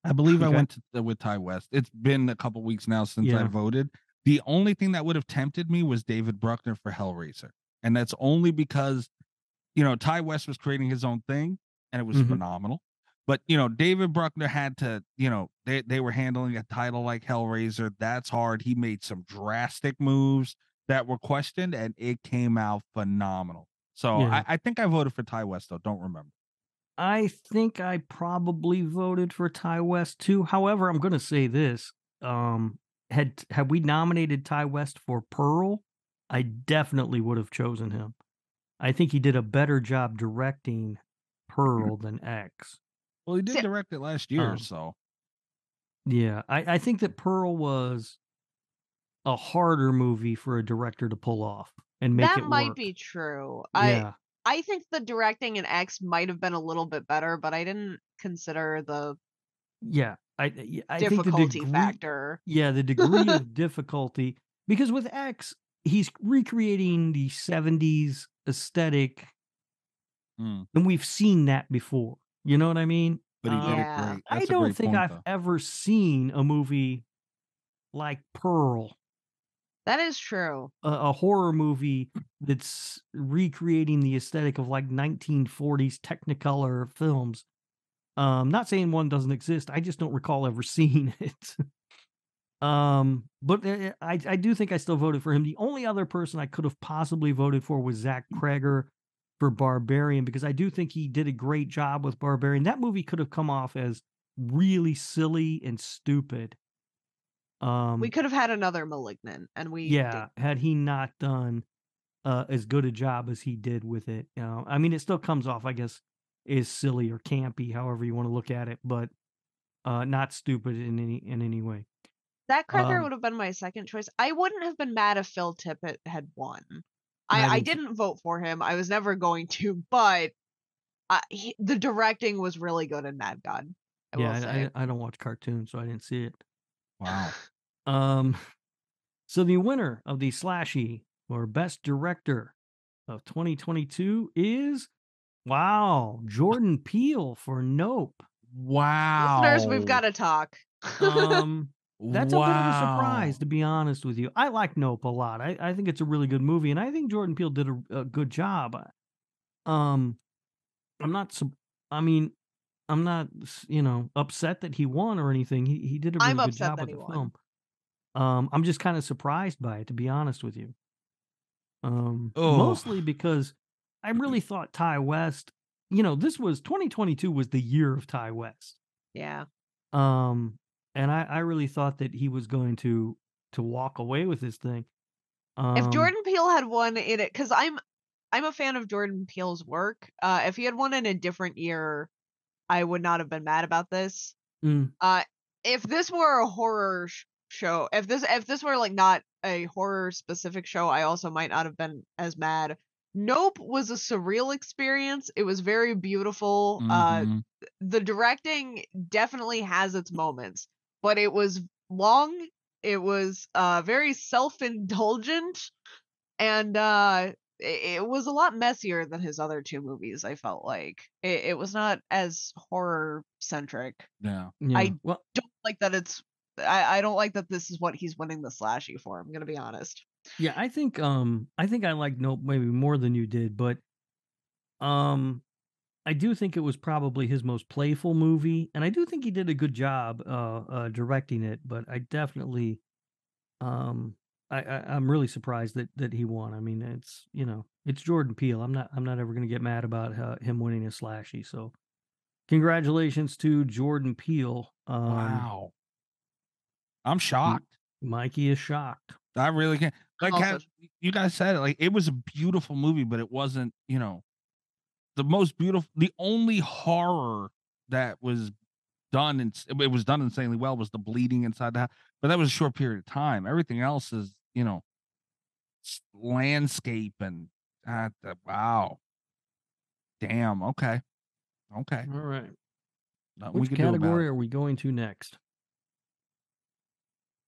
[SPEAKER 4] I believe I
[SPEAKER 6] Okay.
[SPEAKER 4] went to, with Ty West. It's been a couple weeks now since I
[SPEAKER 6] Yeah.
[SPEAKER 4] voted. The only thing that would have tempted me was David Bruckner for Hellraiser, and that's only because, you know, Ty West was creating his own thing, and it was
[SPEAKER 6] Mhm.
[SPEAKER 4] phenomenal. But you know, David Bruckner had to, you know, they they were handling a title like Hellraiser. That's hard. He made some drastic moves that were questioned, and it came out phenomenal. So
[SPEAKER 6] Yeah.
[SPEAKER 4] I, I think I voted for Ty West, though. Don't remember.
[SPEAKER 6] I think I probably voted for Ty West too. However, I'm going to say this: um, had had we nominated Ty West for Pearl, I definitely would have chosen him. I think he did a better job directing Pearl than X.
[SPEAKER 4] Well, he did
[SPEAKER 5] See-
[SPEAKER 4] direct it last year,
[SPEAKER 6] Um,
[SPEAKER 4] so
[SPEAKER 6] Yeah, I, I think that Pearl was a harder movie for a director to pull off and make
[SPEAKER 5] That
[SPEAKER 6] it
[SPEAKER 5] might
[SPEAKER 6] work.
[SPEAKER 5] be true. I
[SPEAKER 6] Yeah.
[SPEAKER 5] I think the directing in X might have been a little bit better, but I didn't consider the
[SPEAKER 6] Yeah, I y- I think the
[SPEAKER 5] difficulty
[SPEAKER 6] degree,
[SPEAKER 5] factor.
[SPEAKER 6] Yeah, the degree of difficulty because with X, he's recreating the '70s aesthetic,
[SPEAKER 4] mm,
[SPEAKER 6] and we've seen that before. You know what I mean?
[SPEAKER 4] but he did it
[SPEAKER 5] Yeah.
[SPEAKER 4] great.
[SPEAKER 6] I
[SPEAKER 4] That's a
[SPEAKER 6] don't
[SPEAKER 4] great
[SPEAKER 6] think
[SPEAKER 4] point,
[SPEAKER 6] I've
[SPEAKER 4] though.
[SPEAKER 6] ever seen a movie like Pearl,
[SPEAKER 5] That is true.
[SPEAKER 6] a, a horror movie that's recreating the aesthetic of like 1940s Technicolor films. Um, not saying one doesn't exist. I just don't recall ever seeing it. um, but uh, I, I do think I still voted for him. The only other person I could have possibly voted for was Zach Kreger for Barbarian because I do think he did a great job with Barbarian. That movie could have come off as really silly and stupid. Um,
[SPEAKER 5] We could have had another malignant, and we
[SPEAKER 6] yeah had he not done uh as good a job as he did with it you know i mean it still comes off i guess is silly or campy however you want to look at it but uh not stupid in any in any way
[SPEAKER 5] That cracker
[SPEAKER 6] Um,
[SPEAKER 5] would have been my second choice. I wouldn't have been mad if Phil Tippett had won.
[SPEAKER 6] I
[SPEAKER 5] I, I
[SPEAKER 6] didn't thi-
[SPEAKER 5] didn't vote for him. I was never going to, but I, he, the directing was really good in Mad God. I
[SPEAKER 6] yeah
[SPEAKER 5] will say.
[SPEAKER 6] I, I, I don't watch cartoons so i didn't see it
[SPEAKER 4] Wow.
[SPEAKER 6] Um, so the winner of the Slashy or Best Director of 2022 is wow, Jordan Peele for Nope.
[SPEAKER 4] Wow.
[SPEAKER 5] Listeners, we've got to talk.
[SPEAKER 6] Um, That's a bit of a
[SPEAKER 4] Wow.
[SPEAKER 6] surprise, to be honest with you. I like Nope a lot. I, I think it's a really good movie, and I think Jordan Peele did a, a good job. Um, I'm not. sup- I mean, I'm not. s- You know, upset that he won or anything. He he did a really
[SPEAKER 5] I'm
[SPEAKER 6] good
[SPEAKER 5] upset
[SPEAKER 6] job
[SPEAKER 5] that
[SPEAKER 6] with
[SPEAKER 5] he
[SPEAKER 6] the
[SPEAKER 5] won.
[SPEAKER 6] film. Um, I'm just kind of surprised by it, to be honest with you. Um,
[SPEAKER 4] Oh.
[SPEAKER 6] mostly because I really thought Ty West. You know, this was 2022 was the year of Ty West
[SPEAKER 5] Yeah.
[SPEAKER 6] um and i i really thought that he was going to to walk away with this thing um,
[SPEAKER 5] if Jordan Peele had one in it, because I'm I'm a fan of Jordan Peele's work. Uh, if he had one in a different year, I would not have been mad about this. Uh,
[SPEAKER 6] mm,
[SPEAKER 5] If this were a horror sh- show, if this if this were like not a horror specific show, I also might not have been as mad. Nope was a surreal experience. It was very beautiful. Uh,
[SPEAKER 4] Mhm.
[SPEAKER 5] the directing definitely has its moments, but it was long, it was uh very self-indulgent, and uh i- it was a lot messier than his other two movies, I felt like. It, it was not as horror centric.
[SPEAKER 4] yeah.
[SPEAKER 6] yeah.
[SPEAKER 5] I-
[SPEAKER 6] well
[SPEAKER 5] Don't like that it's I, I don't like that this is what he's winning the slashy for, I'm gonna be honest.
[SPEAKER 6] yeah i think um i think i like nope maybe more than you did but um i do think it was probably his most playful movie and i do think he did a good job uh, uh directing it but i definitely um I, I i'm really surprised that that he won i mean it's you know it's jordan peele i'm not i'm not ever going to get mad about uh, him winning a slashy so congratulations to jordan peele um
[SPEAKER 4] wow. Mm. I'm shocked.
[SPEAKER 6] mikey is shocked
[SPEAKER 4] I really can't.
[SPEAKER 6] Oh,
[SPEAKER 4] Like
[SPEAKER 5] Also-
[SPEAKER 4] Kat, you guys said, it, like it was a beautiful movie, but it wasn't. You know, the most beautiful. The only horror that was done and it was done insanely well was the bleeding inside the house. But that was a short period of time. Everything else is, you know, s- landscape and uh, the- wow, damn. Okay, okay.
[SPEAKER 6] all right
[SPEAKER 4] Nothing
[SPEAKER 6] Which
[SPEAKER 4] Uh, we can do about
[SPEAKER 6] category
[SPEAKER 4] it.
[SPEAKER 6] are we going to next?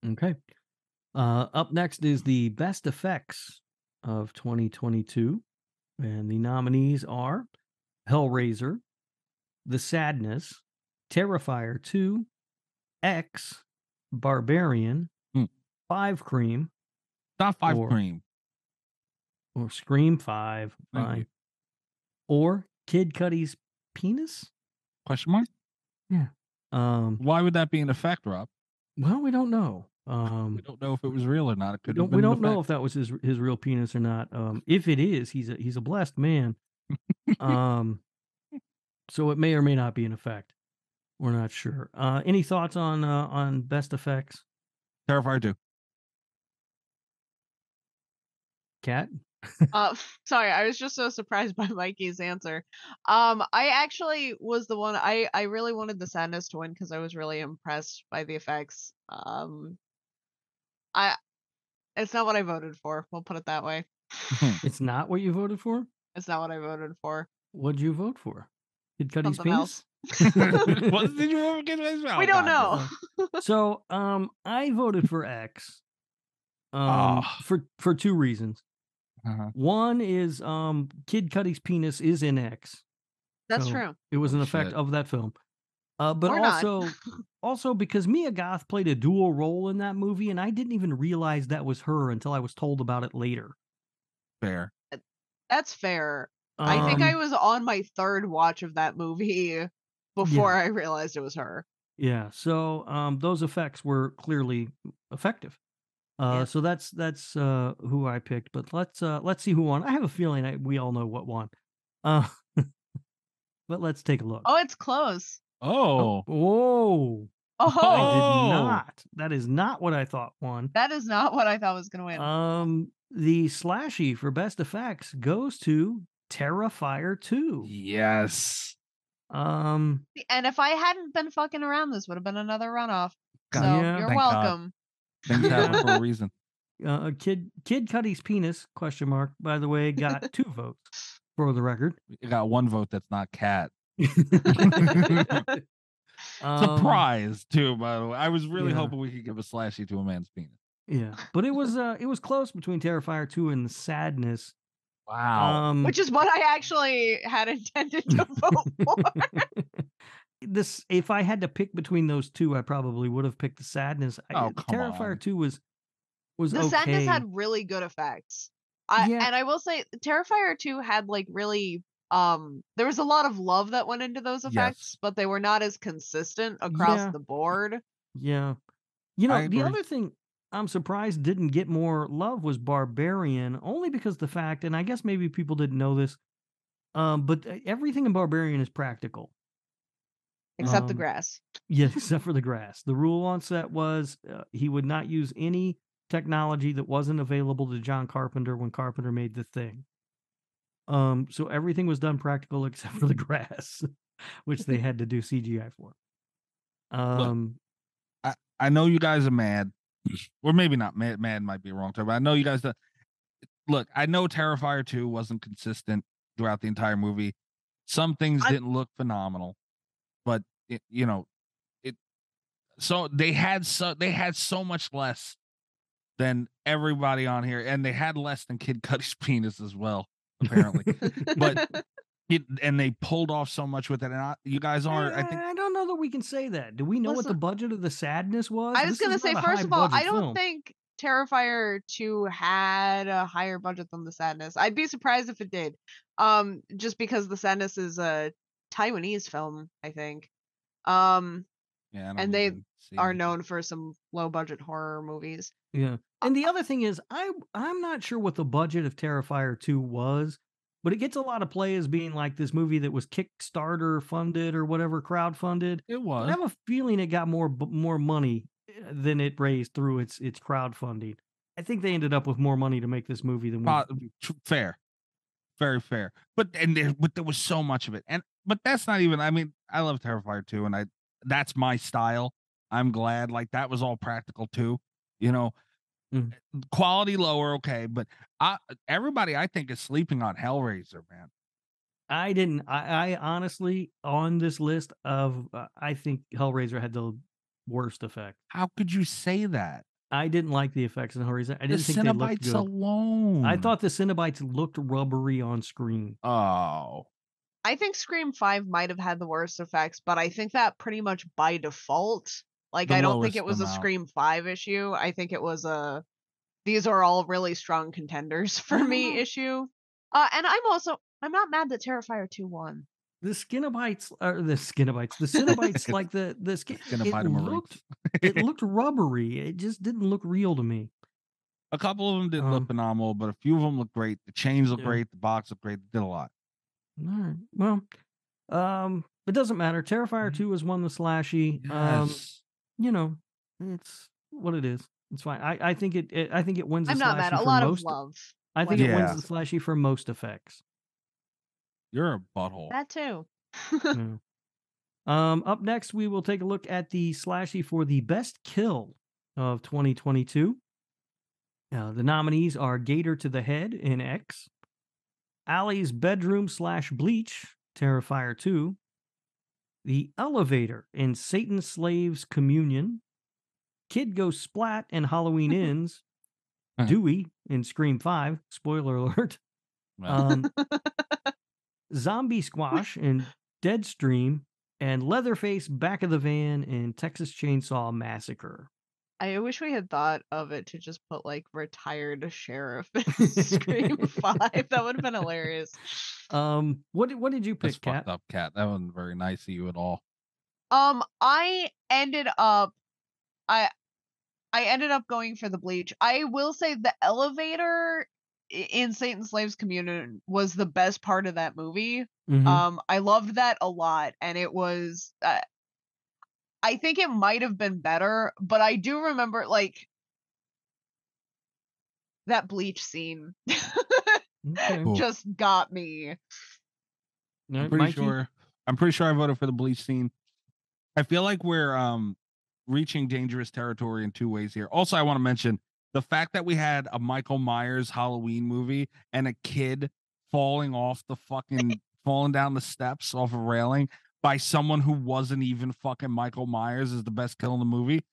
[SPEAKER 6] Okay. Uh, up next is the best effects of 2022. And the nominees are Hellraiser, The Sadness, Terrifier 2, X, Barbarian,
[SPEAKER 4] Hmm.
[SPEAKER 6] Five Cream,
[SPEAKER 4] Not five
[SPEAKER 6] or-
[SPEAKER 4] cream.
[SPEAKER 6] or Scream 5,
[SPEAKER 4] Thank
[SPEAKER 6] fine,
[SPEAKER 4] you.
[SPEAKER 6] or Kid Cudi's Penis?
[SPEAKER 4] Question mark.
[SPEAKER 6] Um,
[SPEAKER 4] Why would that be an effect, Rob?
[SPEAKER 6] well, we don't know. Um,
[SPEAKER 4] we don't know if it was real or not. It
[SPEAKER 6] We
[SPEAKER 4] could.
[SPEAKER 6] don't, we don't know if that was his his real penis or not. Um, if it is, he's a he's a blessed man. um, so it may or may not be an effect. We're not sure. Uh, any thoughts on uh, on best effects,
[SPEAKER 4] Terrifier two.
[SPEAKER 6] Cat?
[SPEAKER 5] Uh, sorry, I was just so surprised by Mikey's answer. Um, I actually was the one I I really wanted the sadness to win because I was really impressed by the effects. Um, I it's not what I voted for. We'll put it that way.
[SPEAKER 6] It's not what you voted for.
[SPEAKER 5] It's not what I voted for.
[SPEAKER 6] What'd you vote for? Did Cuddy's
[SPEAKER 5] Something else.
[SPEAKER 6] penis?
[SPEAKER 4] what did you ever get this
[SPEAKER 6] Oh,
[SPEAKER 4] round?
[SPEAKER 5] we don't
[SPEAKER 4] God,
[SPEAKER 5] know.
[SPEAKER 4] this-
[SPEAKER 6] so um, I voted for X. Um,
[SPEAKER 4] Ah.
[SPEAKER 6] for for two reasons.
[SPEAKER 4] Uh-huh.
[SPEAKER 6] One is um, Kid Cuddy's penis is in X.
[SPEAKER 5] That's
[SPEAKER 6] So-
[SPEAKER 5] true.
[SPEAKER 6] It was an effect
[SPEAKER 4] Shit.
[SPEAKER 6] of that film. Uh, but
[SPEAKER 5] Or Oh, not.
[SPEAKER 6] also, also because Mia Goth played a dual role in that movie, and I didn't even realize that was her until I was told about it later.
[SPEAKER 4] Fair.
[SPEAKER 5] That's fair. I think
[SPEAKER 6] Um,
[SPEAKER 5] I was on my third watch of that movie before I realized it was her.
[SPEAKER 6] Yeah. So um, those effects were clearly effective. Uh,
[SPEAKER 5] Yeah.
[SPEAKER 6] So that's that's uh, who I picked. But let's uh, let's see who won. I have a feeling I, we all know what won. Uh, but let's take a look.
[SPEAKER 5] Oh, it's close.
[SPEAKER 4] Oh,
[SPEAKER 6] whoa! I
[SPEAKER 5] Oh,
[SPEAKER 4] Oh.
[SPEAKER 6] did not. That is not what I thought won.
[SPEAKER 5] that is not what I thought was gonna win.
[SPEAKER 6] Um, the slashy for best effects goes to Terrifier 2.
[SPEAKER 4] Oh, yes.
[SPEAKER 6] Um,
[SPEAKER 5] And if I hadn't been fucking around, this would have been another runoff.
[SPEAKER 6] God,
[SPEAKER 5] so
[SPEAKER 6] yeah.
[SPEAKER 5] you're
[SPEAKER 4] Thank God.
[SPEAKER 5] welcome.
[SPEAKER 4] Things happen for a reason.
[SPEAKER 6] uh, kid Kid Cuddy's penis question mark by the way got two votes for the record.
[SPEAKER 4] You got one vote that's not cat.
[SPEAKER 6] Um,
[SPEAKER 4] Surprise too. By the way, I was really
[SPEAKER 6] yeah.
[SPEAKER 4] hoping we could give a slashy to a man's penis.
[SPEAKER 6] Yeah, but it was uh, it was close between Terrifier 2 and Sadness.
[SPEAKER 4] Wow.
[SPEAKER 6] Um,
[SPEAKER 5] Which is Oh, what I actually had intended to vote for.
[SPEAKER 6] this if I had to pick between those two, I probably would have picked the sadness. I, uh,
[SPEAKER 4] Oh, come
[SPEAKER 6] Terrifier
[SPEAKER 4] on.
[SPEAKER 6] two was was
[SPEAKER 5] The
[SPEAKER 6] okay.
[SPEAKER 5] sadness had really good effects. I,
[SPEAKER 6] Yeah.
[SPEAKER 5] And I will say, Terrifier 2 had like really, um, there was a lot of love that went into those effects,
[SPEAKER 4] Yes.
[SPEAKER 5] but they were not as consistent across
[SPEAKER 6] Yeah.
[SPEAKER 5] the board.
[SPEAKER 6] yeah. You know,
[SPEAKER 4] I
[SPEAKER 6] the
[SPEAKER 4] agree.
[SPEAKER 6] other thing I'm surprised didn't get more love was Barbarian, only because the fact, and I guess maybe people didn't know this, um, but uh, everything in Barbarian is practical.
[SPEAKER 5] Except the
[SPEAKER 6] Um,
[SPEAKER 5] grass.
[SPEAKER 6] Yes, except for the grass. The rule on set was uh, he would not use any technology that wasn't available to John Carpenter when Carpenter made the thing. Um, so everything was done practical except for the grass, which they had to do CGI for. Um,
[SPEAKER 4] I know you guys are mad, or maybe not mad. Mad might be a wrong term, but I know you guys. Don't, look, I know Terrifier two wasn't consistent throughout the entire movie. Some things
[SPEAKER 5] I-
[SPEAKER 4] didn't look phenomenal, but it, you know, it. So they had so they had so much less than everybody on here, and they had less than Kid Cudi's penis as well, apparently. but- it, and they pulled off so much with it, and I, you guys are, I
[SPEAKER 5] Eh,
[SPEAKER 4] think.
[SPEAKER 6] I don't know that we can say that. Do we know what the
[SPEAKER 5] Listen,
[SPEAKER 6] budget of the sadness was?
[SPEAKER 5] I was
[SPEAKER 6] This is
[SPEAKER 5] going to say,
[SPEAKER 6] not a
[SPEAKER 5] first of all,
[SPEAKER 6] high-budget
[SPEAKER 5] I don't
[SPEAKER 6] film.
[SPEAKER 5] think Terrifier 2 had a higher budget than The Sadness. I'd be surprised if it did. Um just because The Sadness is a Taiwanese film, I think. Um
[SPEAKER 4] Yeah, I don't
[SPEAKER 5] and they
[SPEAKER 4] even see
[SPEAKER 5] are
[SPEAKER 4] it.
[SPEAKER 5] known for some low budget horror movies.
[SPEAKER 6] Yeah. And the other thing is, I I'm not sure what the budget of Terrifier 2 was, but it gets a lot of play as being like this movie that was Kickstarter funded or whatever, crowdfunded.
[SPEAKER 4] It
[SPEAKER 6] I
[SPEAKER 4] was.
[SPEAKER 6] have a feeling it got more bu- more money uh, than it raised through its its crowdfunding. I think they ended up with more money to make this movie than we.
[SPEAKER 4] Uh, tr- fair, very fair. But and there, but there was so much of it, and but that's not even. I mean, I love Terrifier too, and I that's my style. I'm glad like that was all practical too. You know, Eh,
[SPEAKER 6] Mm.
[SPEAKER 4] quality lower, okay, but I everybody I think is sleeping on Hellraiser, man.
[SPEAKER 6] I didn't. I, I honestly on this list of uh, I think Hellraiser had the worst effect.
[SPEAKER 4] How could you say that?
[SPEAKER 6] I didn't like the effects in Hellraiser. I
[SPEAKER 4] The
[SPEAKER 6] didn't think they looked
[SPEAKER 4] Cenobites
[SPEAKER 6] good.
[SPEAKER 4] alone.
[SPEAKER 6] I thought the Cenobites looked rubbery on screen.
[SPEAKER 4] Oh,
[SPEAKER 5] I think Scream 5 might have had the worst effects, but I think that pretty much by default. Like
[SPEAKER 4] The
[SPEAKER 5] I don't think
[SPEAKER 4] lowest
[SPEAKER 5] it was a
[SPEAKER 4] amount.
[SPEAKER 5] Scream 5 issue. I think it was a these are all really strong contenders for me issue. Uh and I'm also I'm not mad that Terrifier 2 won.
[SPEAKER 6] The Cenobites are the Cenobites. The Cenobites like the the skin.
[SPEAKER 4] gonna
[SPEAKER 6] it
[SPEAKER 4] bite him
[SPEAKER 6] looked it looked rubbery. It just didn't look real to me.
[SPEAKER 4] A couple of them didn't
[SPEAKER 6] Um,
[SPEAKER 4] look phenomenal, but a few of them looked great. The chains looked
[SPEAKER 6] Yeah.
[SPEAKER 4] great. The box looked great. They did a lot.
[SPEAKER 6] All right. Well, um, it doesn't matter. Terrifier
[SPEAKER 4] Mhm.
[SPEAKER 6] two is one the slashy. Um,
[SPEAKER 4] Yes.
[SPEAKER 6] you know,
[SPEAKER 5] Mm.
[SPEAKER 6] it's what it is. It's fine. I, I think it, it I think it wins. The
[SPEAKER 5] I'm not
[SPEAKER 6] slashy
[SPEAKER 5] mad. A
[SPEAKER 6] for
[SPEAKER 5] lot of
[SPEAKER 6] most,
[SPEAKER 5] love.
[SPEAKER 6] I think
[SPEAKER 5] went
[SPEAKER 6] it
[SPEAKER 4] Yeah.
[SPEAKER 6] wins the slashy for most effects.
[SPEAKER 4] You're a butthole.
[SPEAKER 5] That too.
[SPEAKER 6] Yeah. Um, up next, we will take a look at the slashy for the best kill of 2022. Uh, the nominees are Gator to the Head in X, Allie's Bedroom slash Bleach, Terrifier 2, The Elevator in Satan Slaves Communion, Kid Goes Splat and Halloween Ends,
[SPEAKER 4] Uh-huh.
[SPEAKER 6] Dewey in Scream 5, spoiler alert,
[SPEAKER 4] Well,
[SPEAKER 6] um, Zombie Squash and Deadstream and Leatherface Back of the Van and Texas Chainsaw Massacre.
[SPEAKER 5] I wish we had thought of it to just put like retired sheriff in Scream 5. That would have been hilarious.
[SPEAKER 6] Um, what did- what did you
[SPEAKER 4] That's
[SPEAKER 6] pick,
[SPEAKER 4] fucked
[SPEAKER 6] Kat?
[SPEAKER 4] up, cat. That wasn't very nice of you at all.
[SPEAKER 5] Um, I ended up, I, I ended up going for the bleach. I will say the elevator i- in Satan Slaves Communion was the best part of that movie.
[SPEAKER 6] Mhm.
[SPEAKER 5] Um, I loved that a lot, and it was. Uh, I think it might have been better, but I do remember like that bleach scene
[SPEAKER 6] Okay.
[SPEAKER 4] Cool.
[SPEAKER 5] just got me.
[SPEAKER 6] All
[SPEAKER 4] I'm
[SPEAKER 6] right,
[SPEAKER 4] pretty
[SPEAKER 6] Mikey?
[SPEAKER 4] sure. I'm pretty sure I voted for the bleach scene. I feel like we're um reaching dangerous territory in two ways here. Also, I want to mention the fact that we had a Michael Myers Halloween movie and a kid falling off the fucking falling down the steps off a railing by someone who wasn't even fucking Michael Myers is the best kill in the movie.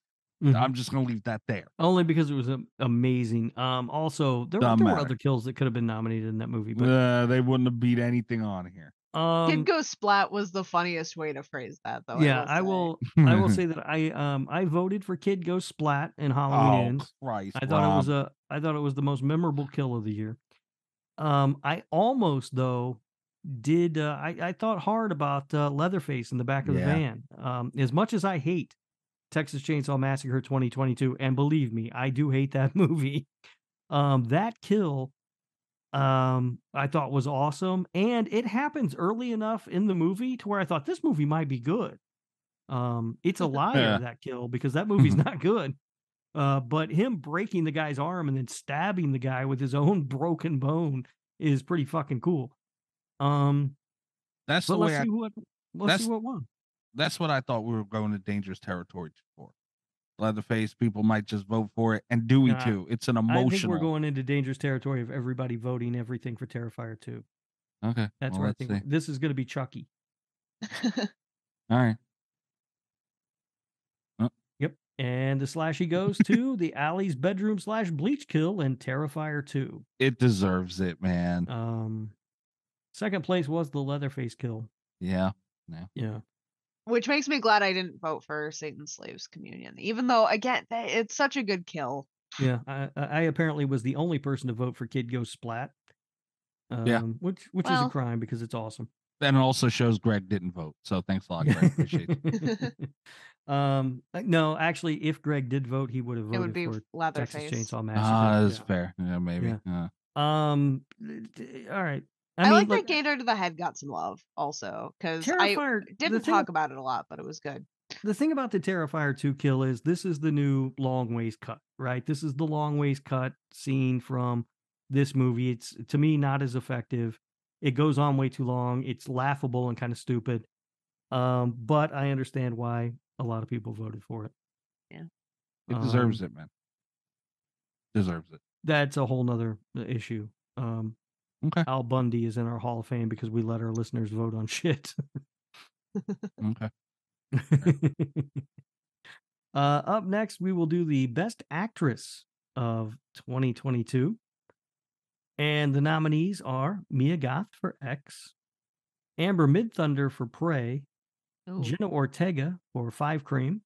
[SPEAKER 6] Mhm.
[SPEAKER 4] I'm just gonna leave that there.
[SPEAKER 6] Only because it was um, amazing. Um, also there, were-
[SPEAKER 4] Doesn't
[SPEAKER 6] there were
[SPEAKER 4] matter.
[SPEAKER 6] other kills that could have been nominated in that movie, but
[SPEAKER 4] Uh, they wouldn't have beat anything on here.
[SPEAKER 6] Um,
[SPEAKER 5] Kid goes splat was the funniest way to phrase that, though.
[SPEAKER 6] yeah, I
[SPEAKER 5] say.
[SPEAKER 6] will. I will say that I um I voted for Kid Go Splat in Halloween
[SPEAKER 4] Oh
[SPEAKER 6] Ends.
[SPEAKER 4] Christ!
[SPEAKER 6] I thought it was
[SPEAKER 4] Rob.
[SPEAKER 6] a I thought it was the most memorable kill of the year. Um, I almost though did uh, I I thought hard about uh, Leatherface in the back of the
[SPEAKER 4] Yeah.
[SPEAKER 6] van. Um, as much as I hate Texas Chainsaw Massacre 2022, and believe me, I do hate that movie. Um, that kill, um, I thought was awesome, and it happens early enough in the movie to where I thought this movie might be good. Um, it's a liar
[SPEAKER 4] Yeah. Mm-hmm.
[SPEAKER 6] that kill because that movie's not good. Uh, but him breaking the guy's arm and then stabbing the guy with his own broken bone is pretty fucking cool. Um,
[SPEAKER 4] That's
[SPEAKER 6] but
[SPEAKER 4] the way.
[SPEAKER 6] let's
[SPEAKER 4] I,
[SPEAKER 6] see what let's
[SPEAKER 4] that's-
[SPEAKER 6] see what won.
[SPEAKER 4] that's what I thought we were going to dangerous territory for. Leatherface, people might just vote for it, and Dewey
[SPEAKER 6] Nah,
[SPEAKER 4] too. It's an
[SPEAKER 6] I
[SPEAKER 4] emotional.
[SPEAKER 6] think we're going into dangerous territory of everybody voting everything for Terrifier 2.
[SPEAKER 4] Okay,
[SPEAKER 6] That's
[SPEAKER 4] well,
[SPEAKER 6] where I
[SPEAKER 4] let's
[SPEAKER 6] think
[SPEAKER 4] see.
[SPEAKER 6] we're- this is going to be Chucky.
[SPEAKER 4] All right.
[SPEAKER 6] Yep. And the slashy goes to the alley's bedroom slash bleach kill and Terrifier 2.
[SPEAKER 4] It deserves it, man.
[SPEAKER 6] Um, second place was the Leatherface kill.
[SPEAKER 4] yeah.
[SPEAKER 6] Yeah.
[SPEAKER 5] Which makes me glad I didn't vote for Satan's Slaves Communion, even though again that- it's such a good kill.
[SPEAKER 6] Yeah. I, I I apparently was the only person to vote for Kid Go Splat. Um,
[SPEAKER 4] Yeah.
[SPEAKER 6] Which, which is a
[SPEAKER 5] Well-
[SPEAKER 6] crime because it's awesome.
[SPEAKER 4] And it also shows Greg didn't vote. So thanks a lot, Greg. Appreciate it.
[SPEAKER 6] um, uh, no, actually, if Greg did vote, he would have
[SPEAKER 5] It
[SPEAKER 6] voted
[SPEAKER 5] would be
[SPEAKER 6] for Texas
[SPEAKER 5] Leatherface.
[SPEAKER 6] Chainsaw Massacre.
[SPEAKER 4] Ah, that's
[SPEAKER 6] Yeah.
[SPEAKER 4] fair. Yeah, maybe.
[SPEAKER 6] Yeah.
[SPEAKER 4] Uh,
[SPEAKER 6] Um, th- th- all right.
[SPEAKER 5] I,
[SPEAKER 6] I, mean,
[SPEAKER 5] like that
[SPEAKER 6] look,
[SPEAKER 5] Gator to the Head got some love also because I
[SPEAKER 6] Terrifier. the
[SPEAKER 5] didn't
[SPEAKER 6] thing,
[SPEAKER 5] talk about it a lot, but it was good.
[SPEAKER 6] the thing about the Terrifier two kill is this is the new long ways cut, right? This is the long ways cut scene from this movie. It's to me not as effective. It goes on way too long. It's laughable and kind of stupid. Um, but I understand why a lot of people voted for it.
[SPEAKER 4] it deserves
[SPEAKER 6] Um,
[SPEAKER 4] it, man. Deserves it.
[SPEAKER 6] That's a whole nother uh, issue. Um,
[SPEAKER 4] Okay.
[SPEAKER 6] Al Bundy is in our Hall of Fame because we let our listeners vote on shit.
[SPEAKER 4] Okay.
[SPEAKER 6] uh, up next, we will do the best actress of 2022. And the nominees are Mia Goth for X, Amber Mid Thunder for Prey, Jenna Ortega for Five Cream,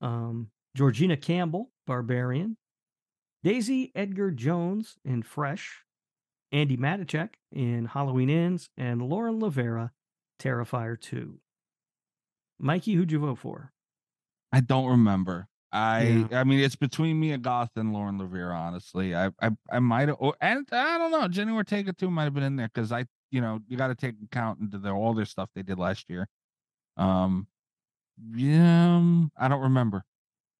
[SPEAKER 6] um, Georgina Campbell, Barbarian, Daisy Edgar Jones in Fresh, Andy Matichek in Halloween Ends, and Lauren Lavera, Terrifier 2. Mikey, who'd you vote for?
[SPEAKER 4] I don't remember. I I mean it's between me and Goth and Lauren Levere, honestly. I I, I might have and I don't know, Jenny Ortega too might have been in there because I you know, you gotta take account into the all their stuff they did last year. Um yeah, um, I don't remember.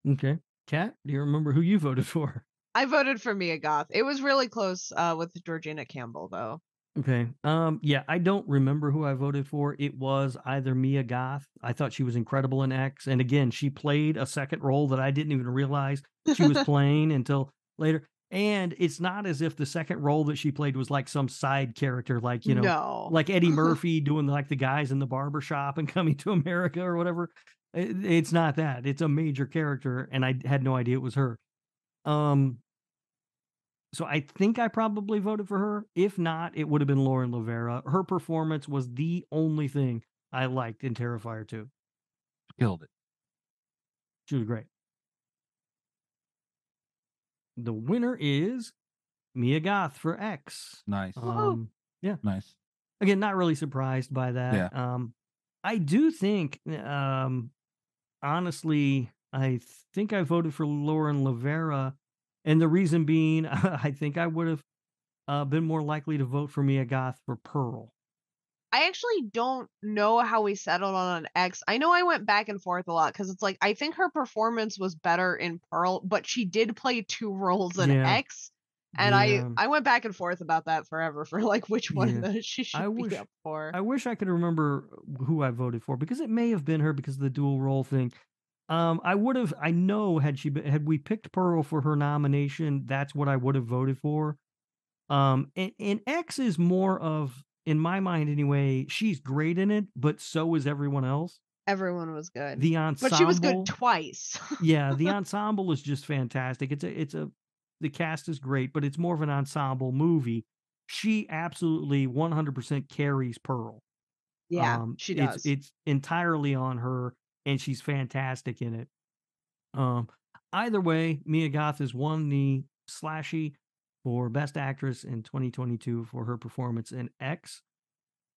[SPEAKER 6] Okay. Kat, do you remember who you voted for?
[SPEAKER 5] I voted for Mia Goth. It was really close uh, with Georgina Campbell though.
[SPEAKER 6] Okay. Um, yeah, I don't remember who I voted for. It was either Mia Goth. I thought she was incredible in X. And again, she played a second role that I didn't even realize she was playing until later. And it's not as if the second role that she played was like some side character, like, you know,
[SPEAKER 5] no.
[SPEAKER 6] like Eddie Murphy doing like the guys in the barber shop and coming to America or whatever. It- It's not that. It's a major character, and I had no idea it was her. Um, so I think I probably voted for her. If not, it would have been Lauren Lavera. Her performance was the only thing I liked in Terrifier 2.
[SPEAKER 4] Killed it.
[SPEAKER 6] She was great. The winner is Mia Goth for X.
[SPEAKER 4] Nice.
[SPEAKER 5] Woohoo.
[SPEAKER 6] Um,
[SPEAKER 4] nice.
[SPEAKER 6] again not really surprised by that um i do think um honestly i think i voted for lauren lavera and the reason being i think i would have uh, been more likely to vote for mia goth for pearl
[SPEAKER 5] I actually don't know how we settled on an X. I know I went back and forth a lot because it's like I think her performance was better in Pearl, but she did play two roles in
[SPEAKER 6] Yeah.
[SPEAKER 5] X. And
[SPEAKER 6] Yeah.
[SPEAKER 5] I I went back and forth about that forever for like which one of those she should
[SPEAKER 6] I
[SPEAKER 5] be
[SPEAKER 6] wish-
[SPEAKER 5] up for.
[SPEAKER 6] I wish I could remember who I voted for because it may have been her because of the dual role thing. Um, I would have, I know, had she been, had we picked Pearl for her nomination, that's what I would have voted for. Um, and, and X is more of, in my mind anyway, she's great in it, but so is everyone else.
[SPEAKER 5] Everyone was good.
[SPEAKER 6] The ensemble,
[SPEAKER 5] but she was good twice.
[SPEAKER 6] yeah, the ensemble is just fantastic. It's a, it's a, the cast is great, but it's more of an ensemble movie. she absolutely 100% carries Pearl.
[SPEAKER 5] Yeah,
[SPEAKER 6] Um,
[SPEAKER 5] she
[SPEAKER 6] it's-
[SPEAKER 5] does.
[SPEAKER 6] It's, entirely on her, and she's fantastic in it. Um, either way, Mia Goth has won the Slashy for Best Actress in 2022 for her performance in X.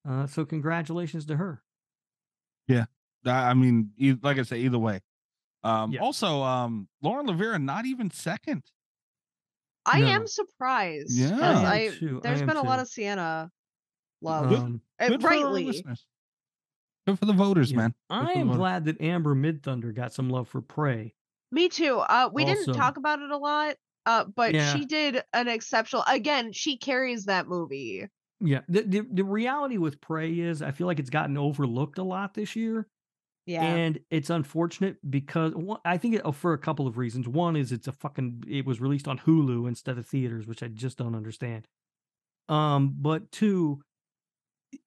[SPEAKER 6] Uh, so congratulations to her.
[SPEAKER 4] I I mean, e- like I say, either way. Um,
[SPEAKER 6] Yeah.
[SPEAKER 4] Also, um, Lauren Lavera not even second.
[SPEAKER 5] I
[SPEAKER 6] No.
[SPEAKER 5] am surprised. 'cause
[SPEAKER 4] Yeah.
[SPEAKER 6] I am
[SPEAKER 5] Hmm, I,
[SPEAKER 6] too, I
[SPEAKER 5] there's
[SPEAKER 6] am
[SPEAKER 5] been a lot
[SPEAKER 6] too.
[SPEAKER 5] of Sienna love.
[SPEAKER 4] Good-
[SPEAKER 6] Um,
[SPEAKER 5] Uh,
[SPEAKER 4] Good for our
[SPEAKER 5] rightly.
[SPEAKER 4] listeners. Good for the voters,
[SPEAKER 6] yeah.
[SPEAKER 4] man.
[SPEAKER 6] I
[SPEAKER 4] for
[SPEAKER 6] am
[SPEAKER 4] Lauren.
[SPEAKER 6] glad that Amber Mid Thunder got some love for Prey.
[SPEAKER 5] Me too. Uh, we didn't
[SPEAKER 6] Also-
[SPEAKER 5] talk about it a lot, uh, but
[SPEAKER 6] Yeah.
[SPEAKER 5] she did an exceptional. Again, she carries that movie.
[SPEAKER 6] Yeah. The, the the reality with Prey is I feel like it's gotten overlooked a lot this year.
[SPEAKER 5] Yeah,
[SPEAKER 6] And it's unfortunate because one- I think it, oh, for a couple of reasons. One is it's a fucking it was released on Hulu instead of theaters, which I just don't understand. Um, but two,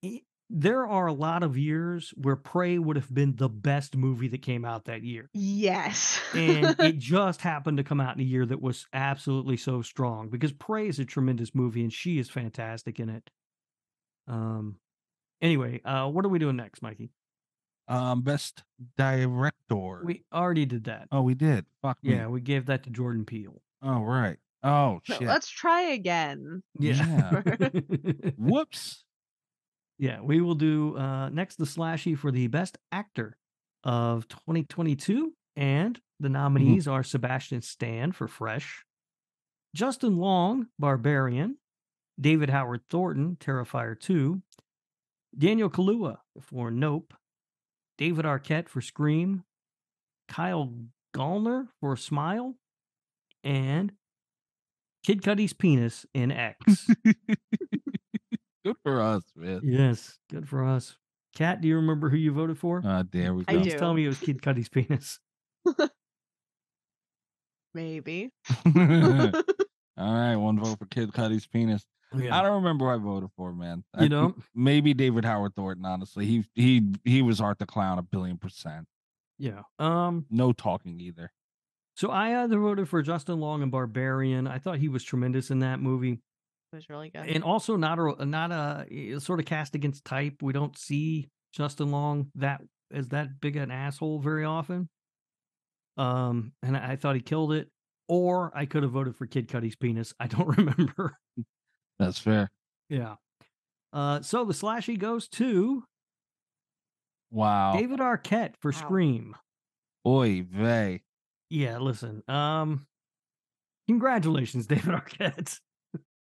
[SPEAKER 6] i- there are a lot of years where Prey would have been the best movie that came out that year.
[SPEAKER 5] yes.
[SPEAKER 6] and it just happened to come out in a year that was absolutely so strong because Prey is a tremendous movie and she is fantastic in it. Um anyway, uh what are we doing next, Mikey?
[SPEAKER 4] Um, best director.
[SPEAKER 6] We already did that.
[SPEAKER 4] oh, we did. Fuck me.
[SPEAKER 6] Yeah, we gave that to Jordan Peele.
[SPEAKER 4] Oh, right. Oh,
[SPEAKER 5] So
[SPEAKER 4] shit.
[SPEAKER 5] let's try again.
[SPEAKER 4] Yeah. Whoops.
[SPEAKER 6] yeah, we will do uh next the slashy for the best actor of 2022 and the nominees are Sebastian Stan for Fresh, Justin Long, Barbarian, David Howard Thornton, Terrifier 2, Daniel Kalua for Nope, David Arquette for Scream, Kyle Gallner for Smile, and Kid Cudi's penis in X.
[SPEAKER 4] Good for us, man.
[SPEAKER 6] Yes, good for us. Kat, do you remember who you voted for?
[SPEAKER 4] Ah, there we
[SPEAKER 5] I
[SPEAKER 4] go.
[SPEAKER 5] do.
[SPEAKER 6] Please tell me it was Kid Cudi's penis.
[SPEAKER 5] Maybe.
[SPEAKER 4] All right, one vote for Kid Cudi's penis.
[SPEAKER 6] Yeah.
[SPEAKER 4] I don't remember who I voted for, man. I
[SPEAKER 6] you
[SPEAKER 4] think
[SPEAKER 6] know,
[SPEAKER 4] maybe David Howard Thornton. Honestly, he he he was Art the Clown a billion percent.
[SPEAKER 6] yeah. Um,
[SPEAKER 4] No talking either.
[SPEAKER 6] so I either voted for Justin Long and Barbarian. I thought he was tremendous in that movie,
[SPEAKER 5] It was really good.
[SPEAKER 6] and also not a not a it's sort of cast against type. We don't see Justin Long that as that big an asshole very often. Um, and I, I thought he killed it. Or I could have voted for Kid Cudi's penis. I don't remember.
[SPEAKER 4] That's fair.
[SPEAKER 6] Yeah. Uh, so the slashy goes to
[SPEAKER 4] Oh. Wow.
[SPEAKER 6] David Arquette for
[SPEAKER 5] Wow.
[SPEAKER 6] Scream.
[SPEAKER 4] Oy vey.
[SPEAKER 6] Yeah, listen. Um, congratulations, David Arquette.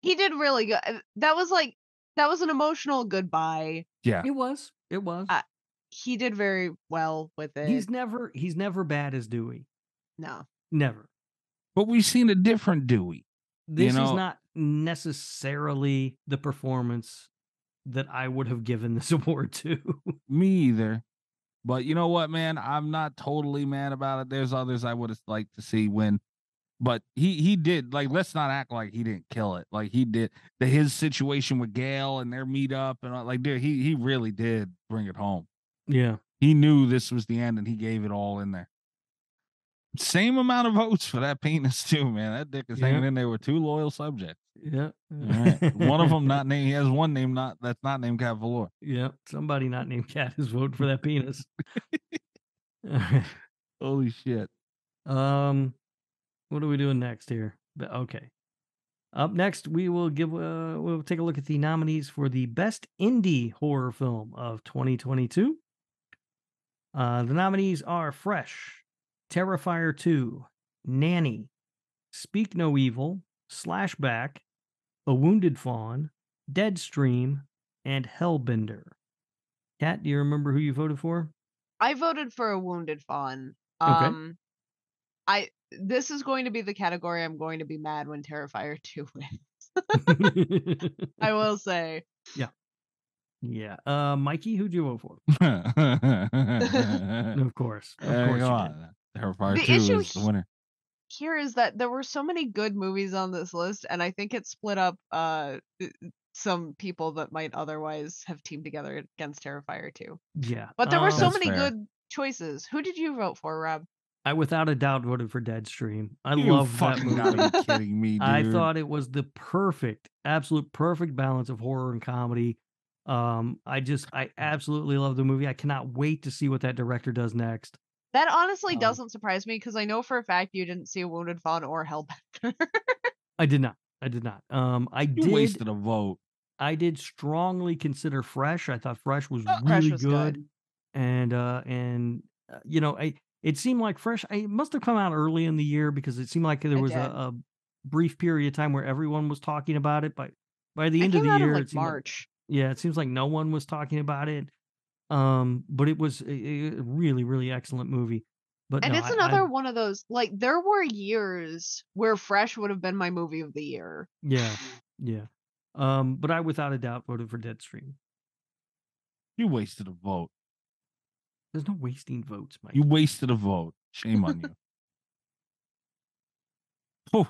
[SPEAKER 5] he did really good. Uh, That was like that was an emotional goodbye.
[SPEAKER 4] Yeah.
[SPEAKER 6] It was. It was.
[SPEAKER 5] Uh, He did very well with it.
[SPEAKER 6] he's never. He's never bad as Dewey.
[SPEAKER 5] no.
[SPEAKER 6] Never.
[SPEAKER 4] But we've seen a different Dewey.
[SPEAKER 6] This is
[SPEAKER 4] know-
[SPEAKER 6] not necessarily the performance that I would have given this award to.
[SPEAKER 4] Me either. But you know what, man? I'm not totally mad about it. There's others I would have liked to see win. But he he did like let's not act like he didn't kill it. Like he did the his situation with Gail and their meetup and all, like dude, he he really did bring it home.
[SPEAKER 6] yeah.
[SPEAKER 4] He knew this was the end and he gave it all in there. Same amount of votes for that penis too, man. That dick is
[SPEAKER 6] Yeah.
[SPEAKER 4] hanging in there with two loyal subjects.
[SPEAKER 6] Yeah.
[SPEAKER 4] All right. one of them not named. He has one name not that's not named Cavalor.
[SPEAKER 6] Yeah. Somebody not named Cat is voting for that penis. All right.
[SPEAKER 4] Holy shit!
[SPEAKER 6] Um, what are we doing next here? But- Okay. Up next, we will give. Uh, we'll take a look at the nominees for the best indie horror film of 2022. Uh, the nominees are Fresh, Terrifier 2, Nanny, Speak No Evil, Slashback, A Wounded Fawn, Deadstream, and Hellbender. Kat, do you remember who you voted for?
[SPEAKER 5] I voted for a wounded fawn.
[SPEAKER 6] Okay.
[SPEAKER 5] Um I this is going to be the category I'm going to be mad when Terrifier 2 wins. I will say.
[SPEAKER 6] yeah. Uh, Mikey, who'd you vote for?
[SPEAKER 4] of
[SPEAKER 6] Of course. Of
[SPEAKER 4] there
[SPEAKER 6] course.
[SPEAKER 4] you
[SPEAKER 6] you
[SPEAKER 4] go.
[SPEAKER 6] did.
[SPEAKER 4] Terrifier
[SPEAKER 5] The
[SPEAKER 4] two
[SPEAKER 5] issue
[SPEAKER 4] is the
[SPEAKER 5] he-
[SPEAKER 4] winner.
[SPEAKER 5] here is that there were so many good movies on this list and i think it split up uh th- some people that might otherwise have teamed together against terrifier 2
[SPEAKER 6] Yeah.
[SPEAKER 5] but there were so
[SPEAKER 6] um,
[SPEAKER 4] That's
[SPEAKER 5] many
[SPEAKER 4] fair.
[SPEAKER 5] good choices who did you vote for rob
[SPEAKER 6] I without a doubt voted for Deadstream. I
[SPEAKER 4] you
[SPEAKER 6] love that
[SPEAKER 4] fucking
[SPEAKER 6] movie.
[SPEAKER 4] gotta be kidding me, dude.
[SPEAKER 6] I thought it was the perfect, absolute perfect balance of horror and comedy. Um, I just, I absolutely love the movie. I cannot wait to see what that director does next.
[SPEAKER 5] That honestly
[SPEAKER 6] Um,
[SPEAKER 5] doesn't surprise me because I know for a fact you didn't see Wounded Fawn or Hellbender.
[SPEAKER 6] I did not. I did not. Um, I
[SPEAKER 4] you
[SPEAKER 6] did.
[SPEAKER 4] wasted a vote.
[SPEAKER 6] I did strongly consider Fresh. I thought Fresh was
[SPEAKER 5] Oh,
[SPEAKER 6] really
[SPEAKER 5] Fresh was
[SPEAKER 6] good.
[SPEAKER 5] good.
[SPEAKER 6] and uh, and uh, you know, I it seemed like Fresh. I it must have come out early in the year because it seemed like there
[SPEAKER 5] It
[SPEAKER 6] was a,
[SPEAKER 5] did.
[SPEAKER 6] a brief period of time where everyone was talking about it, but by the
[SPEAKER 5] it
[SPEAKER 6] end
[SPEAKER 5] came
[SPEAKER 6] of the
[SPEAKER 5] out
[SPEAKER 6] year,
[SPEAKER 5] in
[SPEAKER 6] it
[SPEAKER 5] like
[SPEAKER 6] seemed like-
[SPEAKER 5] March.
[SPEAKER 6] yeah, it seems like no one was talking about it. Um, but it was a, a really, really excellent movie. But
[SPEAKER 5] and
[SPEAKER 6] no,
[SPEAKER 5] it's
[SPEAKER 6] I- I-
[SPEAKER 5] another one of those like there were years where Fresh would have been my movie of the year.
[SPEAKER 6] yeah, yeah. Um, but I without a doubt voted for Deadstream.
[SPEAKER 4] You wasted a vote.
[SPEAKER 6] There's no wasting votes, Mike.
[SPEAKER 4] You wasted a vote. Shame on you. Oh,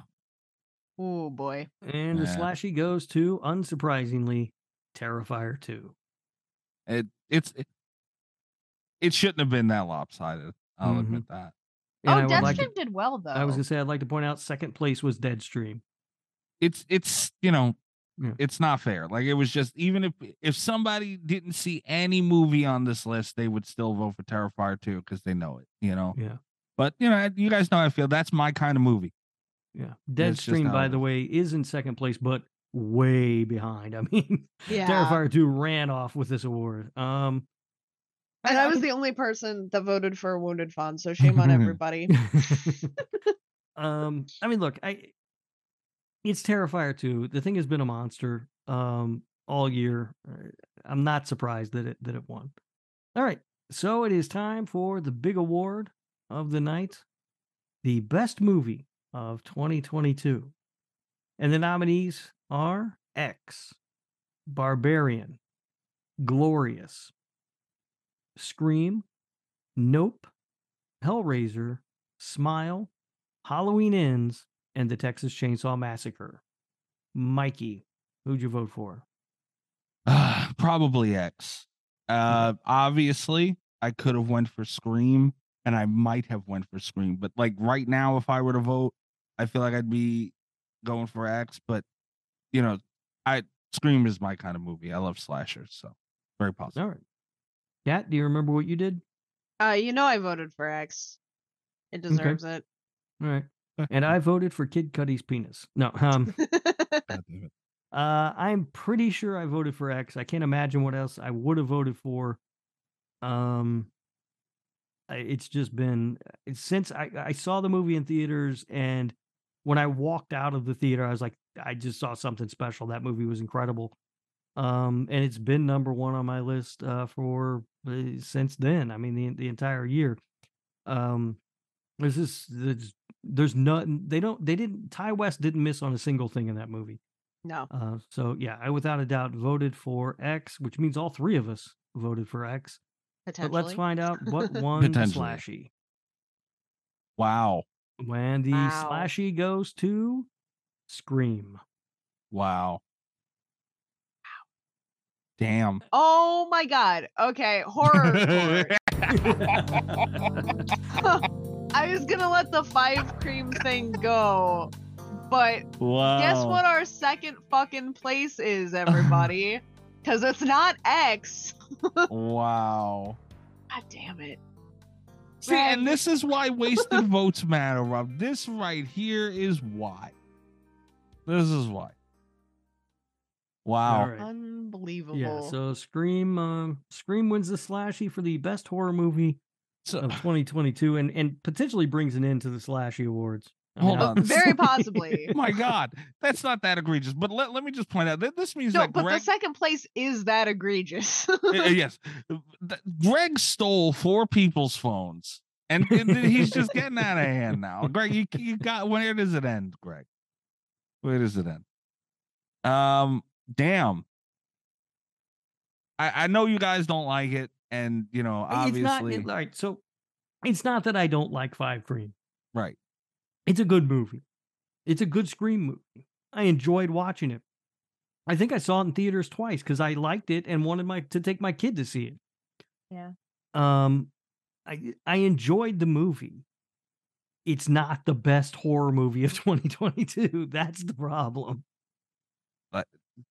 [SPEAKER 5] Oh boy.
[SPEAKER 6] And the
[SPEAKER 4] Yeah.
[SPEAKER 6] slashy goes to, unsurprisingly, Terrifier 2.
[SPEAKER 4] it it's it, it shouldn't have been that lopsided. I'll
[SPEAKER 6] Mhm.
[SPEAKER 4] admit that.
[SPEAKER 6] And
[SPEAKER 5] oh,
[SPEAKER 6] I would
[SPEAKER 5] Deathstream
[SPEAKER 6] like to,
[SPEAKER 5] did well though.
[SPEAKER 4] Oh.
[SPEAKER 6] I was gonna say I'd like to point out second place was Deadstream.
[SPEAKER 4] It's it's you know,
[SPEAKER 6] Yeah.
[SPEAKER 4] it's not fair. Like it was just even if if somebody didn't see any movie on this list, they would still vote for Terrifier too because they know it. You know.
[SPEAKER 6] Yeah.
[SPEAKER 4] But you know, I- you guys know how I feel. That's my kind of movie.
[SPEAKER 6] Yeah.
[SPEAKER 4] That's just
[SPEAKER 6] Deadstream,
[SPEAKER 4] how
[SPEAKER 6] by
[SPEAKER 4] it
[SPEAKER 6] the
[SPEAKER 4] is.
[SPEAKER 6] way, is in second place, but way behind. I mean,
[SPEAKER 5] yeah.
[SPEAKER 6] Terrifier 2 ran off with this award. Um
[SPEAKER 5] And I was the only person that voted for Wounded Fawn, so shame on everybody.
[SPEAKER 6] um i mean look i it's terrifier too the thing has been a monster um all year Uh, i'm not surprised that it that it won all right so it is time for the big award of the night the best movie of 2022 and the nominees are x barbarian glorious scream nope hellraiser smile Halloween Ends, and the Texas Chainsaw Massacre. Mikey, who'd you vote for?
[SPEAKER 4] Uh, Probably X. Uh, obviously, I could have went for Scream, and I might have went for Scream. But like right now, if I were to vote, I feel like I'd be going for X. But you know, I Scream is my kind of movie. I love slashers, so very possible.
[SPEAKER 6] All right. Kat, do you remember what you did?
[SPEAKER 5] uh, you know I voted for X. It deserves
[SPEAKER 6] All right. Hmm. And I voted for Kid Cudi's penis. No, um,
[SPEAKER 5] it.
[SPEAKER 4] God damn it.
[SPEAKER 6] uh, I'm pretty sure I voted for X. I can't imagine what else I would have voted for. Um, I- it's just been it's since I, I saw the movie in theaters, and when I walked out of the theater, I was like, I just saw something special. That movie was incredible. um and it's been number one on my list uh for uh, since then i mean the the entire year um there's this there's, there's nothing they don't they didn't ty west didn't miss on a single thing in that movie
[SPEAKER 5] no.
[SPEAKER 6] uh so yeah i without a doubt voted for x which means all three of us voted for x but
[SPEAKER 5] Potentially.
[SPEAKER 6] let's find out what won the
[SPEAKER 4] Potentially.
[SPEAKER 6] slashy
[SPEAKER 4] Wow,
[SPEAKER 6] when the
[SPEAKER 5] Wow.
[SPEAKER 6] slashy goes to scream
[SPEAKER 4] wow, damn.
[SPEAKER 5] Oh my god. Okay, horror report. I was gonna let the five cream thing go, but
[SPEAKER 4] wow.
[SPEAKER 5] guess what our second fucking place is, everybody? Because it's not X.
[SPEAKER 4] Wow.
[SPEAKER 5] God damn it.
[SPEAKER 4] See, and
[SPEAKER 5] Right.
[SPEAKER 4] this is why wasted votes matter, Rob. This right here is why. This is why. Wow.
[SPEAKER 6] all right
[SPEAKER 5] Unbelievable.
[SPEAKER 6] yeah so scream um scream wins the slashy for the best horror movie
[SPEAKER 4] So,
[SPEAKER 6] of 2022 and, and potentially brings an end to the slashy awards. I mean,
[SPEAKER 4] Hold on.
[SPEAKER 6] obviously-
[SPEAKER 5] Oh, Very possibly.
[SPEAKER 4] oh my God, that's not that egregious. But let, let me just point out that this means
[SPEAKER 5] No,
[SPEAKER 4] that
[SPEAKER 5] but the
[SPEAKER 4] Greg,
[SPEAKER 5] second place is that egregious.
[SPEAKER 4] uh, uh, yes, that Greg stole four people's phones, and it- it- he's just getting out of hand now. Greg, you, you got where does it end, Greg? Where does it end? Um, damn. I I know you guys don't like it, and you know
[SPEAKER 6] it's not
[SPEAKER 4] obviously
[SPEAKER 6] it- all right. So it's not that I don't like Five Cream.
[SPEAKER 4] right.
[SPEAKER 6] It's a good movie. It's a good Scream movie. I enjoyed watching it. I think I saw it in theaters twice because I liked it and wanted my to take my kid to see it.
[SPEAKER 5] Yeah.
[SPEAKER 6] Um, I I enjoyed the movie. it's not the best horror movie of 2022. That's the problem.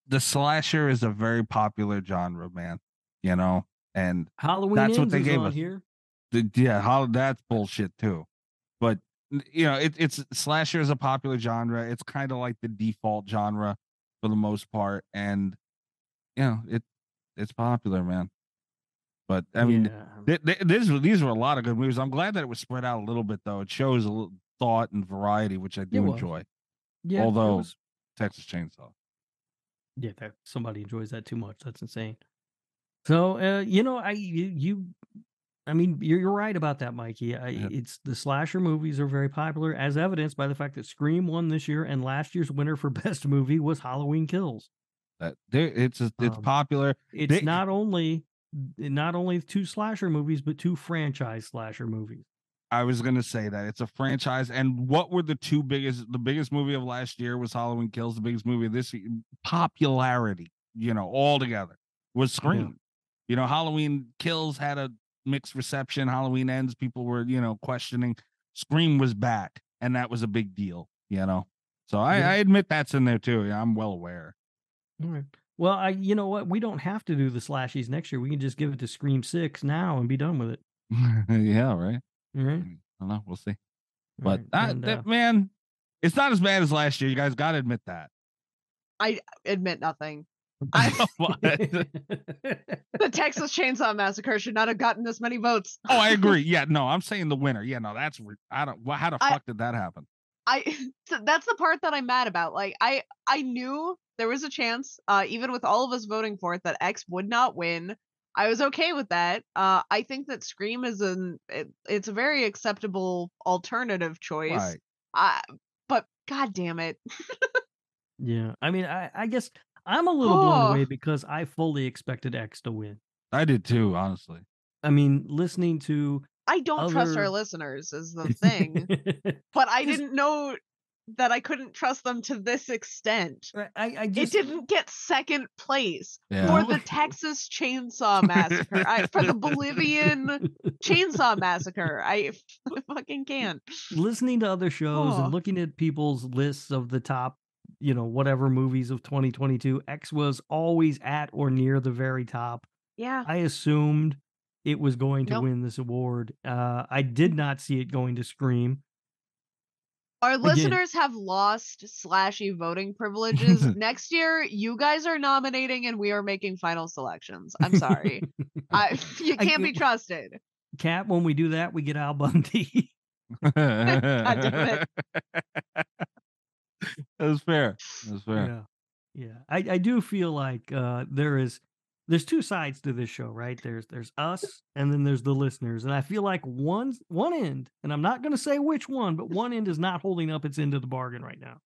[SPEAKER 4] The slasher is a very popular genre, man. You know, and
[SPEAKER 6] Halloween
[SPEAKER 4] That's what
[SPEAKER 6] Ends
[SPEAKER 4] they
[SPEAKER 6] is
[SPEAKER 4] gave
[SPEAKER 6] on
[SPEAKER 4] us.
[SPEAKER 6] here.
[SPEAKER 4] the, yeah, how that's bullshit too. But n- you know, it, it's slasher is a popular genre. It's kind of like the default genre for the most part, and you know, it it's popular, man. But I mean,
[SPEAKER 6] Yeah.
[SPEAKER 4] th- th- these were these were a lot of good movies. I'm glad that it was spread out a little bit, though. It shows a little thought and variety, which I do
[SPEAKER 6] was.
[SPEAKER 4] enjoy.
[SPEAKER 6] Yeah, it
[SPEAKER 4] although-
[SPEAKER 6] was-
[SPEAKER 4] Texas Chainsaw.
[SPEAKER 6] yeah, that somebody enjoys that too much. That's insane. So uh, you know, I you, you I mean, you're, you're right about that, Mikey. I,
[SPEAKER 4] Yeah.
[SPEAKER 6] It's the slasher movies are very popular, as evidenced by the fact that Scream won this year, and last year's winner for best movie was Halloween Kills.
[SPEAKER 4] That there, it's a- it's
[SPEAKER 6] Um,
[SPEAKER 4] popular.
[SPEAKER 6] It's
[SPEAKER 4] They-
[SPEAKER 6] not only not only two slasher movies, but two franchise slasher movies.
[SPEAKER 4] I was gonna say that it's a franchise. And what were the two biggest? The biggest movie of last year was Halloween Kills. The biggest movie of this year, popularity, you know, all together was Scream. You know, Halloween Kills had a mixed reception. Halloween Ends, people were you know questioning. Scream was back, and that was a big deal. You know, so I,
[SPEAKER 6] Yeah.
[SPEAKER 4] I admit that's in there too. Yeah, I'm well aware.
[SPEAKER 6] All right. Well, I you know what? We don't have to do the slashies next year. We can just give it to Scream Six now and be done with it.
[SPEAKER 4] yeah, right.
[SPEAKER 6] All right.
[SPEAKER 4] I don't know. We'll see.
[SPEAKER 6] All
[SPEAKER 4] Mm-hmm. But
[SPEAKER 6] right,
[SPEAKER 4] that,
[SPEAKER 6] and,
[SPEAKER 4] that
[SPEAKER 6] uh,
[SPEAKER 4] man, it's not as bad as last year. You guys got to admit that.
[SPEAKER 5] Admit nothing.
[SPEAKER 6] uh,
[SPEAKER 5] I-
[SPEAKER 4] What?
[SPEAKER 5] The Texas Chainsaw Massacre should not have gotten this many votes.
[SPEAKER 4] oh, I agree. Yeah, no, I'm saying the winner. Yeah, no, that's re- I don't. Well, how the
[SPEAKER 5] I-
[SPEAKER 4] fuck did that happen?
[SPEAKER 5] I so that's the part that I'm mad about. Like I I knew there was a chance, uh, even with all of us voting for it, that X would not win. I was okay with that. Uh, I think that Scream is an it, it's a very acceptable alternative choice.
[SPEAKER 4] Right.
[SPEAKER 5] I, but god damn it,
[SPEAKER 6] yeah. I mean, I, I guess I'm a little blown away
[SPEAKER 5] Oh.
[SPEAKER 6] because I fully expected X to win.
[SPEAKER 4] I did too, honestly.
[SPEAKER 6] I mean, listening to
[SPEAKER 5] I don't trust our
[SPEAKER 6] Other-
[SPEAKER 5] listeners is the thing. but I
[SPEAKER 6] Just-
[SPEAKER 5] didn't know that I couldn't trust them to this extent.
[SPEAKER 6] I, I just
[SPEAKER 5] it didn't get second place
[SPEAKER 4] Yeah.
[SPEAKER 5] for the Texas Chainsaw Massacre. I, for the Bolivian Chainsaw Massacre. I f- fucking can't.
[SPEAKER 6] listening to other shows
[SPEAKER 5] Oh.
[SPEAKER 6] and looking at people's lists of the top, you know, whatever movies of 2022, X was always at or near the very top.
[SPEAKER 5] Yeah.
[SPEAKER 6] I assumed it was going to
[SPEAKER 5] Ah. Nope.
[SPEAKER 6] win this award. Uh, I did not see it going to Scream.
[SPEAKER 5] Our listeners have lost slashy voting privileges. Next year, you guys are nominating and we are making final selections. I'm sorry. I, you
[SPEAKER 6] I-
[SPEAKER 5] can't be trusted.
[SPEAKER 6] Cat, when we do that, we get Al Bundy.
[SPEAKER 5] damn
[SPEAKER 4] that was fair. That was fair.
[SPEAKER 6] Yeah. Yeah. I, I do feel like uh there is there's two sides to this show, right? There's there's us and then there's the listeners. And I feel like one's one end, and I'm not gonna say which one, but one end is not holding up its end of the bargain right now.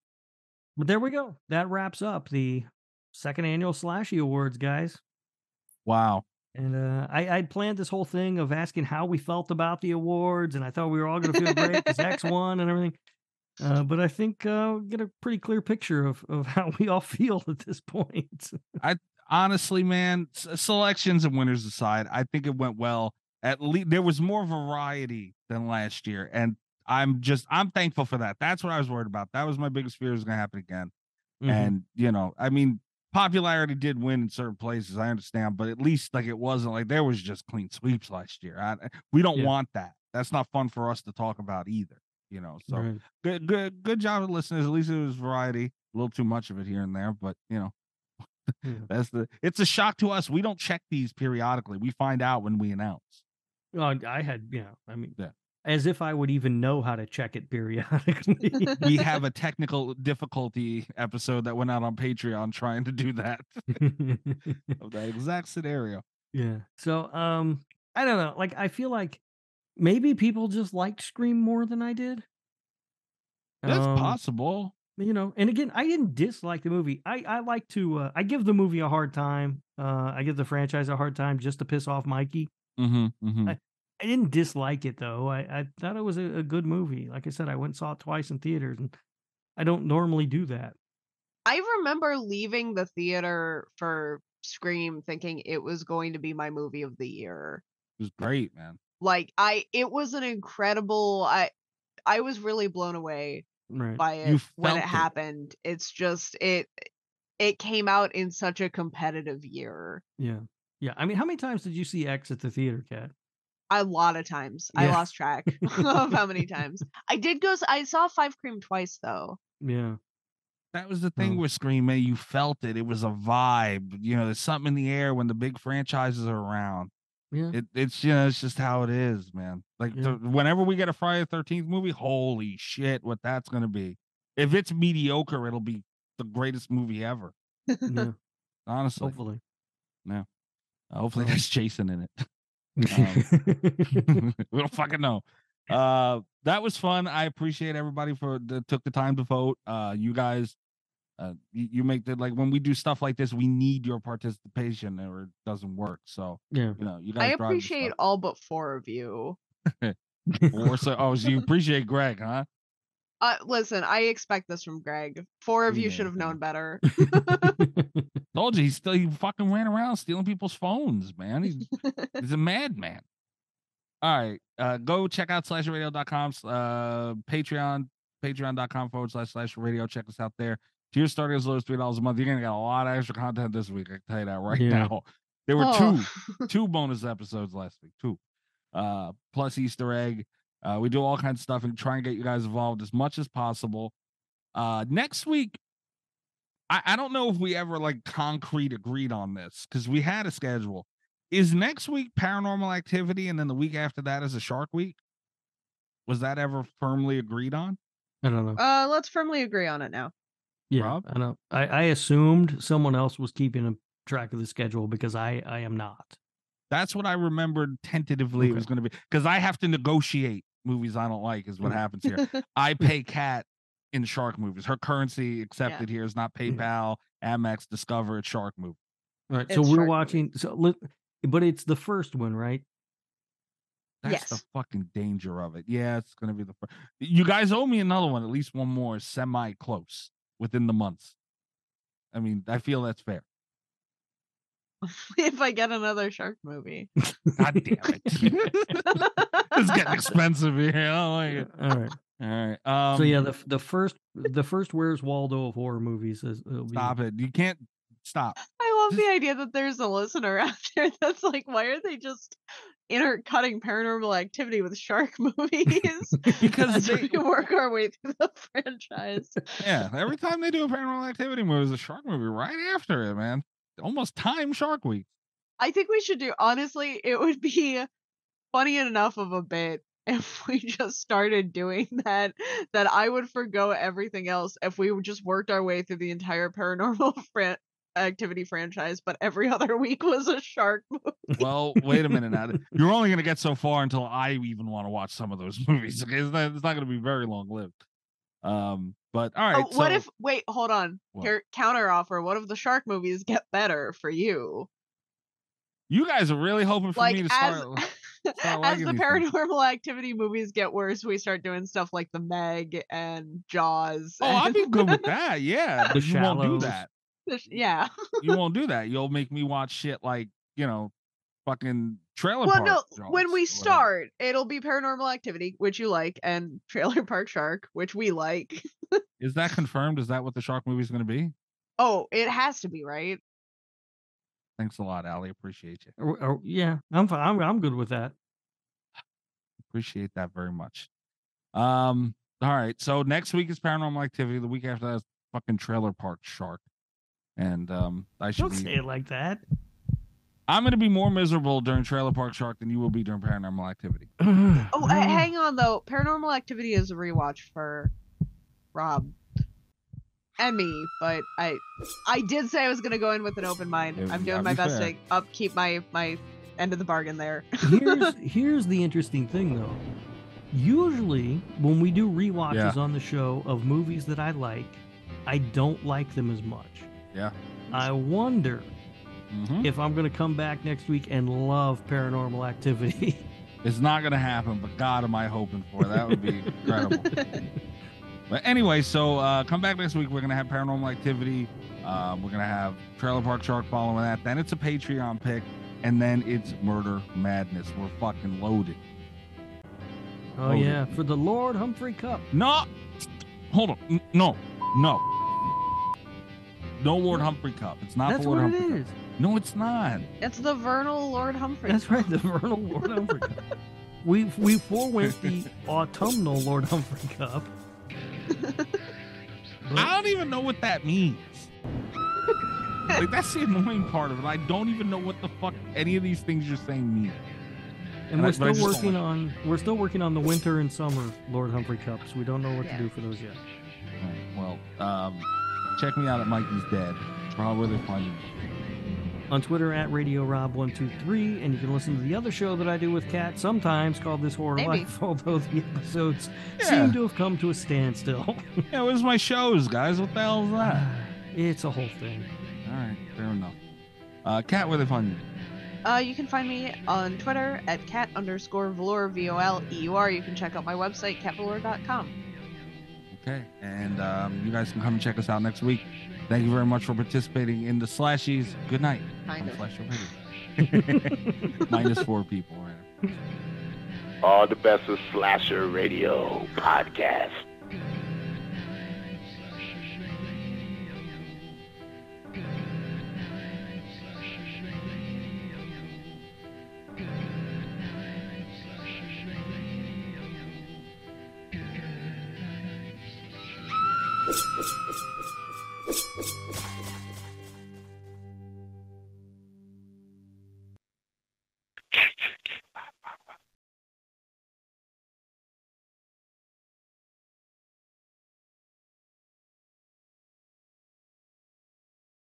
[SPEAKER 6] But there we go. That wraps up the second annual Slashy Awards, guys.
[SPEAKER 4] Wow.
[SPEAKER 6] And uh, I, I'd planned this whole thing of asking how we felt about the awards, and I thought we were all going to feel great because X won and everything. Uh, but I think uh, we get a pretty clear picture of, of how we all feel at this point.
[SPEAKER 4] Honestly, man, s- selections and winners aside, I think it went well. At least there was more variety than last year, and I'm just I'm thankful for that. That's what I was worried about. That was my biggest fear was going to happen again.
[SPEAKER 6] Mm-hmm.
[SPEAKER 4] and you know i mean popularity did win in certain places i understand but at least like it wasn't like there was just clean sweeps last year I, eh, we don't
[SPEAKER 6] Yeah.
[SPEAKER 4] want that that's not fun for us to talk about either you know so
[SPEAKER 6] Right.
[SPEAKER 4] good good good job of listeners at least it was variety a little too much of it here and there but you know
[SPEAKER 6] Yeah.
[SPEAKER 4] that's the it's a shock to us we don't check these periodically we find out when we announce
[SPEAKER 6] Well, I- I had, you know, I mean,
[SPEAKER 4] Yeah.
[SPEAKER 6] as if I would even know how to check it periodically.
[SPEAKER 4] we have a technical difficulty episode that went out on patreon trying to do that of that exact scenario
[SPEAKER 6] Yeah. So um I don't know. Like I feel like maybe people just liked Scream more than I did.
[SPEAKER 4] that's
[SPEAKER 6] Um,
[SPEAKER 4] possible
[SPEAKER 6] You know, and again, I didn't dislike the movie. I I like to uh, I give the movie a hard time. Uh I give the franchise a hard time just to piss off Mikey.
[SPEAKER 4] Mm-hmm, mm-hmm.
[SPEAKER 6] I didn't dislike it though. I, I thought it was a, a good movie. Like I said, I went and saw it twice in theaters and I don't normally do that.
[SPEAKER 5] I remember leaving the theater for Scream thinking it was going to be my movie of the year.
[SPEAKER 4] It was great, man.
[SPEAKER 5] like i it was an incredible i I was really blown away
[SPEAKER 6] Right.
[SPEAKER 5] by
[SPEAKER 4] You
[SPEAKER 5] it when
[SPEAKER 4] felt
[SPEAKER 5] it
[SPEAKER 4] it.
[SPEAKER 5] happened. It's just it it came out in such a competitive year.
[SPEAKER 6] Yeah. Yeah. I mean, how many times did you see X at the theater, Cat?
[SPEAKER 5] A lot of times. I
[SPEAKER 6] Yeah.
[SPEAKER 5] lost track of how many times. I did go s- I saw Five Cream twice though.
[SPEAKER 6] Yeah.
[SPEAKER 4] That was the thing
[SPEAKER 6] Mm.
[SPEAKER 4] with Scream, man. You felt it. It was a vibe. You know, there's something in the air when the big franchises are around.
[SPEAKER 6] Yeah.
[SPEAKER 4] It, it's you know, it's just how it is, man. Like
[SPEAKER 6] Yeah.
[SPEAKER 4] the- whenever we get a Friday the Thirteenth movie, holy shit, what that's gonna be. If it's mediocre, it'll be the greatest movie ever.
[SPEAKER 6] Yeah.
[SPEAKER 4] Honestly, hopefully,
[SPEAKER 6] Hopefully.
[SPEAKER 4] hopefully
[SPEAKER 6] well.
[SPEAKER 4] there's Jason in it. Um, we don't fucking know. Uh, that was fun. I appreciate everybody for that took the time to vote. Uh, you guys, uh, you, you make the like when we do stuff like this, we need your participation, or it doesn't work. So
[SPEAKER 6] yeah.
[SPEAKER 4] you know, you guys.
[SPEAKER 5] I
[SPEAKER 4] drive the
[SPEAKER 5] appreciate
[SPEAKER 4] stuff.
[SPEAKER 5] all but four of you.
[SPEAKER 4] Or so, oh, so you appreciate Greg, huh?
[SPEAKER 5] Uh, listen, I expect this from Greg. Four of you
[SPEAKER 4] Yeah,
[SPEAKER 5] should have
[SPEAKER 4] yeah.
[SPEAKER 5] known better.
[SPEAKER 4] Told you, he still he fucking ran around stealing people's phones, man. He's he's a madman. All right. Uh go check out slashradio.com, uh Patreon, patreon.com forward slash slash radio. Check us out there. Tier starting as low as three dollars a month. You're gonna get a lot of extra content this week. I can tell you that right
[SPEAKER 6] Yeah.
[SPEAKER 4] now. There were
[SPEAKER 5] Oh.
[SPEAKER 4] two two bonus episodes last week, two. Uh plus Easter egg. Uh we do all kinds of stuff and try and get you guys involved as much as possible. Uh next week, I, I don't know if we ever like concrete agreed on this because we had a schedule. Is next week paranormal activity and then the week after that is a shark week? Was that ever firmly agreed on?
[SPEAKER 6] I don't know.
[SPEAKER 5] Uh, let's firmly agree on it now.
[SPEAKER 6] Yeah,
[SPEAKER 4] Rob?
[SPEAKER 6] I know. I, I assumed someone else was keeping a track of the schedule because I I am not.
[SPEAKER 4] That's what I remembered tentatively it
[SPEAKER 6] Okay.
[SPEAKER 4] was going to be because I have to negotiate movies I don't like, is what
[SPEAKER 6] Okay.
[SPEAKER 4] happens here. I pay Cat in shark movies. Her currency accepted here is not
[SPEAKER 6] Mm-hmm.
[SPEAKER 4] PayPal, Amex, Discover, it's shark movie.
[SPEAKER 6] All right, so
[SPEAKER 5] It's
[SPEAKER 6] we're
[SPEAKER 5] Shark Week.
[SPEAKER 6] watching. So li- but it's the first one, right?
[SPEAKER 4] That's the
[SPEAKER 5] Yes.
[SPEAKER 4] fucking danger of it. Yeah, it's gonna be the first. You guys owe me another one, at least one more semi close within the months. I mean, I feel that's fair.
[SPEAKER 5] if I get another shark movie.
[SPEAKER 4] God damn it. it's getting expensive here. I don't like
[SPEAKER 6] Yeah,
[SPEAKER 4] it.
[SPEAKER 6] All right.
[SPEAKER 4] All right. Um,
[SPEAKER 6] so yeah, the f- the first the first Where's Waldo of horror movies is it'll be,
[SPEAKER 4] stop it. You can't stop.
[SPEAKER 5] I love
[SPEAKER 4] This-
[SPEAKER 5] the idea that there's a listener out there that's like, why are they just intercutting paranormal activity with shark movies?
[SPEAKER 4] Because
[SPEAKER 5] As
[SPEAKER 4] they,
[SPEAKER 5] we work our way through the franchise.
[SPEAKER 4] yeah, every time they do a paranormal activity movie, there's a shark movie right after it, man. Almost time shark week.
[SPEAKER 5] I think we should do honestly, it would be funny enough of a bit if we just started doing that that I would forgo everything else if we just worked our way through the entire paranormal fran- activity franchise, but every other week was a shark movie.
[SPEAKER 4] Well, wait a minute now. You're only going to get so far until I even want to watch some of those movies. Okay, it's not, going to be very long lived. Um, but all right.
[SPEAKER 5] oh, what
[SPEAKER 4] so-
[SPEAKER 5] if wait, hold on.
[SPEAKER 4] What?
[SPEAKER 5] Here, counter offer. What if the shark movies get better for you?
[SPEAKER 4] you guys are really hoping for
[SPEAKER 5] Like
[SPEAKER 4] me to
[SPEAKER 5] as
[SPEAKER 4] start? start
[SPEAKER 5] as
[SPEAKER 4] liking
[SPEAKER 5] the
[SPEAKER 4] these things.
[SPEAKER 5] paranormal activity movies get worse, we start doing stuff like the Meg and Jaws.
[SPEAKER 4] Oh, I'd
[SPEAKER 5] and
[SPEAKER 4] be good with that. Yeah,
[SPEAKER 6] The
[SPEAKER 4] but you won't do
[SPEAKER 6] Shallows.
[SPEAKER 4] that.
[SPEAKER 5] the sh- yeah.
[SPEAKER 4] You won't do that. You'll make me watch shit like you know, fucking trailer.
[SPEAKER 5] Well,
[SPEAKER 4] Park
[SPEAKER 5] no,
[SPEAKER 4] Jaws
[SPEAKER 5] when
[SPEAKER 4] or
[SPEAKER 5] we
[SPEAKER 4] whatever.
[SPEAKER 5] start, it'll be paranormal activity, which you like, and Trailer Park Shark, which we like.
[SPEAKER 4] is that confirmed? Is that what the shark movie is going to be?
[SPEAKER 5] Oh, it has to be, right?
[SPEAKER 4] Thanks a lot, Ali. Appreciate you.
[SPEAKER 6] or- or- oh, yeah, I'm fine. I'm I'm good with that.
[SPEAKER 4] appreciate that very much. Um, all right. So next week is paranormal activity. The week after that is fucking trailer park shark. And um I should
[SPEAKER 6] Don't
[SPEAKER 4] be
[SPEAKER 6] say it like that.
[SPEAKER 4] I'm gonna be more miserable during trailer park shark than you will be during paranormal activity.
[SPEAKER 5] Oh, uh, hang on though. Paranormal activity is a rewatch for Rob and me, but I I did say I was gonna go in with an open mind.
[SPEAKER 4] Yeah,
[SPEAKER 5] I'm
[SPEAKER 4] gotta
[SPEAKER 5] doing my
[SPEAKER 4] be
[SPEAKER 5] best
[SPEAKER 4] fair.
[SPEAKER 5] to upkeep my my end of the bargain there.
[SPEAKER 6] here's here's the interesting thing though. Usually when we do rewatches on the show of movies that I like, I don't like them as much.
[SPEAKER 4] Yeah.
[SPEAKER 6] I wonder
[SPEAKER 4] Mhm.
[SPEAKER 6] if I'm going to come back next week and love Paranormal Activity.
[SPEAKER 4] It's not gonna happen, but God am I hoping for. That would be incredible. But anyway, so uh, come back next week. We're gonna have paranormal activity. Um, we're gonna have Trailer Park Shark following that. Then it's a Patreon pick, and then it's Murder Madness. We're fucking loaded.
[SPEAKER 6] Oh
[SPEAKER 4] Hold it.
[SPEAKER 6] yeah, for the Lord Humphrey Cup.
[SPEAKER 4] No, hold on. N- No, no, no Lord Humphrey Cup. It's not
[SPEAKER 6] That's
[SPEAKER 4] the Lord
[SPEAKER 6] what it
[SPEAKER 4] Humphrey
[SPEAKER 6] is.
[SPEAKER 4] Cup. No, it's not.
[SPEAKER 5] It's the vernal Lord Humphrey.
[SPEAKER 6] That's right, the vernal Lord Humphrey Cup. We we forewent the autumnal Lord Humphrey Cup. But-
[SPEAKER 4] I don't even know what that means. like that's the annoying part of it. I don't even know what the fuck any of these things you're saying mean.
[SPEAKER 6] and
[SPEAKER 4] I-
[SPEAKER 6] we're
[SPEAKER 4] but I
[SPEAKER 6] still
[SPEAKER 4] just don't
[SPEAKER 6] working
[SPEAKER 4] like
[SPEAKER 6] on we're still working on the winter and summer Lord Humphrey Cups. We don't know what
[SPEAKER 5] Yeah.
[SPEAKER 6] to do for those yet.
[SPEAKER 4] Well, um, check me out at Mikey's Dad. It's Probably where they find me.
[SPEAKER 6] on Twitter at Radio Rob One Two Three, and you can listen to the other show that I do with Kat sometimes called This Horror
[SPEAKER 5] Maybe.
[SPEAKER 6] Life, although the episodes
[SPEAKER 4] Yeah.
[SPEAKER 6] seem to have come to a standstill.
[SPEAKER 4] Yeah, where's my shows, guys? What the hell is that?
[SPEAKER 6] it's a whole thing.
[SPEAKER 4] All right, fair enough. Uh, Cat, where they find you?
[SPEAKER 5] Uh, you can find me on Twitter at cat underscore velour, V O L E U R. You can check out my website, catvelour.com.
[SPEAKER 4] Okay, and um, you guys can come and check us out next week. Thank you very much for participating in the Slashies. Good night.
[SPEAKER 5] Kind
[SPEAKER 4] I'm
[SPEAKER 5] of.
[SPEAKER 4] Flash Radio. Minus four people. Right?
[SPEAKER 10] All the best with Slasher Radio Podcast.